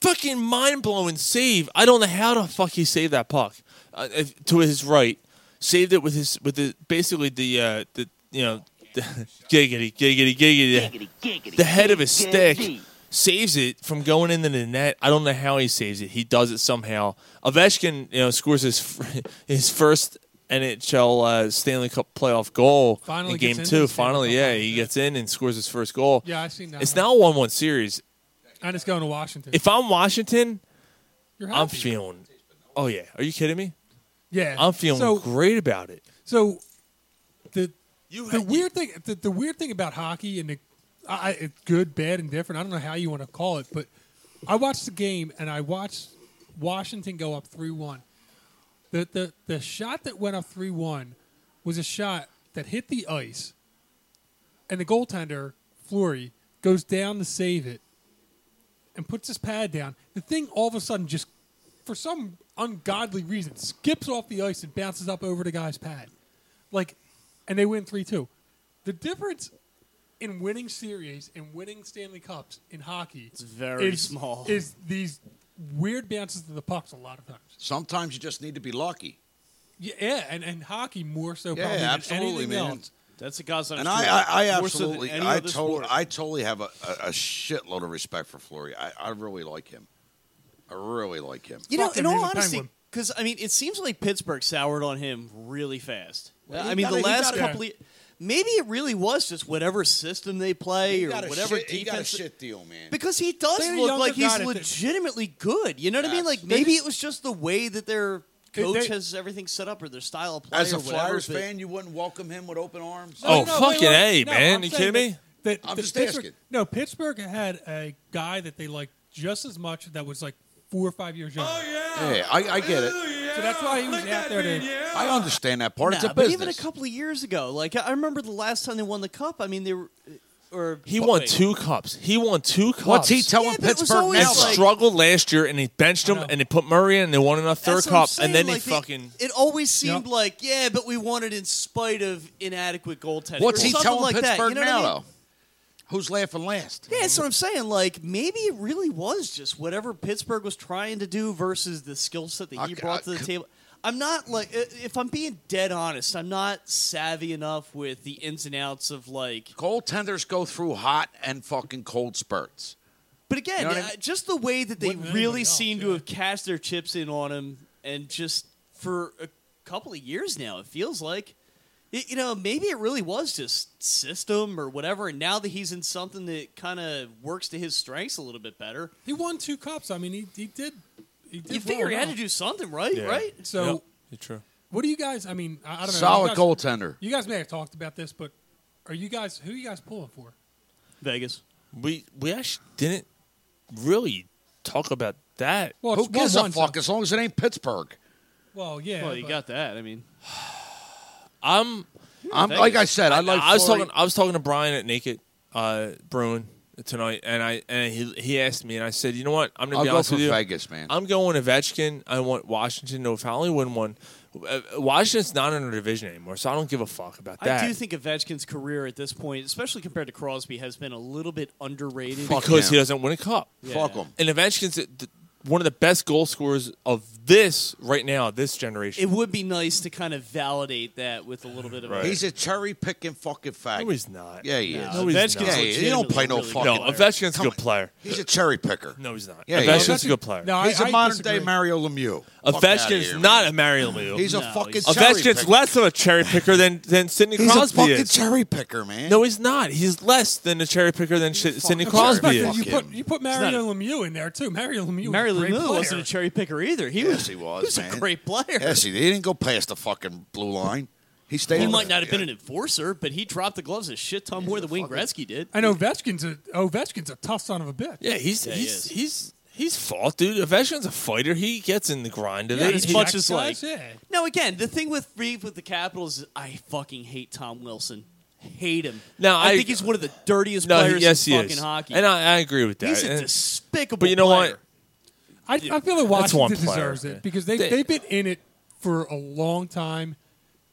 S6: fucking mind blowing save. I don't know how the fuck he saved that puck uh, if- to his right. Saved it with his with the basically the uh, the you know the *laughs* giggity giggity giggity, the head of his stick saves it from going into the net. I don't know how he saves it. He does it somehow. Ovechkin you know scores his *laughs* f- his first NHL uh, Stanley Cup playoff goal
S8: Finally
S6: in
S8: gets
S6: game
S8: into
S6: two.
S8: the Stanley
S6: Finally,
S8: Cup
S6: yeah,
S8: playoff,
S6: he
S8: yeah.
S6: gets in and scores his first goal.
S8: Yeah, I've seen that.
S6: It's now a one one series.
S8: And it's going to Washington.
S6: If I'm Washington,
S8: You're
S6: I'm
S8: happy.
S6: feeling. Oh yeah, are you kidding me?
S8: yeah,
S6: I'm feeling
S8: so,
S6: great about it.
S8: So the the weird thing the, the weird thing about hockey and the I, I- it's good, bad, and different. I don't know how you want to call it, but I watched the game and I watched Washington go up three one. The the the shot that went up three one was a shot that hit the ice, and the goaltender Fleury goes down to save it, and puts his pad down. The thing all of a sudden just, for some ungodly reason, skips off the ice and bounces up over the guy's pad. Like, and they win 3 2. The difference in winning series and winning Stanley Cups in hockey
S7: It's very
S8: is,
S7: small.
S8: is these weird bounces to the pucks a lot of times.
S9: Sometimes you just need to be lucky.
S8: Yeah, yeah and, and hockey more so
S9: Yeah,
S8: probably than
S9: absolutely,
S8: anything
S9: man.
S8: else.
S7: That's a godsend.
S9: And
S7: of
S9: I,
S7: truth.
S9: I, I
S7: More so than
S9: absolutely,
S7: any
S9: I
S7: other
S9: totally,
S7: sport.
S9: I totally have a, a, a shitload of respect for Fleury. I, I really like him. I really like him.
S7: You know,
S8: Fuck
S7: in
S8: him,
S7: all
S8: he's a
S7: honesty,
S8: penguin.
S7: because I mean, it seems like Pittsburgh soured on him really fast.
S9: Well,
S7: I
S9: he
S7: mean,
S9: got
S7: the
S9: it, he
S7: last
S9: got it.
S7: couple, of, Maybe it really was just whatever system they play
S9: He
S7: or
S9: got a
S7: whatever
S9: shit-
S7: defense.
S9: he got a shit deal, man.
S7: Because he does
S9: They're
S7: look
S9: younger
S7: like he's
S9: guy that-
S7: legitimately good. You know what I mean? Like
S9: They
S7: maybe
S9: just-
S7: it was just the way that their
S9: They-
S7: coach
S9: they-
S7: has everything set up or their style of play.
S9: As
S7: or
S9: a
S7: whatever,
S9: Flyers
S7: but-
S9: fan, you wouldn't welcome him with open arms.
S6: Oh, fucking A, man. you kidding me?
S8: That,
S9: I'm
S8: that
S9: just
S8: Pittsburgh,
S9: asking.
S8: No, Pittsburgh had a guy that they liked just as much that was like four or five years younger. Oh,
S9: yeah. Yeah, I- I get it.
S8: So that's why he was out there to.
S9: I understand that part. it's
S7: Nah,
S9: a
S7: but
S9: business.
S7: even a couple of years ago, like I I remember the last time they won the cup. I mean, they were or
S6: He won two cups. He won two cups.
S7: What's he telling Yeah, but it was Pittsburgh always now?
S6: And
S7: like-
S6: struggled last year, and he benched him, and they put Murray in, and they won another third
S7: That's what I'm
S6: cup,
S7: saying,
S6: and then
S7: like,
S6: he
S7: they-
S6: fucking.
S7: It always seemed like, yeah, but we won it in spite of inadequate goaltending.
S9: What's
S7: or
S9: he
S7: something
S9: telling
S7: like that,
S9: Pittsburgh
S7: you know
S9: now,
S7: what I mean?
S9: though? Who's laughing last?
S7: Yeah, that's what I'm saying. Like maybe it really was just whatever Pittsburgh was trying to do versus the skill set that he
S9: uh,
S7: brought to the table. I'm not like i- if I'm being dead honest, I'm not savvy enough with the ins and outs of like
S9: Goaltenders go through hot and fucking cold spurts.
S7: But again,
S9: You know what I
S7: uh,
S9: mean?
S7: just the way that they really seem to have cast their chips in on him, and just for a couple of years now, it feels like, Y- you know, maybe it really was just system or whatever. And now that he's in something that kind of works to his strengths a little bit better,
S8: He won two cups. I mean, he, he did. He did
S7: you figure
S8: well
S7: he had
S8: enough.
S7: to do something, right? Right?
S8: So,
S6: true.
S8: what do you guys? I mean, I, I don't know.
S9: Solid
S8: You guys-
S9: goaltender.
S8: You guys may have talked about this, but are you guys who are you guys pulling for?
S7: Vegas.
S6: We we actually didn't really talk about that.
S8: Well,
S9: Who gives a fuck as long as it ain't Pittsburgh?
S8: Well, yeah.
S7: Well, you
S8: but-
S7: got that. I mean,
S6: I'm.
S9: I'm- Vegas. like I said, I like
S6: I was
S9: Florida-
S6: talking. I was talking to Brian at Naked uh, Bruin tonight, and I and he he asked me, and I said, you know what? I'm gonna
S9: I'll
S6: be
S9: go
S6: honest
S9: for
S6: with you.
S9: Vegas, man.
S6: I'm going Ovechkin. I want Washington to finally win one. Uh, Washington's not in our division anymore, so I don't give a fuck about that.
S7: I do think Ovechkin's career at this point, especially compared to Crosby, has been a little bit underrated
S6: because he doesn't win a cup.
S7: Yeah. Fuck 'em.
S6: And Ovechkin's th- th- one of the best goal scorers of this right now, this generation.
S7: It would be nice to kind of validate that with a little bit of a
S9: He's a cherry picking fucking faggot.
S6: No, he's not.
S9: Yeah, he
S6: No,
S9: is.
S6: No, he's Ovechkin's not.
S9: Yeah, he- he don't play no
S6: legitimately
S9: fucking.
S6: really good player. No, Ovechkin's a
S9: Come
S6: good
S9: on.
S6: player.
S9: He's a cherry picker.
S6: No, he's not.
S9: Yeah, he
S6: Ovechkin's
S9: is.
S6: a good player.
S9: No, he's a
S6: a
S9: modern day Mario Lemieux. Fuck outta
S6: Ovechkin's
S9: here,
S6: not
S9: man.
S6: a Mario Lemieux.
S9: He's a No, fucking he's- cherry
S6: Ovechkin's
S9: picker.
S6: less of a cherry picker than than Sidney
S9: He's a
S6: Crosby
S9: fucking
S6: is.
S9: cherry picker, man.
S6: No, he's not. He's less than a cherry picker than Sh- Sidney
S8: I'm sorry,
S6: Crosby
S8: but
S6: is.
S8: You put you put
S7: It's not
S8: Mario Lemieux in there too. Mario Lemieux.
S7: Mario
S8: was a great
S7: Lemieux
S8: player.
S7: wasn't a cherry picker either. He
S9: yes,
S7: was.
S9: he was. He was
S7: a great player. *laughs*
S9: Yes, he, did. he didn't go past the fucking blue line. He stayed.
S7: He
S9: in the-
S7: might not have been an enforcer, but he dropped the gloves a shit ton more than Wayne Gretzky did.
S8: And Ovechkin's a Ovechkin's a tough son of a bitch.
S6: Yeah, he's
S7: Yeah, he
S6: he's,
S7: is.
S6: he's he's fought, dude. Ovechkin's a fighter. He gets in the grind of
S7: Yeah,
S6: it.
S7: he's
S6: He-
S7: much as like.
S8: guys, yeah.
S7: No, again, the thing with Reeve with the Capitals, is I fucking hate Tom Wilson. Hate him.
S6: No, I-
S7: think he's one of the dirtiest
S6: No,
S7: players
S6: yes,
S7: in
S6: he
S7: fucking
S6: is.
S7: hockey.
S6: And I, I agree with that.
S7: He's a
S6: And-
S7: despicable.
S6: But you know
S7: player.
S6: what?
S8: I, I feel like
S6: That's one
S8: Washington
S6: player,
S8: deserves
S6: yeah.
S8: it because they,
S6: They-
S8: they have been in it for a long time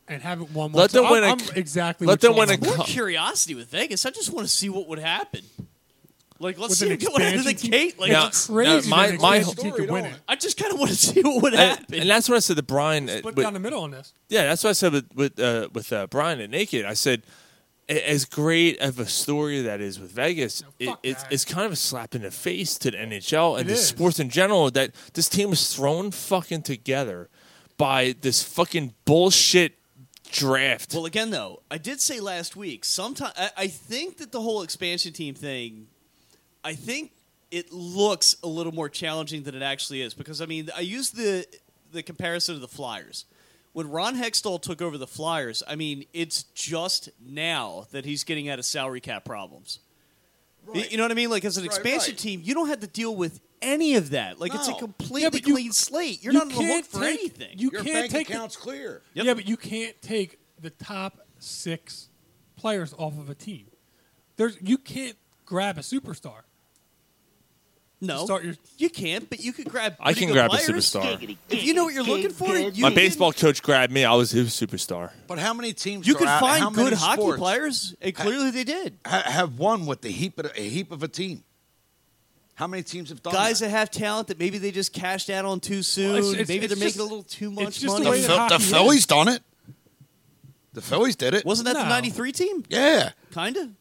S8: and haven't won. one.
S6: Let them
S8: So
S6: win a-
S8: I'm, I'm exactly.
S6: let
S8: what
S6: them
S8: you're
S6: win a
S8: talking
S6: *laughs*
S7: More
S8: about.
S7: curiosity with Vegas. I just want to see what would happen. Like, let's
S8: With
S7: see
S8: an
S7: what get out of the
S8: expansion team?
S7: gate. Like,
S6: Now-
S7: let's-
S6: now my- my whole-
S7: I just kind of want to see what would
S6: and,
S7: happen.
S6: and that's what I said to Brian. uh,
S8: Split
S6: with-
S8: down the middle on this.
S6: Yeah, that's what I said with with uh, with uh, Brian at Naked. I said, a- as great of a story that is with Vegas, it, it's it's kind of a slap in the face to the NHL and
S8: It
S6: the
S8: is.
S6: sports in general that this team was thrown fucking together by this fucking bullshit draft.
S7: Well, again, though, I did say last week. Sometimes I, I think that the whole expansion team thing, I think it looks a little more challenging than it actually is because I mean, I used the the comparison of the Flyers. When Ron Hextall took over the Flyers, I mean, it's just now that he's getting out of salary cap problems. Y- You know what I mean? Like as an expansion team, you don't have to deal with any of that. Like it's a
S9: No.
S7: completely
S8: Yeah, but you-
S7: clean slate. You're
S8: you
S7: not on the hook
S8: can't
S7: for
S8: take-
S7: anything.
S8: You
S9: Your
S8: can't
S9: bank
S8: take
S9: account's clear.
S8: Yeah, but you can't take the top six players off of a team. There's you can't grab a superstar.
S7: No,
S8: Start your-
S7: you can't. But you could grab.
S6: I
S7: pretty
S6: can
S7: good
S6: grab a
S7: players.
S6: superstar.
S7: If you know what you're looking for, you
S6: My
S7: can-
S6: baseball coach grabbed me. I was his superstar.
S9: But how many teams?
S7: You
S9: are
S7: could
S9: out-
S7: find
S9: how many
S7: good hockey
S9: sports
S7: players, and clearly they did.
S9: ha- have won with the heap of, a heap of a team. How many teams have done
S7: Guys
S9: that?
S7: that have talent that maybe they just cashed out on too soon.
S8: it's- it's-
S7: maybe
S8: it's
S7: they're making
S8: just-
S7: a little too
S8: it's
S7: much
S8: just the
S7: money.
S8: way that
S9: Phil- the
S8: hockey is.
S9: Phillies done it. The Phillies did it.
S7: Wasn't that the
S8: No.
S7: '93 team?
S9: Yeah.
S7: Kinda.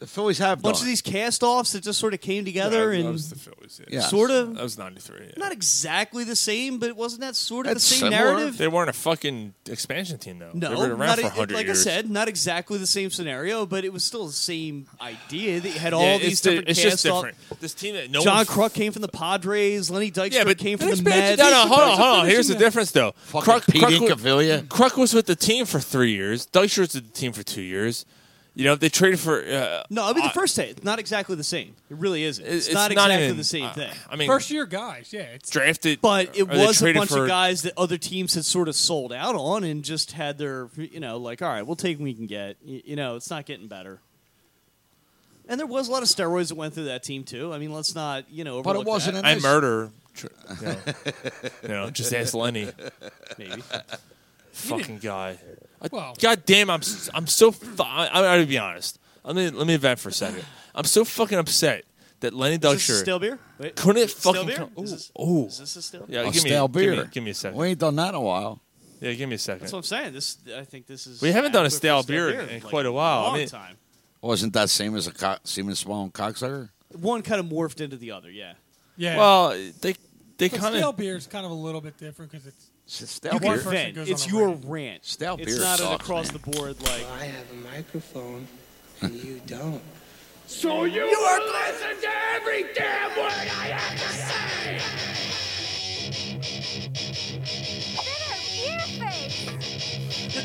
S9: The Phillies have
S7: bunch
S9: done
S7: of
S9: it.
S7: these cast-offs that just sort of came together
S9: Yeah, that
S7: and
S9: was the Phillies,
S6: yeah.
S7: sort of
S6: That was 93. yeah.
S7: not exactly the same, but wasn't that sort of
S6: That's
S7: the same
S6: similar.
S7: narrative?
S6: They weren't a fucking expansion team though.
S7: No,
S6: they were around
S7: not
S6: for
S7: e-
S6: 100
S7: like
S6: years.
S7: I said, not exactly the same scenario, but it was still the same idea. That you had
S6: Yeah,
S7: all
S6: it's
S7: these
S6: the-
S7: different
S6: it's just
S7: cast-off-
S6: different. This team that no
S7: John
S6: one-
S7: Kruk came from the Padres. Lenny Dykstra came from the Mets.
S6: No, no, hold on, hold on. Here's the difference, though.
S7: Fucking Pete
S6: wa-
S7: Incaviglia.
S6: Kruk was with the team for three years. Dykstra was with the team for two years. You know, they traded for. Uh,
S7: No, I mean the
S6: uh,
S7: first day. It's not exactly the same. It really isn't.
S6: It-
S7: It's,
S6: it's
S7: not,
S6: not
S7: exactly
S6: even-
S7: the same
S6: uh,
S7: thing.
S6: I mean-
S8: First year guys, yeah. It's
S6: drafted,
S7: but it
S6: or they
S7: was a
S6: traded
S7: bunch
S6: for-
S7: of guys that other teams had sort of sold out on and just had their, you know, like, all right, we'll take what we can get. Y- You know, it's not getting better. And there was a lot of steroids that went through that team too. I mean, let's not, you know, overlook that.
S6: I murder. tr- You know, you know, just ask Lenny.
S7: Maybe.
S6: Fucking guy. I-
S7: Well-
S6: God damn, I'm s- I'm so. Fu- I, I'm gonna be honest. Let me let me vent for a second. I'm so fucking upset that Lenny
S7: Is
S6: Dykstra
S7: this stale beer? Wait,
S6: couldn't
S7: is it stale
S6: fucking.
S7: beer?
S6: come-
S7: Is this-
S6: ooh, ooh.
S7: is this a stale
S6: Yeah,
S9: A
S6: give me
S9: stale
S6: give me-
S9: beer.
S6: Give me a second.
S9: We ain't done that in a while.
S6: Yeah, give me a second.
S7: That's what I'm saying. This, I think, this is.
S6: We haven't done a
S7: adequate
S6: stale
S7: for
S6: beer in- in
S7: like,
S6: quite a while. I
S7: Long
S6: mean-
S7: time.
S9: Wasn't that same as a co- semen swallowing cocksucker?
S7: One kind of morphed into the other. Yeah.
S8: Yeah.
S6: Well, they they
S8: But
S6: kind
S8: stale
S6: of
S8: beer is kind of a little bit different because it's
S9: stale
S7: you
S8: one
S7: can
S8: person
S7: vent.
S8: goes
S7: It's
S8: on a
S7: your
S8: rant.
S7: rant.
S9: Stale
S7: it's
S9: beer
S7: not an
S9: sucks,
S7: across the board
S8: *laughs*
S7: like.
S14: I have a microphone and you don't.
S12: So you,
S14: You are
S12: will listen to every damn word I have to say.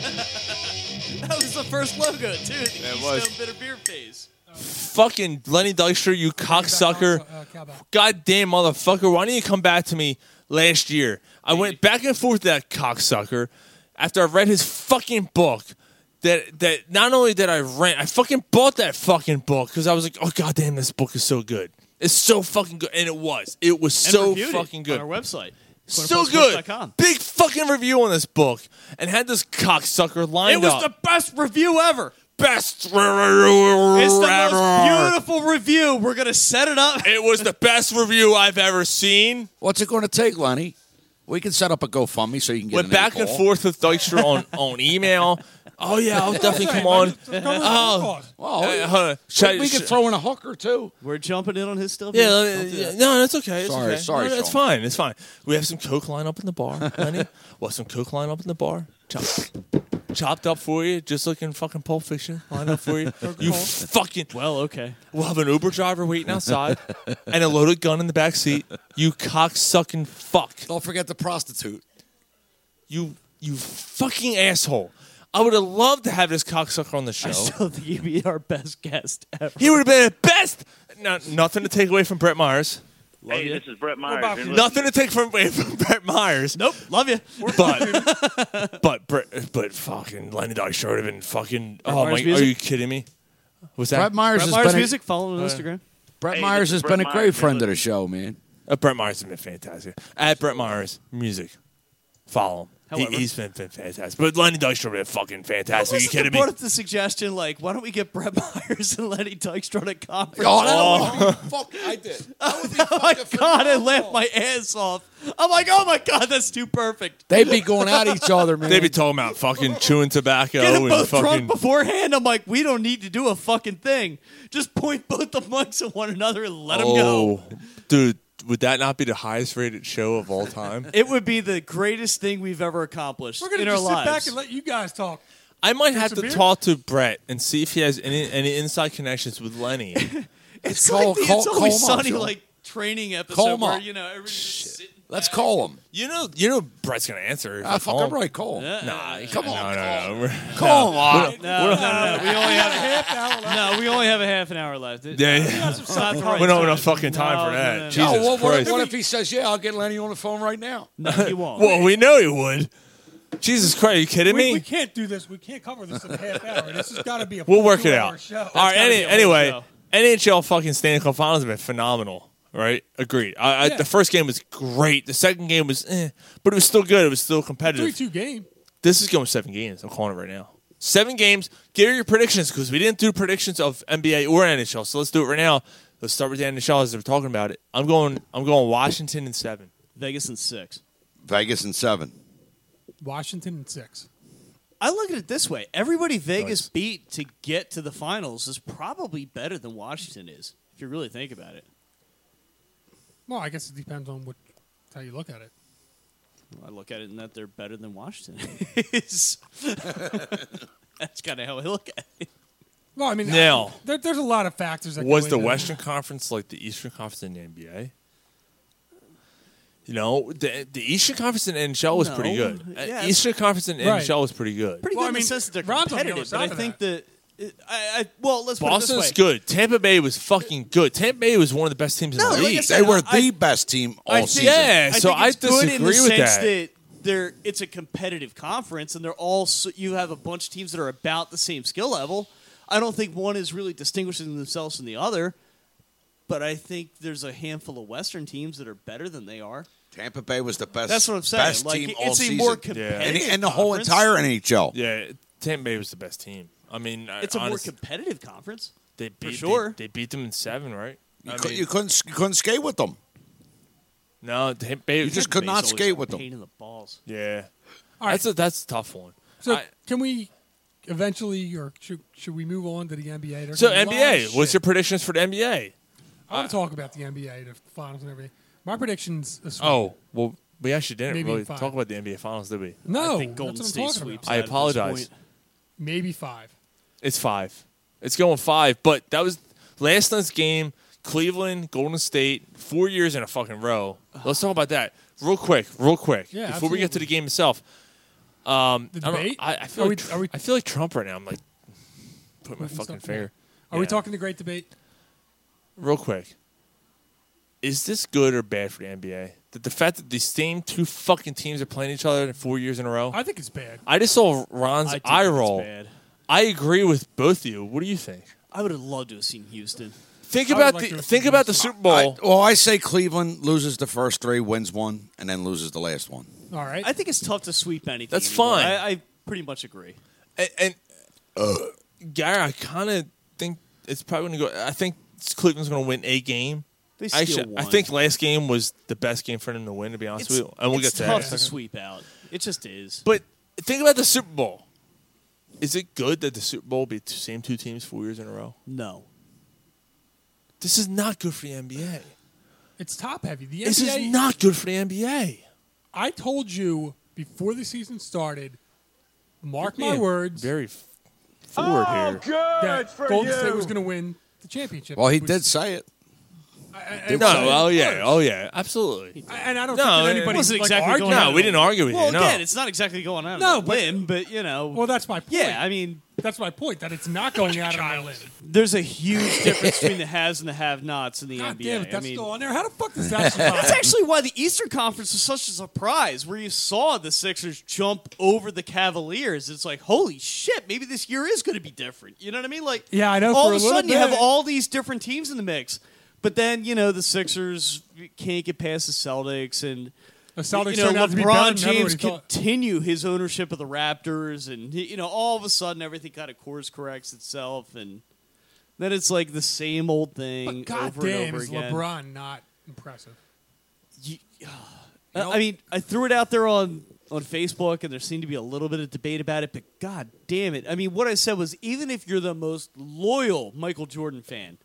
S7: That was the first logo too. The
S6: That was.
S7: Keystone Bitter Beer phase.
S6: fucking Lenny Dykstra, you cocksucker,
S8: uh,
S6: goddamn motherfucker. Why didn't you come back to me last year? I went back and forth with that cocksucker after I read his fucking book. That that not only did I rent, I fucking bought that fucking book because I was like, oh goddamn, this book is so good. It's so fucking good, and it was. It was
S7: And
S6: so
S7: reviewed it
S6: fucking good
S7: on our website.
S6: so good. Big fucking review on this book, and had this cocksucker lined
S7: It was
S6: up.
S7: the best review ever.
S6: Best review
S7: It's the
S6: ever.
S7: most beautiful review. We're gonna set it up.
S6: It was the best review I've ever seen.
S9: What's it going to take, Lenny? We can set up a GoFundMe so you can get
S6: Went
S9: an
S6: back
S9: eight
S6: and
S9: ball.
S6: forth with Dykstra *laughs* on, on email. Oh yeah, *laughs* I'll definitely come on. *laughs* Oh,
S9: Well,
S6: Uh, hold on. Should I-
S9: we can
S6: should-
S9: throw in a hooker too.
S7: We're jumping in on his stuff.
S6: yeah, let me- yeah, no, that's okay. It's
S9: Sorry,
S6: okay.
S9: sorry,
S6: no, that's
S9: Sean.
S6: fine. It's fine. We have some coke line up in the bar, *laughs* Lenny. well, some coke line up in the bar. Chop, chopped up for you, just like in fucking Pulp Fiction. Line up for you. *laughs* you fucking
S7: well, okay.
S6: We'll have an Uber driver waiting outside and a loaded gun in the back seat. You cocksucking fuck.
S9: Don't forget the prostitute.
S6: You you fucking asshole. I would have loved to have this cocksucker on the
S7: *laughs*
S6: show.
S7: I still think he'd be our best guest ever.
S6: He would have been the best. No, nothing to take away from Brett Myers.
S18: Hey, this is Brett Myers.
S6: Nothing
S18: You're
S6: to take from away from *laughs* Brett Myers.
S7: Nope, love you.
S6: But *laughs* but Brett, but fucking Lenny Dykstra would have been fucking.
S7: Brett
S6: oh
S7: Myers
S6: my, are
S7: music?
S6: you kidding me? Was that
S9: Brett Myers
S7: Brett
S9: has
S7: Myers
S9: been a-
S7: music. Follow him on
S6: Uh,
S7: Instagram.
S9: Brett
S6: Hey,
S9: Myers
S6: this
S9: has
S6: is
S9: been
S6: Brett
S9: a
S6: Myers.
S9: great friend of the show, man.
S6: Uh, Brett Myers has been fantastic. At Brett Myers Music, follow him. He,
S7: However.
S6: he's been, been fantastic. But Lenny Dykstra would have fucking fantastic. you kidding me?
S7: What if the suggestion like, why don't we get Brett *laughs* Myers and Lenny Dykstra to conference?
S6: *laughs* Oh, that Oh. would
S9: Fuck, I did.
S6: *laughs*
S7: oh my god, I laughed my ass off. I'm like, oh my god, that's too perfect.
S9: They'd be going at each other, man.
S6: They be talking about fucking chewing tobacco
S7: Get them
S6: and
S7: both
S6: fucking
S7: drunk beforehand. I'm like, we don't need to do a fucking thing. Just point *laughs* both the mics at one another and let them go.
S6: Oh, dude, would that not be the highest rated show of all time?
S7: It would be the greatest thing we've ever accomplished
S8: We're gonna
S7: in
S8: just
S7: our
S8: sit
S7: lives.
S8: back and let you guys talk.
S6: I might
S8: Drink
S6: have
S8: some
S6: to
S8: beer?
S6: talk to Brett and see if he has any any inside connections with
S8: *laughs*
S6: Lenny.
S7: it's
S9: Call-
S7: like the
S9: call-
S7: It's Always
S9: call 'em up,
S7: Sunny
S9: Sean.
S7: like training episode
S9: Call 'em
S7: where
S9: up.
S7: you know everybody's just sitting
S9: Let's call him.
S6: You know, you know, Brett's gonna answer. if I
S9: Ah, fuck,
S6: call
S9: I'm
S6: him.
S9: right, call him.
S6: Nah,
S9: come
S6: no,
S9: on,
S6: no,
S8: Oh,
S6: no, we're-
S9: Call him,
S6: no,
S9: all
S6: we're
S9: right.
S6: not-
S7: No,
S6: we're
S7: no,
S6: not-
S7: no, no. We only have a half hour left. No, we only have a half an hour left.
S6: *laughs*
S7: It-
S6: Yeah,
S7: uh,
S6: yeah.
S7: it's not the right
S6: we don't have
S7: time.
S6: enough fucking time
S7: No,
S6: for
S7: no,
S6: that.
S7: no, no.
S6: Jesus
S9: what, what if-
S6: Christ.
S9: what if he says, "Yeah, I'll get Lenny on the phone right now"?
S7: No, you won't.
S6: well, we know you would. Jesus Christ, are you kidding
S8: we,
S6: me?
S8: we can't do this. We can't cover this in a half hour. This has got to be a.
S6: *laughs* We'll work it
S8: two-hour
S6: out.
S8: Show.
S6: All right. Any,
S8: It's gotta be a whole
S6: anyway,
S8: show.
S6: NHL fucking Stanley Cup Finals have been phenomenal. Right? Agreed. I, I,
S8: Yeah.
S6: The first game was great. The second game was, eh, but it was still good. It was still competitive.
S8: three-two game.
S6: This is going seven games. I'm calling it right now. Seven games. Give your predictions because we didn't do predictions of NBA or NHL. So let's do it right now. Let's start with the NHL as we're talking about it. I'm going. I'm going Washington in seven.
S7: Vegas in six.
S9: Vegas in seven.
S8: Washington and six.
S7: I look at it this way: everybody Vegas beat to get to the finals is probably better than Washington is, if you really think about it.
S8: Well, I guess it depends on what how you look at it.
S7: I look at it in that they're better than Washington *laughs* is. *laughs* That's kind of how I look at it.
S8: Well, I mean,
S6: Now-
S8: I- there, there's a lot of factors. That go
S6: was the
S8: into-
S6: Western Conference like the Eastern Conference in the NBA? You know, the, the Eastern Conference in NHL was pretty
S7: No.
S6: good. Uh,
S7: Yeah.
S6: Eastern Conference in
S7: Right.
S6: NHL was pretty good.
S7: Pretty good
S8: Well, I
S7: in
S8: mean,
S7: the sense that they're
S8: Ron's on the
S7: competitive,
S8: other
S7: but
S8: side
S7: I
S8: of
S7: think that. it- I, I, well, let's put it
S6: Boston's
S7: this way.
S6: good. Tampa Bay was fucking good. Tampa Bay was one of the best teams
S7: No,
S6: in
S7: like
S6: the
S7: I
S6: league.
S7: said, They were I- the
S6: best team
S7: I think-
S6: Yeah, so I,
S7: think it's good
S6: disagree
S7: in the
S6: with
S7: sense
S6: that.
S7: they're- it's a competitive conference, and they're all so, you have a bunch of teams that are about the same skill level. I don't think one is really distinguishing themselves from the other, but I think there's a handful of Western teams that are better than they are.
S9: Tampa Bay was the best.
S7: That's what I'm saying.
S9: Best
S7: Like,
S9: team
S7: it's
S9: all
S7: a
S9: season.
S7: more competitive
S9: and, and the whole entire NHL.
S6: Yeah, Tampa Bay was the best team. I mean, I-
S7: It's a more
S6: honest-
S7: competitive conference.
S6: they beat, they-
S7: sure.
S6: They, beat them in seven, right?
S9: You, cou- you couldn't you couldn't skate with them.
S6: No, Tampa Bay.
S9: You just could not skate with them.
S7: Pain in the balls.
S6: Yeah,
S8: All right.
S6: that's a that's a tough one.
S8: So
S6: I-
S8: can we eventually, or should, should we move on to the NBA? There's
S6: so
S8: gonna be a lot of
S6: NBA,
S8: shit.
S6: what's your predictions for the NBA?
S8: I want to talk about the NBA, the finals and everything. My predictions. This week.
S6: Oh, well, we actually didn't
S8: Maybe
S6: really
S8: five.
S6: talk about the NBA Finals, did we?
S8: no,
S7: I think Golden
S8: Oh, that's what
S7: State
S8: I'm talking
S7: sweeps
S8: about.
S6: I apologize.
S8: Maybe five.
S6: It's five. It's going five. But that was last night's game. Cleveland, Golden State, four years in a fucking row. Let's talk about that real quick, real quick.
S8: Yeah,
S6: before we get to
S8: absolutely.
S6: the game itself, um, I
S8: The
S6: don't-
S8: debate?
S6: I, I feel
S8: Are
S6: like
S8: we-
S6: Tr- I feel like Trump right now. I'm like, put my
S8: Moving
S6: fucking
S8: stuff around.
S6: finger.
S8: Are we
S6: Yeah.
S8: talking the great debate?
S6: real quick. Is this good or bad for the NBA? That the fact that these same two fucking teams are playing each other in four years in a row.
S8: I think it's bad.
S6: I just saw Ron's
S7: I think
S6: eye
S7: it's
S6: roll.
S7: bad.
S6: I agree with both of you. What do you think?
S7: I would have loved to have seen Houston.
S6: Think
S7: I would
S6: about
S7: like to
S6: the
S7: have
S6: think about the Super Bowl.
S9: I, well, I say Cleveland loses the first three, wins one, and then loses the last one.
S8: All right.
S7: I think it's tough to sweep anything.
S6: That's
S7: anymore.
S6: fine.
S7: I, I pretty much agree.
S6: and and uh, Gary, I kind of think it's probably going to go. I think Cleveland's going to win a game.
S7: They
S6: I
S7: still
S6: should- I
S7: won.
S6: think last game was the best game for them to win. To be honest
S7: It's,
S6: with you, and we'll
S7: it's
S6: get to that. in a
S7: tough to
S6: second.
S7: sweep out. It just is.
S6: But think about the Super Bowl. Is it good that the Super Bowl be the same two teams four years in a row?
S7: No.
S6: This is not good for the NBA.
S8: It's top heavy. The
S6: This
S8: NBA
S6: is not good for the NBA.
S8: I told you before the season started. Mark
S6: You're
S8: my
S6: being
S8: words.
S6: Very f- forward
S7: Oh,
S6: here.
S8: that Golden State was going to win the championship.
S9: Well, he
S8: which-
S9: did say it.
S8: I- I-
S6: No, oh yeah, oh yeah, absolutely.
S8: I- and I don't
S6: No,
S8: think that
S6: it
S8: anybody
S6: wasn't
S8: like,
S6: exactly
S8: argued.
S6: going out No, on we a didn't limb. argue with
S7: well,
S6: you, no.
S7: again, it's not exactly going out
S8: No,
S7: on a
S8: but-
S7: limb, but you know,
S8: Well, that's my point.
S7: yeah. I mean,
S8: that's my point. That it's not going out on a limb.
S7: there's a huge difference between the haves and the have-nots in the
S8: God
S7: NBA.
S8: damn it,
S7: I
S8: that's
S7: mean,
S8: still on there. How the fuck does that survive?
S7: that's actually why the Eastern Conference was such a surprise, where you saw the Sixers jump over the Cavaliers. It's like, holy shit, maybe this year is going to be different. You know what I mean? Like,
S8: Yeah, I know,
S7: All
S8: for
S7: of a
S8: a little
S7: sudden, you have
S8: bit.
S7: all these different teams in the mix, but then you know the Sixers can't get past the Celtics, and
S8: The Celtics
S7: you know
S8: turned out to be
S7: LeBron
S8: better than
S7: James
S8: everybody thought.
S7: continue his ownership of the Raptors, and you know all of a sudden everything kind of course corrects itself, and then it's like the same old thing
S8: But God
S7: over and
S8: damn,
S7: over
S8: is
S7: again.
S8: LeBron not impressive?
S7: You- I- I mean, I threw it out there on on Facebook, and there seemed to be a little bit of debate about it. But god damn it! I mean, what I said was, even if you're the most loyal Michael Jordan fan,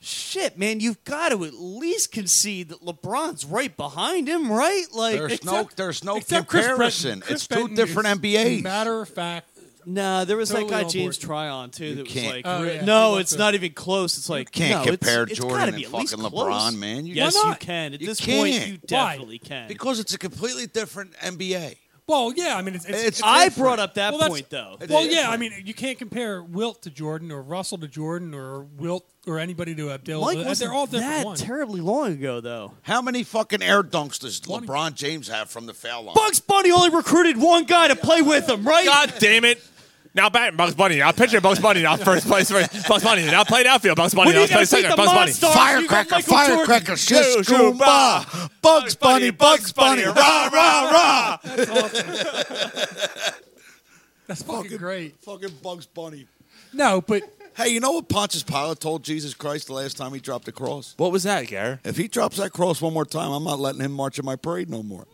S7: shit, man, you've got to at least concede that LeBron's right behind him, right? Like,
S9: There's no,
S7: except-
S9: there's no
S8: Except Chris
S9: comparison.
S8: Benton. Chris
S9: it's two
S8: Benton
S9: different
S8: is-
S9: NBAs.
S8: Matter of fact,
S7: Nah, there was
S8: Totally
S7: that guy
S8: on board.
S7: James Tryon too. that
S9: can't.
S7: was like,
S8: Oh,
S7: re-
S8: yeah.
S7: no,
S8: He
S7: it's
S8: wasn't.
S7: not even close. It's like
S9: can't
S7: no,
S9: compare
S7: it's,
S9: Jordan
S7: it's gotta
S9: and
S7: be at least
S9: fucking
S7: close.
S9: LeBron, man. You-
S7: yes,
S8: Why
S7: you
S8: not?
S7: can. At
S9: You
S7: this point,
S9: can't.
S7: you
S8: Why?
S7: definitely can.
S9: Because it's a completely different NBA.
S8: well, yeah, I mean, it's, it's,
S9: It's
S7: I
S9: different.
S7: brought up that
S8: well, that's-
S7: point though.
S8: Well, yeah, I mean, you can't compare Wilt to Jordan or Russell to Jordan or Wilt or anybody to Abdul.
S7: Mike
S8: Uh,
S7: was
S8: They're all different
S7: that
S8: ones.
S7: terribly long ago, though.
S9: How many fucking air dunks does LeBron James have from the foul line?
S7: Bugs Bunny only recruited one guy to play with him, right?
S6: God damn it! Now back Bugs Bunny. Now pitcher Bugs Bunny. Now first place for Bugs Bunny. Now played outfield Bugs Bunny.
S7: When
S6: Now
S7: you
S6: play
S7: guys beat
S6: second
S7: the
S6: Bugs Bunny.
S7: Monstars, you got Michael Jordan.
S6: Shoo, shoo, bah.
S9: Bugs
S6: Bunny, Bugs Bunny, rah,
S9: rah, rah.
S8: That's fucking great.
S9: Fucking Bugs Bunny.
S8: No, but
S9: Hey, you know what Pontius Pilate told Jesus Christ the last time he dropped a cross?
S6: What was that, Gary?
S9: If he drops that cross one more time, I'm not letting him march in my parade no more.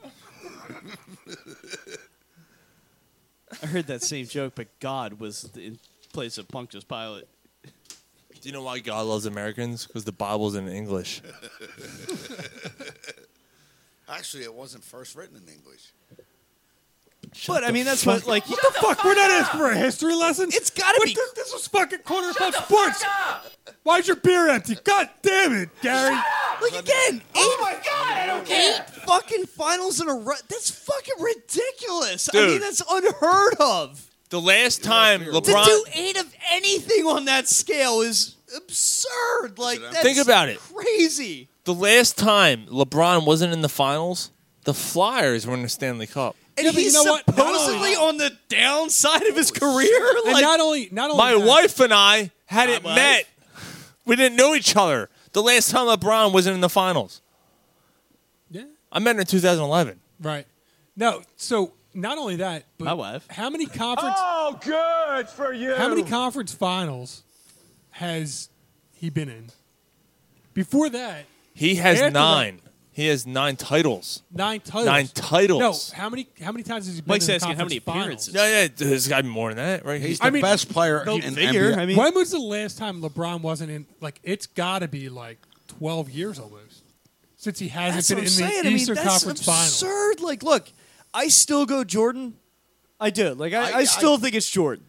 S7: I heard that same joke, but God was in place of Punctus Pilate.
S6: Do you know why God loves Americans? Because the Bible's in English.
S19: Actually, it wasn't first written in English.
S7: but I mean, that's what like *laughs*
S8: What the fuck? We're not asking for a history lesson. It's
S7: gotta
S8: be. This, this is fucking corner Shut sports. Why's your beer empty? God damn it, Gary.
S7: Look again.
S8: Oh my god, I don't
S7: Eight fucking finals in a row. That's fucking ridiculous. I
S6: Dude.
S7: mean, that's unheard of.
S6: The last time
S7: To do
S6: LeBron.
S7: eight of anything on that scale is absurd. Like, that's
S6: Think about it.
S7: Crazy.
S6: The last time LeBron wasn't in the finals, the Flyers were in the Stanley Cup.
S7: And
S8: Yeah, but you
S7: he's
S8: know what? Not only-
S7: supposedly on the downside of his career.
S8: And
S7: Like,
S8: not only, not only
S6: My
S8: that,
S6: wife and I hadn't
S7: My wife.
S6: met. We didn't know each other. The last time LeBron was in the finals.
S8: Yeah.
S6: I met her in 2011.
S8: Right. No. So not only that, but
S6: My wife.
S8: How many conference? oh, good for you. How many conference finals has he been in? Before that,
S6: He has
S8: After that-
S6: nine. He has nine titles.
S8: nine titles.
S6: Nine titles.
S8: No. How many? How many times has he been
S7: Mike's
S8: in the
S7: asking how
S8: conference
S7: many
S8: finals?
S7: appearances.
S6: Yeah, yeah. There's got to be more than that, right?
S9: He's
S8: I mean,
S9: player
S8: the- when was the last time LeBron wasn't in? Like, it's got to be like twelve years almost since he hasn't
S7: That's
S8: been
S7: what I'm
S8: in the
S7: saying. I mean,
S8: Eastern
S7: that's
S8: Conference Finals.
S7: absurd. Like, look, I still go Jordan. I do. Like, I, I,
S9: I- I-
S7: still think it's Jordan.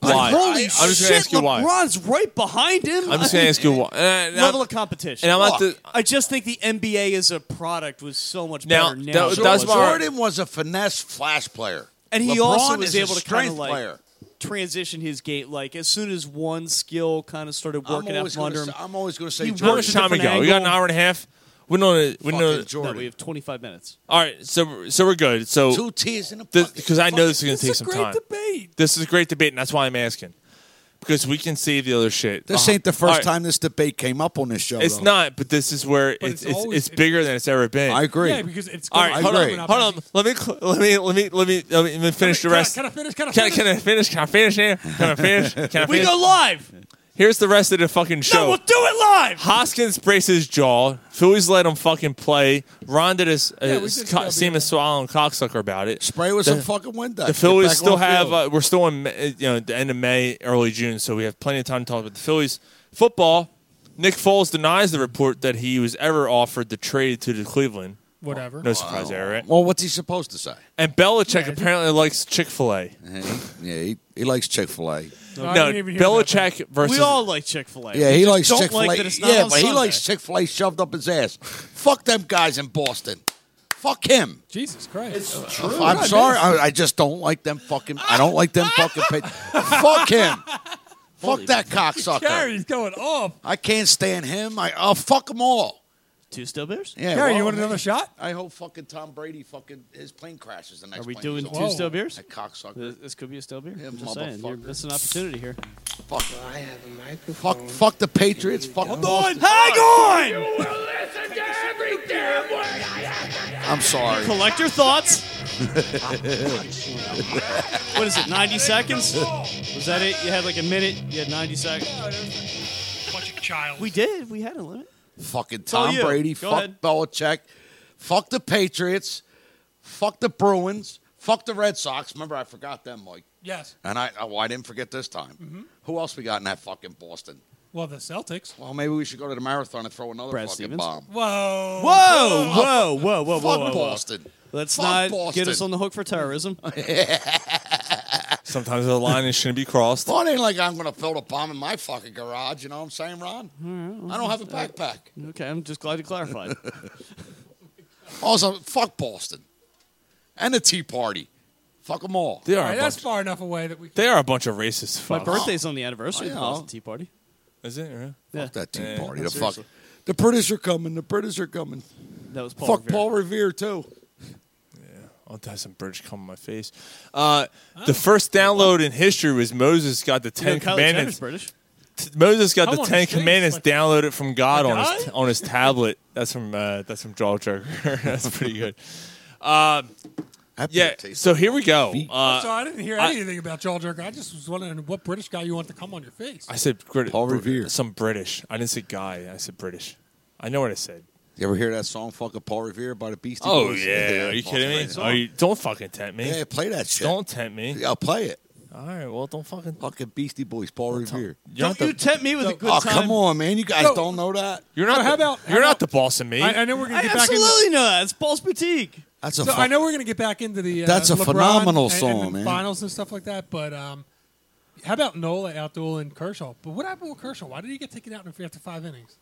S6: Why?
S7: Like, holy
S6: I- I'm just
S7: shit!
S6: gonna ask you why.
S7: LeBron's right behind him.
S6: I'm just gonna ask you why. Uh, now-
S7: *laughs* Level of competition.
S6: and I'm not
S7: Look,
S6: the-
S7: I just think the NBA as a product was so much
S6: Now,
S7: better now.
S6: that was-
S7: than it
S6: that's
S7: was
S6: my-
S7: then.
S9: Jordan was a finesse flash player,
S7: And he
S9: LeBron
S7: also was
S9: is a
S7: able to kind
S9: strength
S7: of like
S9: player.
S7: transition his gait. Like as soon as one skill kind of started
S9: I'm
S7: working out
S9: always
S7: from under
S9: going
S7: him.
S9: to. I'm always going to say
S7: He
S6: How
S9: Jordan.
S6: much time we got? We got an hour and a half. We know. that- We know.
S9: Fucking
S6: that-
S7: No,
S9: Jordan.
S7: we have 25 minutes.
S6: All right, so so we're good. So
S9: Two tears in a
S6: because I know this is going to take
S8: It's a
S6: some
S8: great
S6: time.
S8: debate.
S6: This is a great debate, and that's why I'm asking because we can save the other shit.
S9: This
S6: Uh,
S9: ain't the first
S6: all right,
S9: time this debate came up on this show.
S6: It's
S9: though.
S6: not, but this is where it's
S8: it's
S6: it's,
S8: always-
S6: it's bigger than it's ever been.
S9: I agree.
S8: Yeah, because it's
S6: All
S8: going
S6: right, hold on, hold on. Let me cl- let me let me let me let me, let me finish the rest.
S8: Can I finish? Can I
S6: Can I,
S8: finish?
S6: can I finish? Can I finish here? Can I finish? Can I
S7: We
S6: finish?
S7: go live.
S6: Here's the rest of the fucking
S7: No,
S6: show.
S7: we'll do it live.
S6: Hoskins breaks his jaw. Phillies let him fucking play. Ron did his,
S8: we
S6: his
S8: just
S6: co-
S8: gotta be-
S6: semen swallowing cocksucker about it.
S9: Spray with
S6: The-
S9: some fucking window.
S6: the Phillies still have. Uh, we're still in May- you know the end of May, early June, so we have plenty of time to talk about the Phillies football. Nick Foles denies the report that he was ever offered the trade to the Cleveland.
S8: Whatever.
S6: No surprise there, right?
S9: well, what's he supposed to say?
S6: And Belichick
S8: Yeah, it-
S6: apparently likes Chick Fil A.
S9: Yeah, he, yeah, he, he likes Chick Fil A.
S8: No,
S6: No,
S8: I didn't even hear about that.
S6: Belichick versus
S7: We all like Chick Fil A.
S9: Yeah, he likes
S7: don't
S9: Chick Fil A.
S7: Like that it's not
S9: yeah,
S7: on
S9: but
S7: Sunday.
S9: he likes Chick Fil A shoved up his ass. Fuck them guys in Boston. Fuck him.
S8: Jesus Christ.
S9: I'm sorry. I, I just don't like them fucking. I don't like them fucking. Pay- Fuck
S7: *laughs*
S9: him. Fuck that cocksucker.
S8: Gary's going off.
S9: I can't stand him. I oh fuck them all.
S7: two still beers.
S9: Yeah.
S8: Gary,
S9: well,
S8: you want another shot?
S9: I hope fucking Tom Brady fucking his plane crashes the next.
S7: Are we
S9: plane
S7: doing
S9: he's
S7: two
S9: on.
S7: still beers?
S9: That cocksucker.
S7: This this could be a still beer.
S9: Yeah,
S7: I'm just saying, you're
S9: motherfucker.
S7: missing an opportunity here.
S9: Fuck,
S15: I have a
S9: fuck,
S15: microphone.
S9: fuck the Patriots. Fuck Boston.
S7: Hang on.
S9: I'm sorry.
S7: Collect
S9: *laughs*
S7: your thoughts. what is it? 90 seconds? Was that it? You had like a minute. You had 90 seconds.
S8: Bunch of child.
S7: We did. We had a limit.
S9: Fucking
S7: all
S9: Tom
S7: you.
S9: Brady.
S7: Oh, Go
S9: fuck
S7: ahead.
S9: Belichick. Fuck the Patriots. Fuck the Bruins. Fuck the Red Sox. Remember, I forgot them, Mike.
S8: Yes.
S9: And I, oh, I didn't forget this time.
S7: Mm-hmm.
S9: Who else we got in that fucking Boston?
S8: Well, the Celtics.
S9: Well, maybe we should go to the marathon and throw another
S7: Brad
S9: fucking
S7: Stevens?
S9: bomb.
S8: Whoa.
S7: Whoa, whoa, whoa, whoa, whoa,
S9: Fuck
S7: whoa, whoa.
S9: Boston.
S7: Let's
S9: Fuck
S7: not
S9: Boston.
S7: get us on the hook
S9: *laughs*
S7: for terrorism.
S6: Sometimes the line is shouldn't be
S8: *laughs*
S6: crossed.
S9: Well, it ain't like I'm going to build a bomb in my fucking garage. You know what I'm saying, Ron? I don't have a backpack.
S7: Okay, I'm just glad
S9: *laughs*
S7: you clarified.
S9: Also, fuck Boston. And the Tea Party. Fuck them all.
S6: They
S8: All
S6: are.
S8: right,
S6: A
S8: that's
S6: bunch,
S8: far enough away that we.
S6: they are a bunch of racist.
S7: My
S6: Fucks.
S7: birthday's on the anniversary of the
S9: Oh, yeah.
S7: Boston Tea Party.
S6: Is it? Yeah.
S7: Yeah,
S9: That Tea
S6: Yeah,
S9: Party. The, fuck.
S7: seriously.
S9: the British are coming. The British are coming.
S7: that was Paul.
S9: fuck
S7: Revere.
S9: Paul Revere, too.
S6: I'll have some birds come on my face. Uh, The first download in history was Moses got the
S7: You know,
S6: Ten
S7: Kylie Jenner's
S6: Commandments.
S7: British.
S6: T- Moses got
S8: Come
S6: the
S8: on,
S6: Ten
S8: his face,
S6: Commandments
S8: like-
S6: downloaded from God
S8: Like
S6: on his
S8: I?
S6: on his tablet. That's from uh, that's from Jaw Jerker. *laughs* that's pretty
S9: *laughs*
S6: good. Um,
S9: Happy
S6: yeah.
S9: to taste
S6: So here we go.
S8: I'm
S6: Uh,
S8: sorry, I didn't hear
S6: I-
S8: anything about Joel Jerker. I just was wondering what British guy you want to come on your face.
S6: I said Brit-
S9: Paul
S6: Br-
S9: Revere.
S6: Some British. I didn't say guy. I said British. I know what I said.
S9: You ever hear that song "Fucking Paul Revere" by the Beastie
S6: Oh
S9: Boys?
S6: yeah, are you
S9: fucking
S6: kidding me?
S9: amazing.
S6: Are you, don't fucking tempt me.
S9: Yeah, play that shit.
S6: Don't tempt me.
S9: Yeah, I'll play it.
S6: All right, well, don't fucking
S9: fucking Beastie Boys, Paul Revere.
S6: Don't you tempt me with a good
S9: oh,
S6: time.
S9: come on, man! You guys
S6: No.
S9: don't know that.
S6: You're not.
S9: So
S6: the,
S9: how about-
S6: you're
S9: how
S6: not the boss of me.
S9: I- I know
S8: we're gonna get back in-
S7: absolutely not. It's Paul's boutique.
S9: That's
S8: So I know we're going to get back into the uh,
S9: That's a
S8: LeBron
S9: phenomenal
S8: and- and
S9: song,
S8: the
S9: man.
S8: Finals and stuff like that. But um, how about Nola outdueling Kershaw? But what happened with Kershaw? Why did he get taken out after five innings?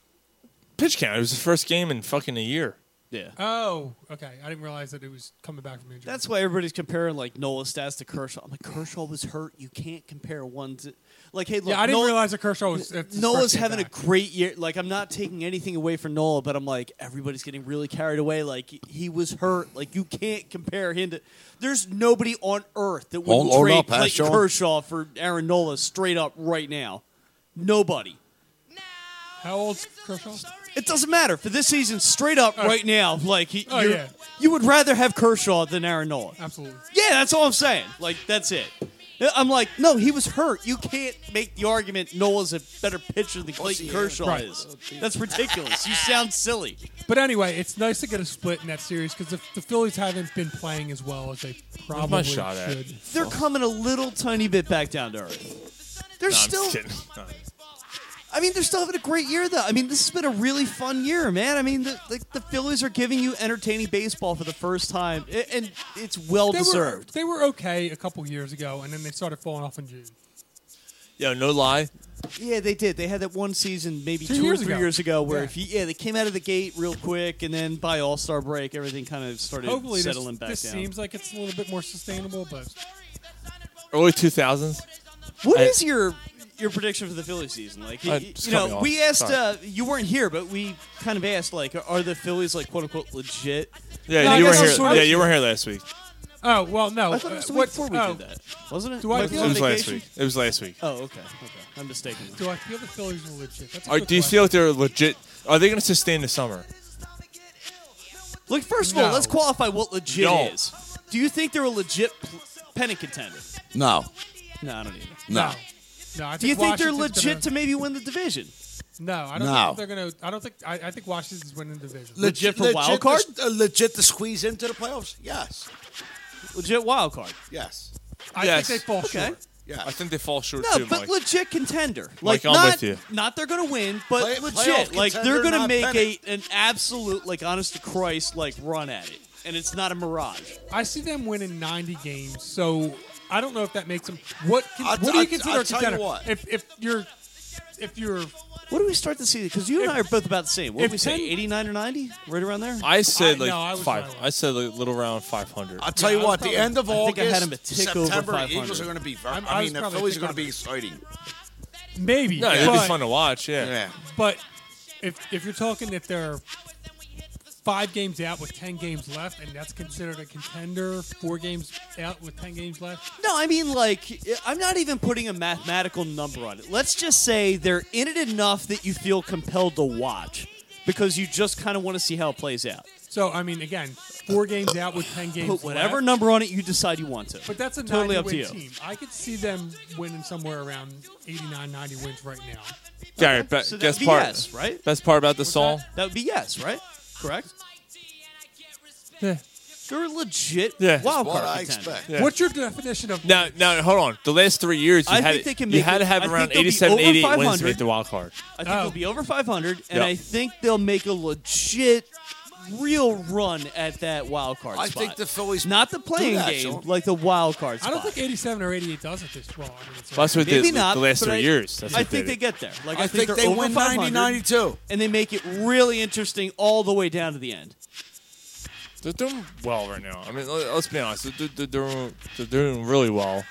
S6: pitch count. It was the first game in fucking a year. Yeah.
S8: Oh, okay. I didn't realize that it was coming back from injury.
S7: That's why everybody's comparing like Nola stats to Kershaw. I'm like Kershaw was hurt. You can't compare one to like hey look.
S8: yeah, I didn't
S7: Nola-
S8: realize that Kershaw was. it's his
S7: Nola's
S8: first game
S7: having
S8: back.
S7: a great year. Like I'm not taking anything away from Nola, but I'm like everybody's getting really carried away. Like he was hurt. Like you can't compare him to. There's nobody on earth that would
S9: Hold- hold
S7: trade
S9: up,
S7: Clayton
S9: Kershaw.
S7: Kershaw for Aaron Nola straight up right now. Nobody.
S8: How old's Kershaw?
S7: It doesn't matter for this season. Straight up right now, like he,
S8: Oh,
S7: you're-
S8: yeah.
S7: you would rather have Kershaw than Aaron Nola.
S8: Absolutely.
S7: Yeah, that's all I'm saying. Like, that's it. I'm like, no, he was hurt. You can't make the argument Noah's a better pitcher than Clayton Kershaw
S8: Right.
S7: is. That's ridiculous. You sound silly.
S8: But anyway, it's nice to get a split in that series because the, the Phillies haven't been playing as well as they probably should.
S7: They're coming a little tiny bit back down to earth. They're
S6: No, I'm
S7: still.
S6: just
S7: *laughs*
S6: kidding. No.
S7: I mean, they're still having a great year, though. I mean, this has been a really fun year, man. I mean, the, like the Phillies are giving you entertaining baseball for the first time, a- and it's well
S8: They were-
S7: deserved.
S8: They were okay a couple years ago, and then they started falling off in June.
S6: Yo, no lie.
S7: Yeah, they did. They had that one season, maybe
S8: Two
S7: two, or
S8: years
S7: three
S8: ago.
S7: years ago, where
S8: Yeah.
S7: if you, yeah, they came out of the gate real quick, and then by All Star break, everything kind of started
S8: Hopefully, this,
S7: settling back
S8: this
S7: down.
S8: seems like it's a little bit more sustainable, but
S6: Early two thousands.
S7: What
S6: I-
S7: is your your prediction for the Phillies season? Like,
S6: Uh,
S7: you,
S6: just
S7: you
S6: cut me
S7: know,
S6: off.
S7: we asked.
S6: Sorry.
S7: Uh, you weren't here, but we kind of asked, like, are the Phillies like quote unquote legit?
S6: Yeah,
S8: No, I
S6: you were
S8: guess I'm
S6: here.
S8: sort of-
S6: Yeah, you were here last week.
S8: oh well, no.
S7: I thought it was the
S8: Uh,
S7: week
S8: what-
S7: before we
S8: oh.
S7: did that, wasn't it?
S8: Do I
S7: Might
S6: It
S7: be
S8: feel
S7: on
S6: was last
S7: vacation?
S6: week. It was last week.
S7: Oh, okay, okay. I'm mistaken.
S8: Do I feel the Phillies are legit? That's a
S6: Are,
S8: good
S6: do you
S8: question.
S6: feel like they're legit? Are they going to sustain the summer?
S7: Look, first of all,
S8: No.
S7: let's qualify what legit
S6: No.
S7: is. Do you think they're a legit pl- pennant contender?
S9: No,
S7: No, I don't either.
S9: no,
S8: No, I
S7: Do you think they're
S8: Washington's
S7: legit to maybe win the division?
S8: Gonna, no, I don't
S9: No.
S8: think they're gonna. I don't think. I, I think Washington's winning the division.
S7: Legit for wild card?
S9: To, uh, legit to squeeze into the playoffs? Yes,
S7: Legit wild card.
S9: yes,
S8: I
S6: Yes.
S8: think they fall
S7: Okay.
S8: short.
S9: yeah.
S6: I think they fall short
S7: No,
S6: too,
S7: but
S6: Mike.
S7: legit contender.
S6: Mike,
S7: Like
S6: I'm
S7: not,
S6: with you.
S7: not they're gonna win, but
S9: Play-
S7: legit.
S9: playoff
S7: Like they're
S9: contender,
S7: gonna
S9: not
S7: make a
S9: pennant.
S7: an absolute like honest to Christ like run at it, and it's not a mirage.
S8: I see them winning 90 games, so I don't know if that makes them. What can,
S9: I'll-
S8: What do you
S9: I'll-
S8: consider
S9: I'll
S8: a
S9: tell you
S8: contender?
S9: what.
S8: If if you're if you're
S7: What do we start the season? Because you and I are both about the same. What
S8: if
S7: did we say?
S8: 10
S7: Eighty nine or ninety? Right around there.
S6: I said
S8: I-
S6: like
S8: no, I was
S6: five.
S8: wrong.
S6: I said like, little around five hundred.
S9: I'll tell you
S8: I was
S9: what. The
S8: probably-
S9: end of
S7: I
S9: August,
S7: think I had 'em a tick over
S9: September,
S7: 500.
S9: Eagles are going to be. Ver-
S8: I'm-
S9: I,
S8: I was
S9: mean, the
S8: probably
S9: Phillies
S8: a
S9: are
S8: tick
S9: going to be
S8: under.
S9: exciting.
S8: maybe,
S6: No, it'd be
S8: but,
S6: fun to watch. Yeah.
S9: Yeah,
S8: but if if you're talking if they're five games out with 10 games left, and that's considered a contender. Four games out with 10 games left.
S7: No, I mean, like, I'm not even putting a mathematical number on it. Let's just say they're in it enough that you feel compelled to watch because you just kind of want to see how it plays out.
S8: So I mean, again, four games out with 10 games.
S7: Put whatever
S8: left.
S7: number on it you decide you want to.
S8: But that's a
S7: totally
S8: 90
S7: up to
S8: win
S7: you.
S8: team. I could see them winning somewhere around 89, 90 wins right now.
S6: Gary, be-
S7: So that'd
S6: best
S7: be
S6: part.
S7: yes, right?
S6: Best part about the song.
S7: That would be yes, right? Correct?
S8: Yeah.
S7: They're a legit
S6: Yeah.
S7: wild
S9: what
S7: card
S9: I
S7: contender.
S9: expect.
S6: Yeah.
S8: What's your definition of
S6: Now, now, hold on. The last three years, you
S7: I
S6: had
S7: think they can
S6: you
S7: make
S6: had
S7: it-
S6: to have
S7: I think
S6: around
S7: they'll be
S6: 87,
S7: over
S6: 88 wins to
S7: 500.
S6: make the wild card.
S7: I think
S8: Oh.
S7: they'll be over 500, and
S6: Yep.
S7: I think they'll make a legit, real run at that wild card
S9: I
S7: spot.
S9: think the Phillies
S7: Not the playing
S9: do that,
S7: game,
S9: Sean.
S7: like the wild card
S8: I
S7: spot.
S8: don't think 87 or 88 does it this well. I mean, it's
S6: That's what they
S7: Maybe
S6: did
S7: not.
S6: the last
S7: but
S6: three
S7: I-
S6: years. That's
S7: I
S6: what they
S7: think they
S6: did.
S7: get there. Like I,
S9: I think
S7: they're
S9: they
S7: over
S9: win 90,
S7: 500,
S9: 92.
S7: and they make it really interesting all the way down to the end.
S6: They're doing well right now. I mean, let- let's be honest. They're, they're, doing, they're doing really well.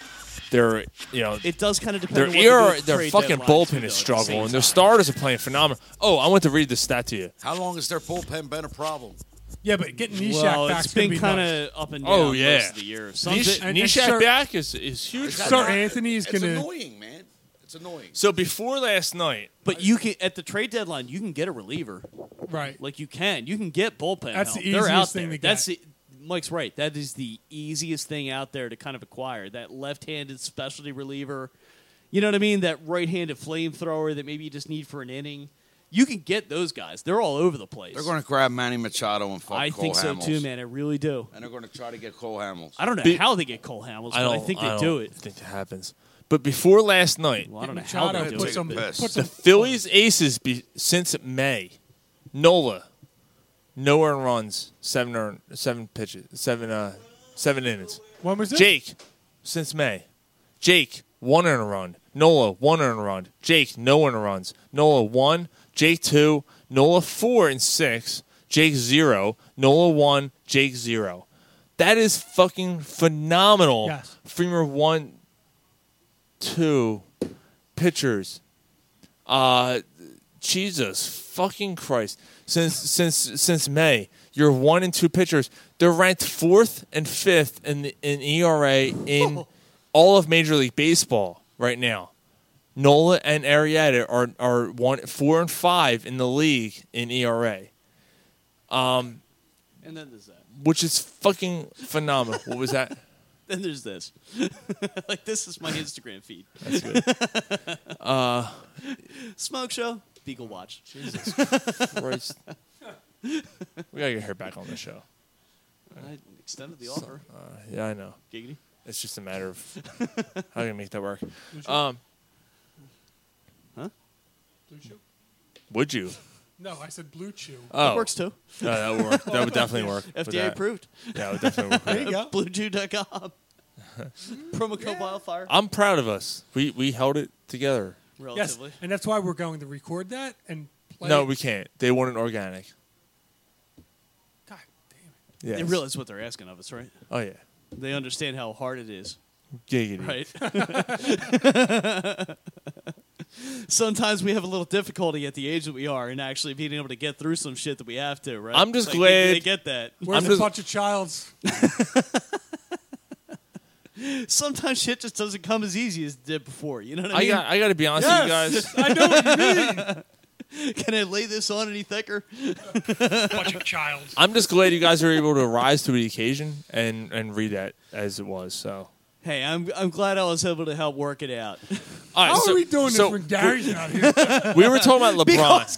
S6: They're, you know,
S7: It does kind of depend.
S6: their
S7: on what they do
S6: ear,
S7: with
S6: their
S7: trade
S6: fucking
S7: deadlines, too,
S6: bullpen
S7: though, at
S6: is
S7: the
S6: struggling.
S7: same
S6: Their
S7: time.
S6: starters are playing phenomenal. Oh, I want to read the stat to you.
S9: How long has their bullpen been a problem?
S8: yeah, but getting Nishak
S7: Well,
S8: back
S7: it's been
S8: kind
S7: kind of up and down.
S6: Oh yeah,
S7: most of the year. Some
S6: Nish-
S7: bit-
S8: and- and
S6: Nishak
S8: Sir-
S6: back is is huge.
S9: Is
S6: for
S9: that
S6: them.
S8: Sir
S9: not-
S8: Anthony is
S9: It's
S8: gonna-
S9: annoying, man. It's annoying.
S6: So before last night,
S7: but you can at the trade deadline, you can get a reliever.
S8: right.
S7: Like you can, you can get bullpen.
S8: That's
S7: help.
S8: the
S7: They're out
S8: easiest thing
S7: there.
S8: to get.
S7: That's the, Mike's right. That is the easiest thing out there to kind of acquire that left-handed specialty reliever. You know what I mean? That right-handed flamethrower that maybe you just need for an inning. You can get those guys. They're all over the place.
S11: They're going to grab Manny Machado and fuck
S7: I
S11: Cole
S7: think so
S11: Hamels.
S7: too, man. I really do.
S11: And they're going to try to get Cole Hamels.
S7: I don't know
S6: Be-
S7: how they get Cole Hamels,
S6: I
S7: but I
S6: don't-
S7: think they
S6: I
S7: do
S6: don't
S7: it.
S6: think it happens. But before last night,
S7: Well, I don't know how they do it. *laughs*
S6: the Phillies aces be, since May. Nola, no earned runs, seven earned, seven pitches, seven uh, seven innings.
S8: When was this?
S6: Jake, since May. Jake one earned run. Nola one earned run. Jake no earned runs. Nola one. Jake two. Nola four and six. Jake zero. Nola one. Jake zero. That is fucking phenomenal.
S8: Yes.
S6: Freemer one, two pitchers. Uh, Jesus fucking Christ! Since since since May, your one and two pitchers they're ranked fourth and fifth in the, in ERA in all of Major League Baseball right now. Nola and Arietta are are one four and five in the league in E ERA. Um,
S7: And then there's that.
S6: which is fucking phenomenal. what was that?
S7: *laughs* Then there's this. like this is my Instagram feed.
S6: *laughs* That's good. Uh,
S7: Smoke show, Beagle watch. *laughs* Jesus
S6: Christ. we gotta get her back on the show.
S7: I extended the offer.
S6: Uh, yeah, I know.
S7: Giggity.
S6: It's just a matter of *laughs* how can I make that work.
S7: Would you?
S6: Um,
S8: Blue Chew?
S6: would *laughs* you?
S8: No, I said Blue Chew.
S6: Oh, No, that would work. That would definitely *laughs* work. with
S7: FDA
S6: that.
S7: approved.
S6: Yeah, it would definitely *laughs* work. with
S7: there you
S6: that.
S7: go.
S6: *laughs*
S7: BlueJew.com. Promo code Wildfire.
S6: I'm proud of us. We we held it together.
S8: Yes, and that's why we're going to record that and play
S6: no,
S8: it.
S6: we can't. They want it organic. God damn it.
S7: They
S6: Yeah.
S7: realize what they're asking of us, right?
S6: Oh yeah.
S7: They understand how hard it is.
S6: Giggity. *laughs*
S7: Right. Sometimes we have a little difficulty at the age that we are in actually being able to get through some shit that we have to, right?
S6: I'm just
S7: Like, they-
S6: glad-
S7: they, get that.
S8: Where's a bunch of childs?
S7: Sometimes shit just doesn't come as easy as it did before. You know what I,
S6: I
S7: mean?
S6: got- I gotta be honest with you *laughs* Yes, guys. I
S8: know what
S7: you mean. *laughs* Can I lay this on any thicker?
S8: bunch of child.
S6: *laughs* I'm just glad you guys were able to rise to the occasion and and read that as it was. So.
S7: Hey, I'm I'm glad I was able to help work it out. *laughs*
S6: All right, How are so- we doing this so- when Gary's not here? we were talking *laughs* about LeBron.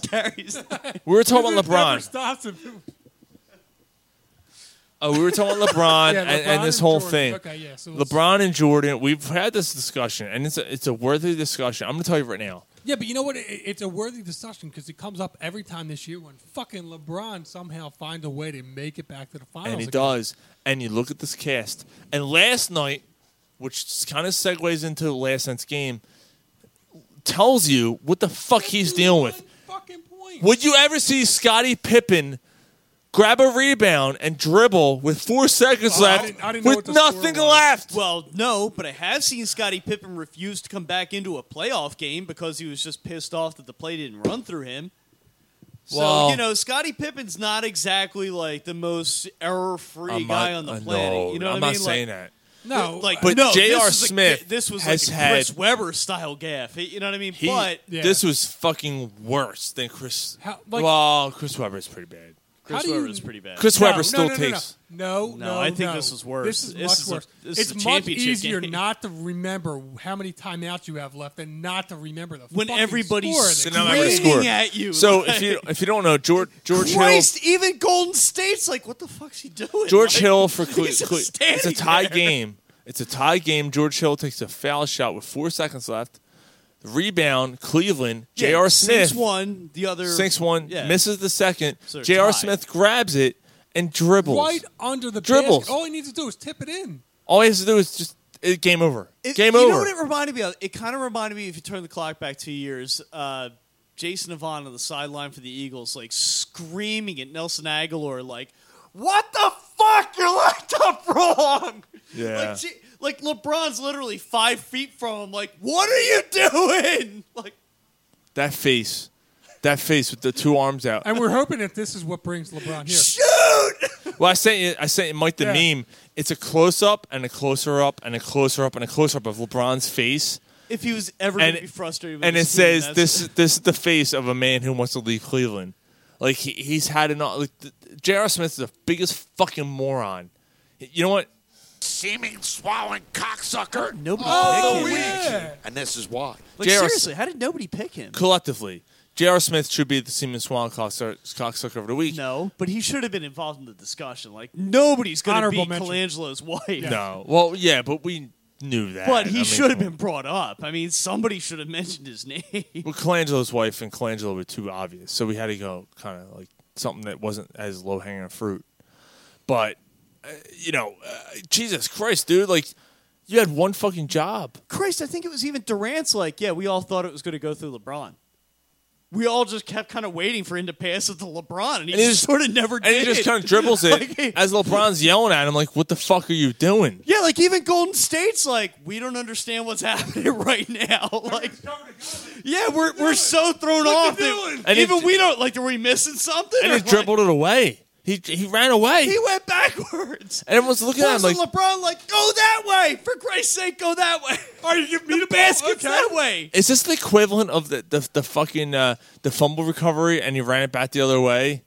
S7: Because Gary's *laughs*
S6: We were talking about LeBron.
S8: Never stops him.
S6: Oh, we were talking about LeBron,
S7: *laughs*
S8: Yeah,
S6: and,
S8: LeBron
S6: and this
S8: and
S6: whole
S8: Jordan.
S6: thing.
S8: Okay, yeah, so let's-
S6: LeBron and Jordan. We've had this discussion, and it's a, it's a worthy discussion. I'm going to tell you right now.
S7: Oh,
S8: Yeah, but you know what? It, it's a worthy discussion because it comes up every time this year when fucking LeBron somehow finds a way to make it back to the finals.
S6: and he
S8: again.
S6: does. And you look at this cast. And last night, which kind of segues into last night's game, tells you what the fuck he's dealing with. Would you ever see Scottie Pippen grab a rebound and dribble with four seconds
S7: Well, Oh, I
S6: left
S7: didn't- I didn't know what
S6: with
S7: the score
S6: nothing left?
S7: Well, no, but I have seen Scottie Pippen refuse to come back into a playoff game because he was just pissed off that the play didn't run through him. So,
S6: Well-
S7: you know, Scottie Pippen's not exactly like the most error free
S6: I'm
S7: guy
S6: not-
S7: on the
S6: uh,
S7: planet.
S6: no,
S7: you know what
S6: I'm
S7: I
S6: not
S7: mean?
S6: saying
S7: like,
S6: that.
S8: No,
S7: like
S6: but
S7: no,
S6: J.R.
S7: this was a-
S6: Smith
S7: this was
S6: has
S7: like a Chris
S6: had-
S7: Webber style gaff. You know what I mean?
S6: He-
S7: but
S6: this was fucking worse than Chris.
S8: How- like-
S6: well, Chris Webber is pretty bad.
S7: Chris
S8: How do
S7: Webber
S8: you-
S7: is pretty bad.
S6: Chris
S8: No,
S6: Webber
S8: no,
S6: still
S8: no, no,
S6: takes.
S8: No, no,
S7: No, I think
S8: no.
S7: this is worse.
S8: This is
S7: This
S8: much
S7: is a-
S8: worse.
S7: this is
S8: it's
S7: a
S8: much
S7: championship
S8: easier
S7: game.
S8: not to remember how many timeouts you have left and not to remember the
S7: When
S8: fucking
S7: everybody's
S8: score.
S6: So
S8: that-
S6: now I'm gonna
S7: Screaming
S6: score.
S7: at you,
S6: So
S7: like-
S6: if
S7: *laughs*
S6: you if you don't know George George
S7: Christ,
S6: Hill,
S7: even Golden State's like, what the fuck's he doing?
S6: George
S7: Like,
S6: Hill for Cle-
S7: *laughs* he's just
S6: Cle- it's a
S7: standing
S6: tie
S7: there.
S6: game. It's a tie game. George Hill takes a foul shot with four seconds left. The rebound, Cleveland.
S7: Yeah,
S6: J.R. Smith
S7: sinks one, the other
S6: sinks one,
S7: yeah.
S6: misses the second.
S7: So they're
S6: J.R.
S7: tied.
S6: Smith grabs it and dribbles.
S8: right under the
S6: Dribbles.
S8: basket. All he needs to do is tip it in.
S6: All he has to do is just it, game over.
S7: It-
S6: game
S7: you
S6: over.
S7: know what it reminded me of? It kind of reminded me, if you turn the clock back two years, uh, Jason Avant on the sideline for the Eagles, like screaming at Nelson Aguilar, like, what the fuck? You're locked up *laughs* wrong.
S6: yeah.
S7: Like, gee- like LeBron's literally five feet from him, like, what are you doing? *laughs* Like,
S6: That face. That face with the two arms out.
S8: And we're hoping that this is what brings LeBron here.
S6: Well, I sent you, I sent you Mike the
S8: Yeah.
S6: meme. It's a close up and a closer up and a closer up and a closer up of LeBron's face.
S7: if he was ever going
S6: And
S7: to be frustrated with
S6: and it
S7: this team,
S6: says
S7: that's-
S6: this is- this is the face of a man who wants to leave Cleveland. Like he, he's had enough. Like th- J.R. Smith is the biggest fucking moron. You know what?
S16: Seeming swallowing cocksucker.
S7: Nobody
S16: of
S7: picked
S16: the
S7: him.
S16: week.
S7: Yeah.
S16: And this is why.
S7: Like,
S6: JR
S7: seriously, how did nobody pick him?
S6: Collectively, J.R. Smith should be the Seaman Swan cocksucker, cocksucker of the week.
S7: No, but he should have been involved in the discussion. Like nobody's going to be Colangelo's wife.
S6: No. Well, yeah, but we knew that.
S7: But
S6: I
S7: he
S6: mean,
S7: should have been brought up. I mean, somebody should have mentioned his name.
S6: Well, Colangelo's wife and Colangelo were too obvious, so we had to go kind of like something that wasn't as low hanging fruit. But uh, you know, uh, Jesus Christ, dude! Like you had one fucking job.
S7: *laughs* Christ, I think it was even Durant's like, yeah, we all thought it was going to go through LeBron. We all just kept kind of waiting for him to pass it to LeBron, and he,
S6: And he
S7: just *laughs*
S6: just-
S7: sort of never
S6: And
S7: did.
S6: he just kind of dribbles it
S7: *laughs* Like,
S6: as LeBron's yelling at him, like, "What the fuck are you doing?"
S7: yeah, like even Golden State's like, we don't understand what's *laughs* happening right now. *laughs* Like, yeah, we're we're so thrown off. That
S6: And
S7: even
S6: he-
S7: we don't like. Are we missing something?
S6: And
S7: or
S6: he
S7: what?
S6: dribbled it away. He he ran away.
S7: He went backwards.
S6: And everyone's looking at him
S7: Wasn't
S6: like-
S7: LeBron, like, go that way. For Christ's sake, go
S6: *laughs*
S7: that way. Are you giving me the basket's that way?
S6: Is this the equivalent of the the, the fucking uh, the fumble recovery and he ran it back the other way?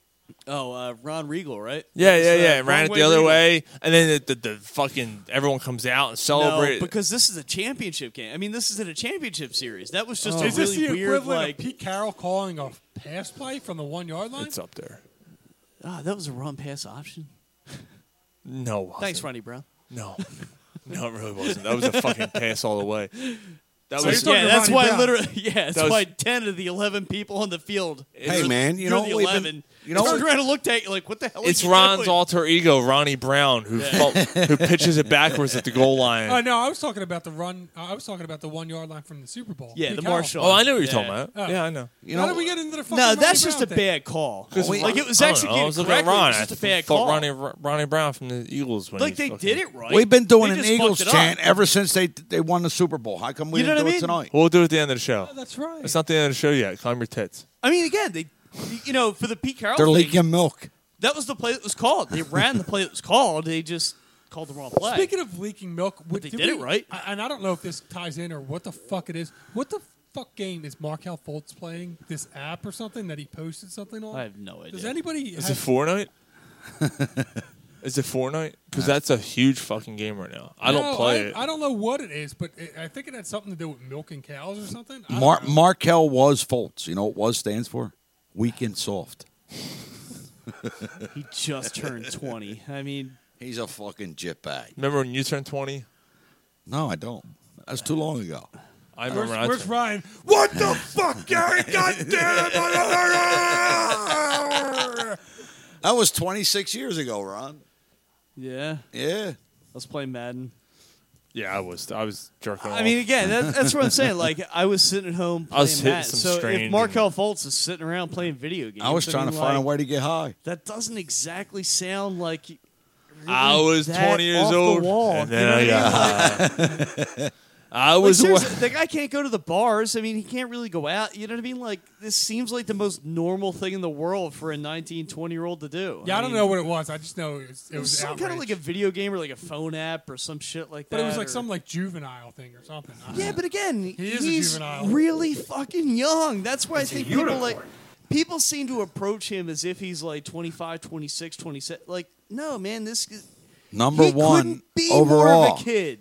S7: Oh, uh, Ron Regal, right?
S6: Yeah,
S7: That was,
S6: yeah,
S7: uh,
S6: yeah. and ran it
S7: wrong-way
S6: the other
S7: Regal.
S6: way, and then the, the, the fucking everyone comes out and
S7: No,
S6: celebrate.
S7: because this is a championship game. I mean, this is in a championship series. That was just a
S8: is this
S7: really
S8: the
S7: weird,
S8: equivalent
S7: like,
S8: of Pete Carroll calling a pass play from the one yard line?
S6: it's up there.
S7: ah, that was a run pass option.
S6: No, it wasn't.
S7: Thanks, Ronnie Brown.
S6: No, *laughs* no, it really wasn't. That was a fucking pass all the way. That
S7: *laughs* So
S6: was
S7: yeah, that's why literally, *laughs* yeah, that's
S6: Oh, That was-
S7: why ten of the eleven people on the field.
S6: Hey, man, you
S7: are
S6: know
S7: the
S6: what we've been-
S7: eleven.
S6: you know
S7: turned
S6: what-
S7: around and looked at you like, what the hell?
S6: It's
S7: are you
S6: Ron's
S7: doing?
S6: alter ego, Ronnie Brown, who
S7: Yeah.
S6: fu-
S7: *laughs*
S6: who pitches it backwards at the goal line.
S8: Oh no, I was talking about the run. uh, I was talking about the one yard line from the Super Bowl.
S7: Yeah,
S8: Pete
S7: the
S8: Carroll.
S7: Marshall.
S6: Oh, I know what you're talking about.
S8: Oh.
S6: Yeah, I know.
S8: How did we get into the fucking
S7: No,
S8: Ronnie
S7: that's just
S8: Brown
S7: a
S8: thing?
S7: bad call.
S6: 'Cause we-
S7: like it was
S6: I don't know,
S7: executed
S6: I was looking at
S7: correctly.
S6: Ron.
S7: It was just
S6: I
S7: a bad
S6: thought
S7: call.
S6: Ronnie, Ronnie Brown from the Eagles. When
S7: Like
S6: he
S7: they
S6: fucking-
S7: did it right.
S9: We've been doing
S7: They
S9: an
S7: just
S9: Eagles
S7: fucked it
S9: chant
S7: up.
S9: ever since they they won the Super Bowl. How come we
S7: You know
S9: didn't do
S7: what I
S9: it
S7: mean?
S9: tonight?
S6: We'll do it at the end of the show.
S8: Oh, that's right.
S6: It's not the end of the show yet. Climb your tits.
S7: I mean, again, they, you know, for the Pete Carroll,
S9: They're
S7: thing,
S9: leaking milk.
S7: That was the play that was called. They ran the play that was called. They just called the wrong play.
S8: Speaking of leaking milk, what,
S7: they did it right.
S8: I, and I don't know if this ties in or what the fuck it is. What the fuck game is Markel Fultz playing? This app or something that he posted something on?
S7: I have no
S8: Does
S7: idea.
S8: anybody?
S6: Is it
S8: have-
S6: Fortnite? *laughs* Is it Fortnite? Because that's a huge fucking game right now. I
S8: No,
S6: don't play
S8: I,
S6: it.
S8: I don't know what it is, but it, I think it had something to do with milking cows or something. I don't
S9: Mar-
S8: know.
S9: Markel was Fultz. You know what was stands for? Weak and soft.
S7: he just turned twenty. I *laughs* mean,
S9: he's a fucking jitbag.
S6: Remember when you turned 20?
S9: No, I don't. That's too long ago.
S6: I
S8: Where's,
S6: remember. I
S8: where's
S6: turned-
S8: Ryan? What the fuck, Gary? God damn it!
S9: That was 26 years ago, Ron.
S7: yeah,
S9: Yeah.
S7: let's play Madden.
S6: yeah, I was. I was jerking.
S7: I mean, again, that, that's what I'm saying. Like, I was sitting at home
S6: I
S7: playing
S6: was hitting
S7: Madden.
S6: some
S7: so if
S6: strange
S7: Markel Fultz is sitting around playing video games,
S9: I was trying
S7: mean,
S9: to find
S7: like,
S9: a way to get high.
S7: That doesn't exactly sound like. Really
S6: I was
S7: that
S6: 20 years
S7: off
S6: old,
S7: The wall,
S6: and
S7: you know
S6: then
S7: what
S6: I
S7: mean? Like-
S6: got *laughs* high. I
S7: Like,
S6: was. wa-
S7: seriously, the guy can't go to the bars. I mean, he can't really go out. You know what I mean? Like this seems like the most normal thing in the world for a 19, 20 year old to do.
S8: Yeah, I don't
S7: mean,
S8: know what it was. I just know it was,
S7: It was, some kind of
S8: outrage.
S7: like a video game or like a phone app or some shit like that.
S8: But it was like
S7: or-
S8: some like juvenile thing or something. I don't
S7: Yeah,
S8: know.
S7: but again,
S8: He is a
S7: he's
S8: juvenile.
S7: really fucking young. That's why I think people
S8: unicorn.
S7: like people seem to approach him as if he's like 25, 26, 27. Like, no, man, this is-
S9: Number
S7: he
S9: one
S7: couldn't be more
S9: overall.
S7: of a kid.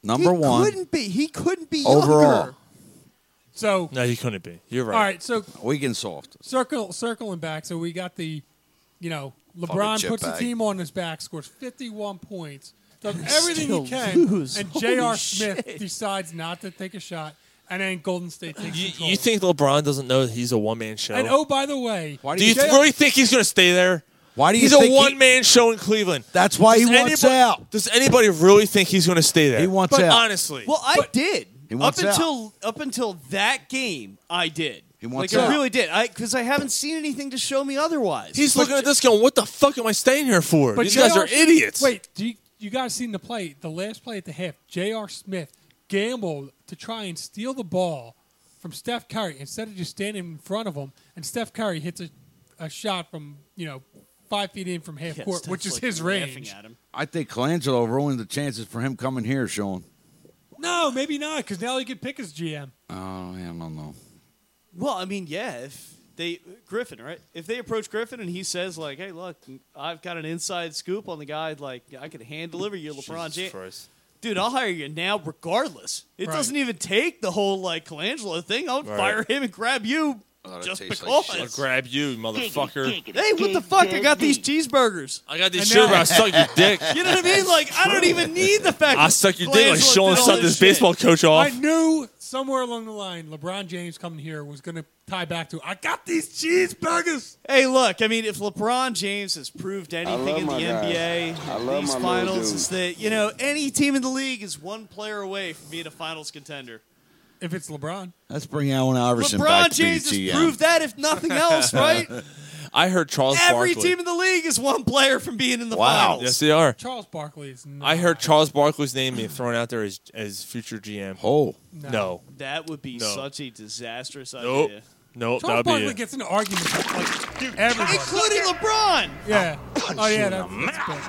S9: Number
S7: he
S9: one
S7: couldn't be. He couldn't be
S9: overall.
S7: younger.
S8: So
S6: no, you couldn't be. You're right.
S8: All right, so
S9: Weak and soft.
S8: circle circling back. So we got the, you know,
S9: Fucking
S8: LeBron
S9: chip
S8: puts the
S9: bag.
S8: team on his back, scores 51 points, does
S9: And
S8: everything
S9: still
S8: he can,
S9: lose.
S8: and
S9: Holy
S8: J.R. Smith
S9: shit.
S8: decides not to take a shot, and then Golden State takes
S6: You,
S8: control.
S6: you think LeBron doesn't know that he's a one man show?
S8: and oh, by the way,
S6: do you th- really think he's going to stay there? Why
S9: do you
S6: he's
S9: think
S6: a
S9: he-
S6: one man show in Cleveland?
S9: That's why he
S6: Does
S9: wants
S6: anybody-
S9: out.
S6: Does anybody really think he's going to stay there? He
S9: wants
S6: but
S9: out.
S6: Honestly,
S7: Well, I did.
S9: He wants
S7: up
S9: out.
S7: until up until that game, I did. He
S9: wants
S7: like
S9: out.
S7: I really did. I because I haven't seen anything to show me otherwise.
S6: he's looking at this going, "What the fuck am I staying here for? These guys
S8: J.R.
S6: are idiots."
S8: Wait, do you, you guys seen the play? The last play at the half, J.R. Smith gambled to try and steal the ball from Steph Curry instead of just standing in front of him, and Steph Curry hits a, a shot from you know five feet in from half
S7: Yeah,
S8: court,
S7: Steph's,
S8: which is
S7: like,
S8: his
S7: laughing
S8: range.
S7: at him.
S9: I think Colangelo ruined the chances for him coming here, Sean.
S8: No, maybe not, because now he could pick his GM.
S9: Oh, yeah, I don't know.
S7: Well, I mean, yeah, if they Griffin, right? If they approach Griffin and he says like, "Hey, look, I've got an inside scoop on the guy. Like, I can hand deliver you, LeBron James." dude, I'll hire you now regardless. It
S6: Right.
S7: doesn't even take the whole like Colangelo thing. I'll
S6: Right.
S7: fire him and grab you
S6: Oh, that
S7: just
S6: tastes
S7: because.
S6: like shit. I'll grab you, motherfucker.
S7: Hey, what the fuck? I got these cheeseburgers.
S6: I got these
S7: And now-
S6: shit, but I suck your dick.
S7: *laughs* You know what I mean? Like, I don't even need the fact.
S6: I
S7: that
S6: suck your dick like
S7: Colangelo
S6: Sean
S7: did all
S6: sucked
S7: this
S6: his baseball coach
S8: I
S6: off.
S8: knew somewhere along the line LeBron James coming here was going to tie back to I got these cheeseburgers.
S7: Hey, look, I mean, if LeBron James has proved anything in the
S8: my guy.
S7: NBA,
S8: I love
S7: these
S8: my little
S7: finals,
S8: dude.
S7: is that, you know, any team in the league is one player away from being a finals contender.
S8: If it's LeBron.
S9: Let's bring Allen Iverson back
S7: LeBron James
S9: to
S7: has
S9: be GM.
S7: proved that,
S6: *laughs*
S7: if nothing else, right?
S6: I heard Charles
S7: Every
S6: Barkley.
S7: team in the league is one player from being in the finals.
S6: Yes, they are.
S8: Charles Barkley is
S6: I heard Charles Barkley's name being thrown out there as as future GM.
S9: Oh
S6: no,
S7: That would be
S6: No.
S7: such a disastrous
S6: nope,
S7: idea.
S6: nope. That'd
S8: Charles
S6: be
S8: Barkley
S6: it.
S8: gets into arguments with like everybody.
S7: Including LeBron.
S8: Yeah.
S6: punch
S8: Oh
S6: you
S8: yeah.
S6: in
S8: That's,
S6: the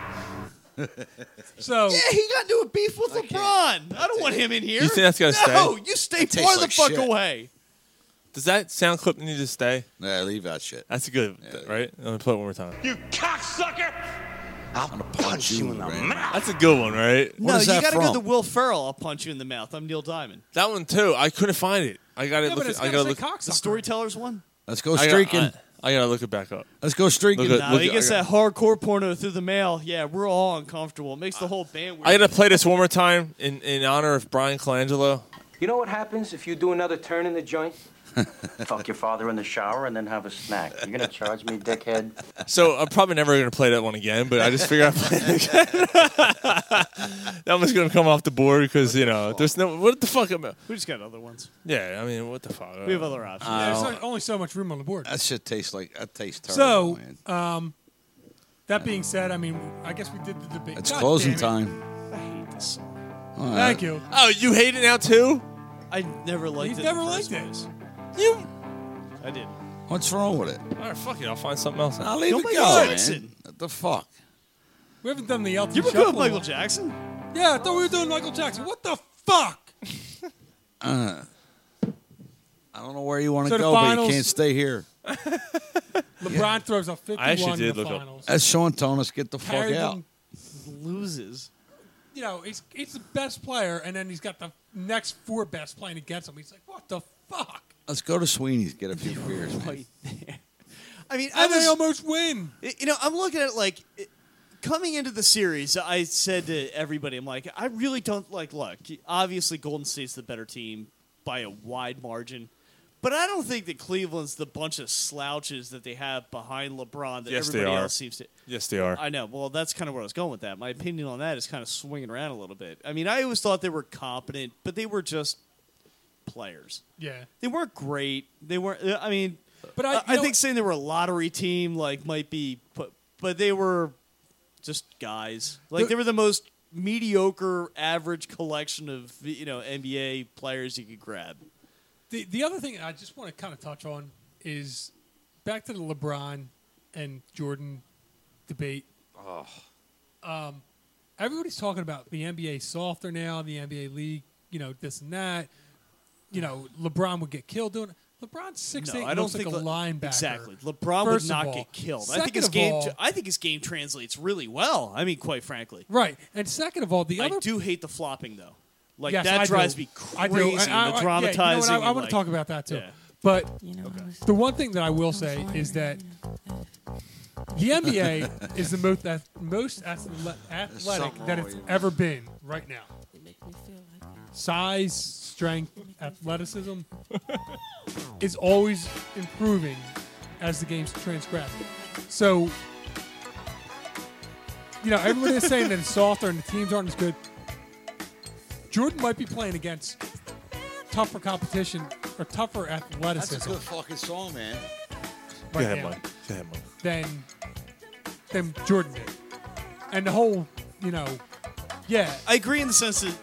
S8: that's bad. *laughs* so
S7: Yeah, he got into a beef with LeBron. I don't want him in here.
S6: You think that's
S7: no,
S6: gonna stay?
S7: you stay
S6: That tastes
S7: far
S6: like
S7: the fuck
S6: shit.
S7: away.
S6: Does that sound clip need to stay?
S9: Nah, leave that shit.
S6: That's a good, right? Let me play it one more time.
S16: You cocksucker!
S9: I'm gonna punch you in the mouth.
S6: That's a good one, right?
S7: no, you gotta go to Will Ferrell. I'll punch you in the mouth. I'm Neil Diamond.
S6: that one too. I couldn't find it. I gotta
S7: Yeah, but
S6: look.
S7: it's
S6: It, I
S7: gotta
S6: gotta
S7: say
S6: look.
S7: cocksucker. The storytellers one.
S9: Let's go
S6: I gotta-
S9: streaking.
S6: I, I gotta look it back up.
S9: Let's go streaking.
S6: Look at-
S7: Nah,
S6: look
S7: he
S6: at-
S7: gets
S6: I
S7: that hardcore porno through the mail. Yeah, we're all uncomfortable. It makes the whole band weird.
S6: I gotta play this one more time in, in honor of Brian Colangelo.
S3: You know what happens if you do another turn in the joint? Fuck your father in the shower and then have a snack. You're gonna charge me, dickhead.
S6: So I'm probably never gonna play that one again, but I just figured I'd play it again. *laughs* that one's gonna come off the board because you know there's no what the fuck am I-
S7: We just got other ones.
S6: Yeah, I mean what the fuck.
S7: We have other options.
S6: Uh,
S8: Yeah, there's not- only so much room on the board.
S9: That shit tastes like that tastes terrible.
S8: So, um, that being said, I mean, I guess we did the debate.
S9: it's
S8: God
S9: closing
S8: damn it.
S9: time.
S7: I hate this song.
S9: All right.
S8: Thank you.
S6: Oh, you hate it now too?
S7: I never liked
S8: He's
S7: it.
S8: never
S7: in the
S8: liked
S7: first
S8: it.
S7: place.
S6: You.
S7: I did.
S9: What's wrong with it?
S6: All right, fuck it. I'll find something else.
S9: I'll leave
S6: Don't
S9: it
S6: make
S9: go,
S6: sense.
S9: man. What the fuck?
S8: We haven't done the Elton
S7: You were
S8: Shuffle
S7: good with Michael
S8: one.
S7: Jackson.
S8: Yeah, I thought we were doing Michael Jackson. What the fuck?
S9: Uh, I don't know where you want to
S8: So the
S9: go, but
S8: finals-
S9: you can't stay here.
S8: LeBron throws a 51 in the finals.
S9: That's Sean Thomas. Get the fuck
S8: Carried
S9: out.
S8: them-
S7: Loses.
S8: You know, he's he's the best player, and then he's got the next four best playing against him. He's like, what the fuck?
S9: Let's go to Sweeney's. Get a few beers. man.
S7: I mean, I
S8: And they
S7: was,
S8: almost win.
S7: you know, I'm looking at it like it- coming into the series. I said to everybody, I'm like, I really don't like. Look, obviously, Golden State's the better team by a wide margin. But I don't think that Cleveland's the bunch of slouches that they have behind LeBron that
S6: Yes, they
S7: everybody
S6: are.
S7: else seems to. *laughs*
S6: Yes, they are.
S7: I know. Well, that's kind of where I was going with that. My opinion on that is kind of swinging around a little bit. I mean, I always thought they were competent, but they were just players.
S8: Yeah.
S7: They weren't great. They weren't. uh, I mean,
S8: But
S7: but
S8: I-
S7: I,
S8: you
S7: I
S8: know-
S7: think saying they were a lottery team like might be, but but they were just guys. Like
S8: The-
S7: they were the most mediocre, average collection of you know NBA players you could grab.
S8: The the other thing I just want to kind of touch on is back to the LeBron and Jordan debate.
S11: Oh.
S8: Um, everybody's talking about the NBA softer now, the NBA league, you know, this and that. You know, LeBron would get killed doing. it. LeBron's six eight.
S7: I don't
S8: looks
S7: think
S8: like a
S7: Le-
S8: linebacker.
S7: Exactly, LeBron
S8: First
S7: would not
S8: of all.
S7: get killed. I
S8: Second
S7: think his
S8: of
S7: game.
S8: all-
S7: I think his game translates really well. I mean, quite frankly,
S8: right. And second of all, the
S7: I
S8: other
S7: do hate the flopping though. Like
S8: Yes,
S7: that
S8: I do.
S7: drives me
S8: I do.
S7: crazy. and the
S8: I- I- yeah, you know what,
S7: dramatizing.
S8: I,
S7: and,
S8: I want
S7: like-
S8: to talk about that too.
S7: Yeah.
S8: But the one thing that I will say is that the
S7: *laughs*
S8: NBA is the most ath- most athle- athletic
S14: something
S8: that
S14: wrong
S8: it's
S14: with you.
S8: ever been right now. Size, strength, athleticism is always improving as the game's transgressing. So, you know, everyone is saying that it's softer and the teams aren't as good. Jordan might be playing against tougher competition or tougher athleticism.
S9: That's a good fucking song, man.
S8: Go ahead, Mike. than than Jordan did. And the whole, you know, yeah,
S7: I agree in the sense that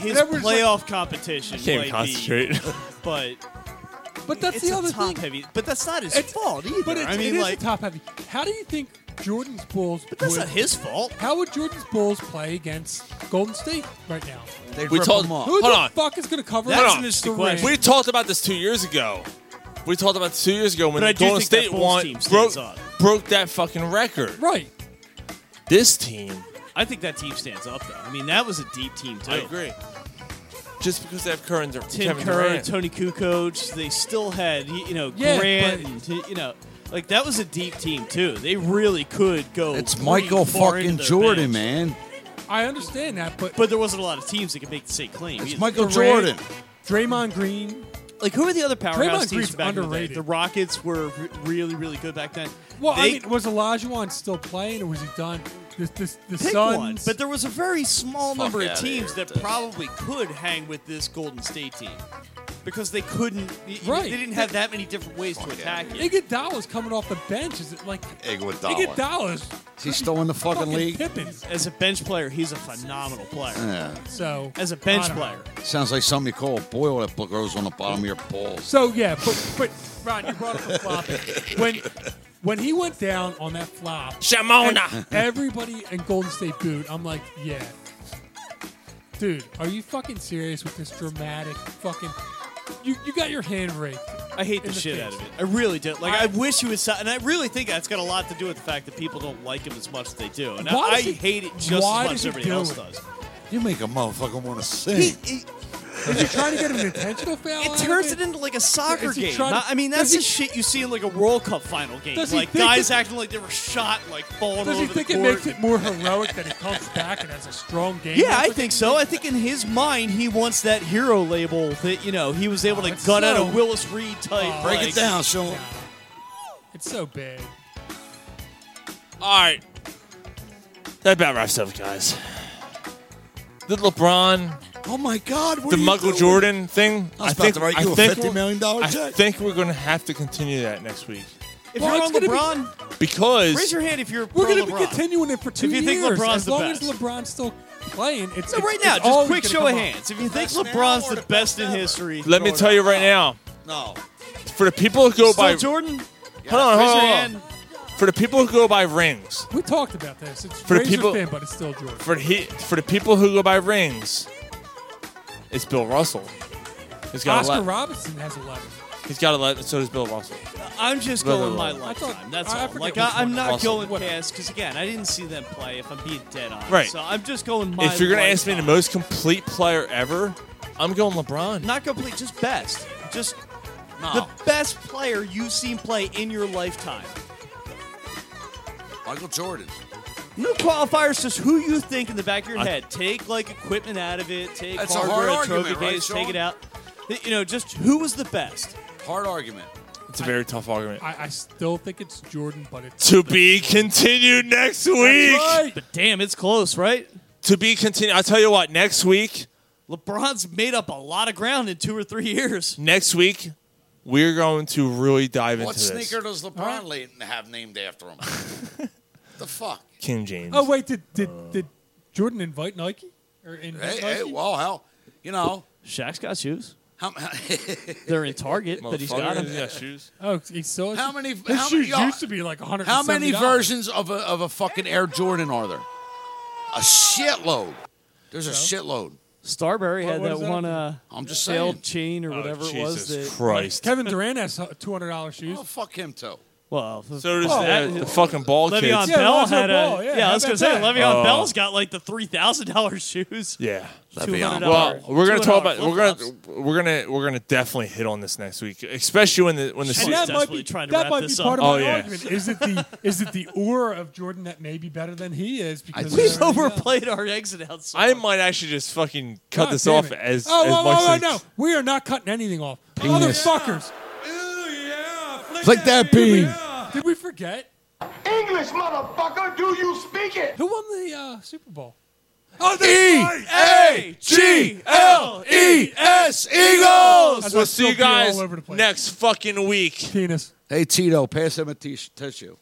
S7: his
S8: That was like-
S7: playoff competition.
S6: I can't
S7: might
S6: concentrate.
S7: Be, but
S8: but that's
S7: it's
S8: the
S7: a
S8: other
S7: top
S8: thing.
S7: heavy. But that's not his
S8: It's-
S7: fault either.
S8: But it's,
S7: I
S8: it
S7: mean,
S8: is
S7: like
S8: a top heavy. How do you think Jordan's Bulls? But
S7: that's not his fault.
S8: How would Jordan's Bulls play against Golden State right now?
S9: They'd
S6: We
S9: rip
S6: told-
S9: them up.
S8: Who
S6: Hold
S8: the
S6: on.
S8: fuck is going to cover?
S6: Hold
S8: up
S6: on.
S8: Durant?
S6: We talked about this two years ago. We talked about this two years ago when
S7: But I
S6: the
S7: do
S6: Golden
S7: think that
S6: State
S7: Bulls
S6: won
S7: team stands
S6: broke,
S7: up.
S6: broke that fucking record.
S8: Right.
S6: This team
S7: I think that team stands up, though. I mean, that was a deep team, too.
S6: I agree. Just because they have Curran, they're
S7: Tim
S6: Kevin
S7: Kerr,
S6: Durant.
S7: Tony Kukoc, they still had, y- you know,
S6: Yeah,
S7: Grant, and, you know, like that was a deep team, too. They really could go.
S9: It's
S7: pretty
S9: Michael
S7: far into
S9: fucking
S7: their
S9: Jordan,
S7: bench.
S9: man.
S8: I understand that, but
S7: but there wasn't a lot of teams that could make the same claim.
S9: It's
S7: either.
S9: Michael Jordan.
S8: Draymond Green.
S7: Like who are the other powerhouse
S8: Draymond
S7: teams
S8: Green's
S7: back in the day?
S8: underrated.
S7: The Rockets were re- really, really good back then.
S8: Well,
S7: They-
S8: I mean, was Olajuwon still playing, or was he done? The, the, the
S7: Pick
S8: Suns,
S7: one. But there was a very small
S8: Fuck
S7: number of
S8: outta
S7: teams
S8: here
S7: that probably could hang with this Golden State team because they couldn't. y- y-
S8: Right.
S7: They didn't have that many different ways to attack it.
S8: Iguodala's coming off the bench. Is it like
S9: Iguodala.
S8: Iguodala's
S9: Is he still in the fucking, league?
S7: As a bench player, he's a phenomenal player.
S9: Yeah.
S8: So
S7: as a bench
S8: Eh. I don't know.
S7: player,
S9: Sounds like something you call a boil that grows on the bottom of your balls.
S8: So yeah, but but Ron, you brought up the flop. when when he went down on that flop,
S6: Shamona.
S8: and everybody in Golden State booed. I'm like, yeah, dude, are you fucking serious with this dramatic fucking? You you got your hand raped.
S7: I hate the, shit out of it. I really do. Like I, wish he was, si- and I really think that's got a lot to do with the fact that people don't like him as much as they do, and I,
S8: Why
S7: I
S8: does he-
S7: hate it just as
S8: why
S7: much
S8: does
S7: as
S8: he
S7: everybody
S8: do
S7: else
S8: it?
S7: does.
S9: You make a motherfucker want to sing.
S8: Did you try to get him an intentional foul?
S7: It turns it into like a soccer
S8: Is he
S7: game.
S8: trying to-
S7: Not- I mean, that's
S8: does he-
S7: the shit you see in like a World Cup final game.
S8: Does he
S7: Like
S8: think
S7: guys
S8: that-
S7: acting like they were shot, like falling
S8: Does
S7: all
S8: he
S7: over the
S8: think it
S7: court.
S8: makes it more heroic that he comes back and has a strong game?
S7: yeah, I think so. I think in his mind, he wants that hero label that you know he was able to
S8: that's
S7: gut out
S8: Oh, so- Oh,
S7: a Willis Reed type.
S9: Break
S7: like-
S9: it down, Sean.
S8: It's so big.
S6: All right. That about wraps up, guys. The LeBron,
S9: Oh my God! What
S6: the
S9: are you
S6: Michael
S9: doing?
S6: Jordan thing.
S9: I was about
S6: think
S9: to write
S6: I
S9: you a
S6: think
S9: $50 million
S6: I
S9: check.
S6: think we're going to have to continue that next week
S7: If
S8: Well,
S7: you're
S8: it's
S7: on
S8: gonna be-
S7: LeBron,
S8: *laughs*
S6: because
S7: raise your hand if you're pro
S8: We're going to be
S7: LeBron.
S8: continuing it for two
S7: If you think
S8: years.
S7: LeBron's
S8: as
S7: the
S8: long
S7: best.
S8: as LeBron's still playing, it's
S7: So
S8: it's-
S7: right now,
S8: it's
S7: just
S8: always
S7: quick
S8: gonna
S7: show
S8: come
S7: of
S8: up.
S7: hands. If you think LeBron's the best in history,
S6: Let me
S7: throw it
S6: tell you
S7: up.
S6: right now,
S9: No.
S6: for the people who go
S7: Still
S6: by
S7: Jordan.
S6: Hold on,
S7: Raise
S6: hold
S7: your
S6: on,
S7: hand.
S6: hold on. For the people who go by rings,
S8: We talked about this. It's
S6: For the
S8: razor
S6: people-
S8: thin, but it's still Jordan.
S6: for the he, for the people who go by rings, it's Bill Russell. He's got
S8: Oscar
S6: a lot.
S8: Robinson has 11.
S6: He's got a lot. So does Bill Russell.
S7: I'm just
S6: Blah, blah,
S7: going
S6: blah.
S7: my
S6: I
S7: lifetime.
S8: thought-
S7: That's
S8: I
S7: all.
S8: forget
S7: Like
S8: which
S7: I, I'm
S8: one.
S7: not
S6: Awesome.
S7: going past because again, I didn't see them play. If I'm being dead honest,
S6: Right.
S7: So I'm just going my.
S6: if you're gonna
S7: lifetime.
S6: ask me the most complete player ever, I'm going LeBron.
S7: not complete, just best, just
S9: No.
S7: the best player you've seen play in your lifetime.
S9: Michael Jordan.
S7: No qualifiers, just who you think in the back of your
S9: I-
S7: head. Take like equipment out of it. Take
S9: That's a hard
S7: hardware, and
S9: argument,
S7: trophy
S9: right,
S7: case,
S9: Sean?
S7: take it out. You know, just who was the best.
S9: Hard argument.
S6: It's a very tough argument.
S8: I, I still think it's Jordan, but it's
S6: To be continued next week.
S8: right.
S7: But damn, it's close, right?
S6: To be continued. I'll tell you what. Next week.
S7: LeBron's made up a lot of ground in two or three years.
S6: Next week, we're going to really dive
S9: What
S6: into
S9: sneaker
S6: this.
S9: does LeBron la- have named after *laughs* him? the fuck?
S6: King James.
S8: Oh wait, did did, did Jordan invite Nike or invite
S9: Hey,
S8: Nike?
S9: hey, well, hell, you know.
S7: Shaq's got shoes.
S9: How, *laughs*
S7: They're in Target, but he's got
S6: Motherfucker.
S7: them.
S6: Yeah, shoes.
S8: Oh, he still
S9: how many?
S8: His
S9: how,
S8: shoes
S9: yo,
S8: used to be like 100.
S9: how many versions of a, of a fucking Air Jordan are there? A shitload. There's a shitload.
S7: Starberry had
S8: What- what
S7: that,
S8: is that?
S7: one uh,
S9: I'm just
S7: failed
S9: saying.
S7: chain or whatever it
S6: Oh,
S7: was.
S6: Jesus
S7: That,
S6: Christ.
S8: Kevin Durant has 200 dollars shoes.
S9: Oh, fuck him too.
S7: well,
S6: So does
S7: fuck
S6: the- the, fucking ball
S7: Le'Veon
S6: kids.
S8: Yeah,
S7: Bell
S8: Lonzo
S7: had
S8: Ball,
S7: a
S8: yeah,
S7: yeah.
S8: how
S7: I was gonna
S8: about
S7: say
S8: that?
S7: Le'Veon
S6: Oh.
S7: Bell's got like the three thousand dollars shoes.
S6: Yeah.
S9: Le'Veon.
S7: $200.
S6: Well, we're gonna talk about
S7: $200
S6: we're gonna
S7: flip-flops.
S6: we're gonna we're gonna definitely hit on this next week, especially when the when the
S7: And
S6: se-
S8: And that might
S7: desperately
S8: be
S7: trying to
S8: that
S7: wrap
S8: might
S7: this
S8: be
S7: up.
S8: part of
S6: Oh,
S8: my
S6: yeah.
S8: argument. Is it the is it the aura of Jordan that may be better than he is because of
S7: We've
S8: everything else?
S7: overplayed our exit out. so
S6: I
S7: much.
S6: might actually just fucking cut
S8: God
S6: this
S8: damn
S6: off
S8: it.
S6: as
S8: oh,
S6: as
S8: oh,
S6: much
S8: oh,
S6: as
S8: no, we are not cutting anything off.
S6: Penis.
S8: Motherfuckers,
S9: Flick that bean.
S8: did we forget
S14: English, motherfucker, do you speak it?
S8: who won the uh, Super Bowl?
S9: Oh, E A G L E S Eagles.
S6: We'll see you
S8: That's still
S6: guys
S8: all over the place.
S6: next fucking week.
S8: Penis.
S9: Hey Tito, pass him a tis- tissue.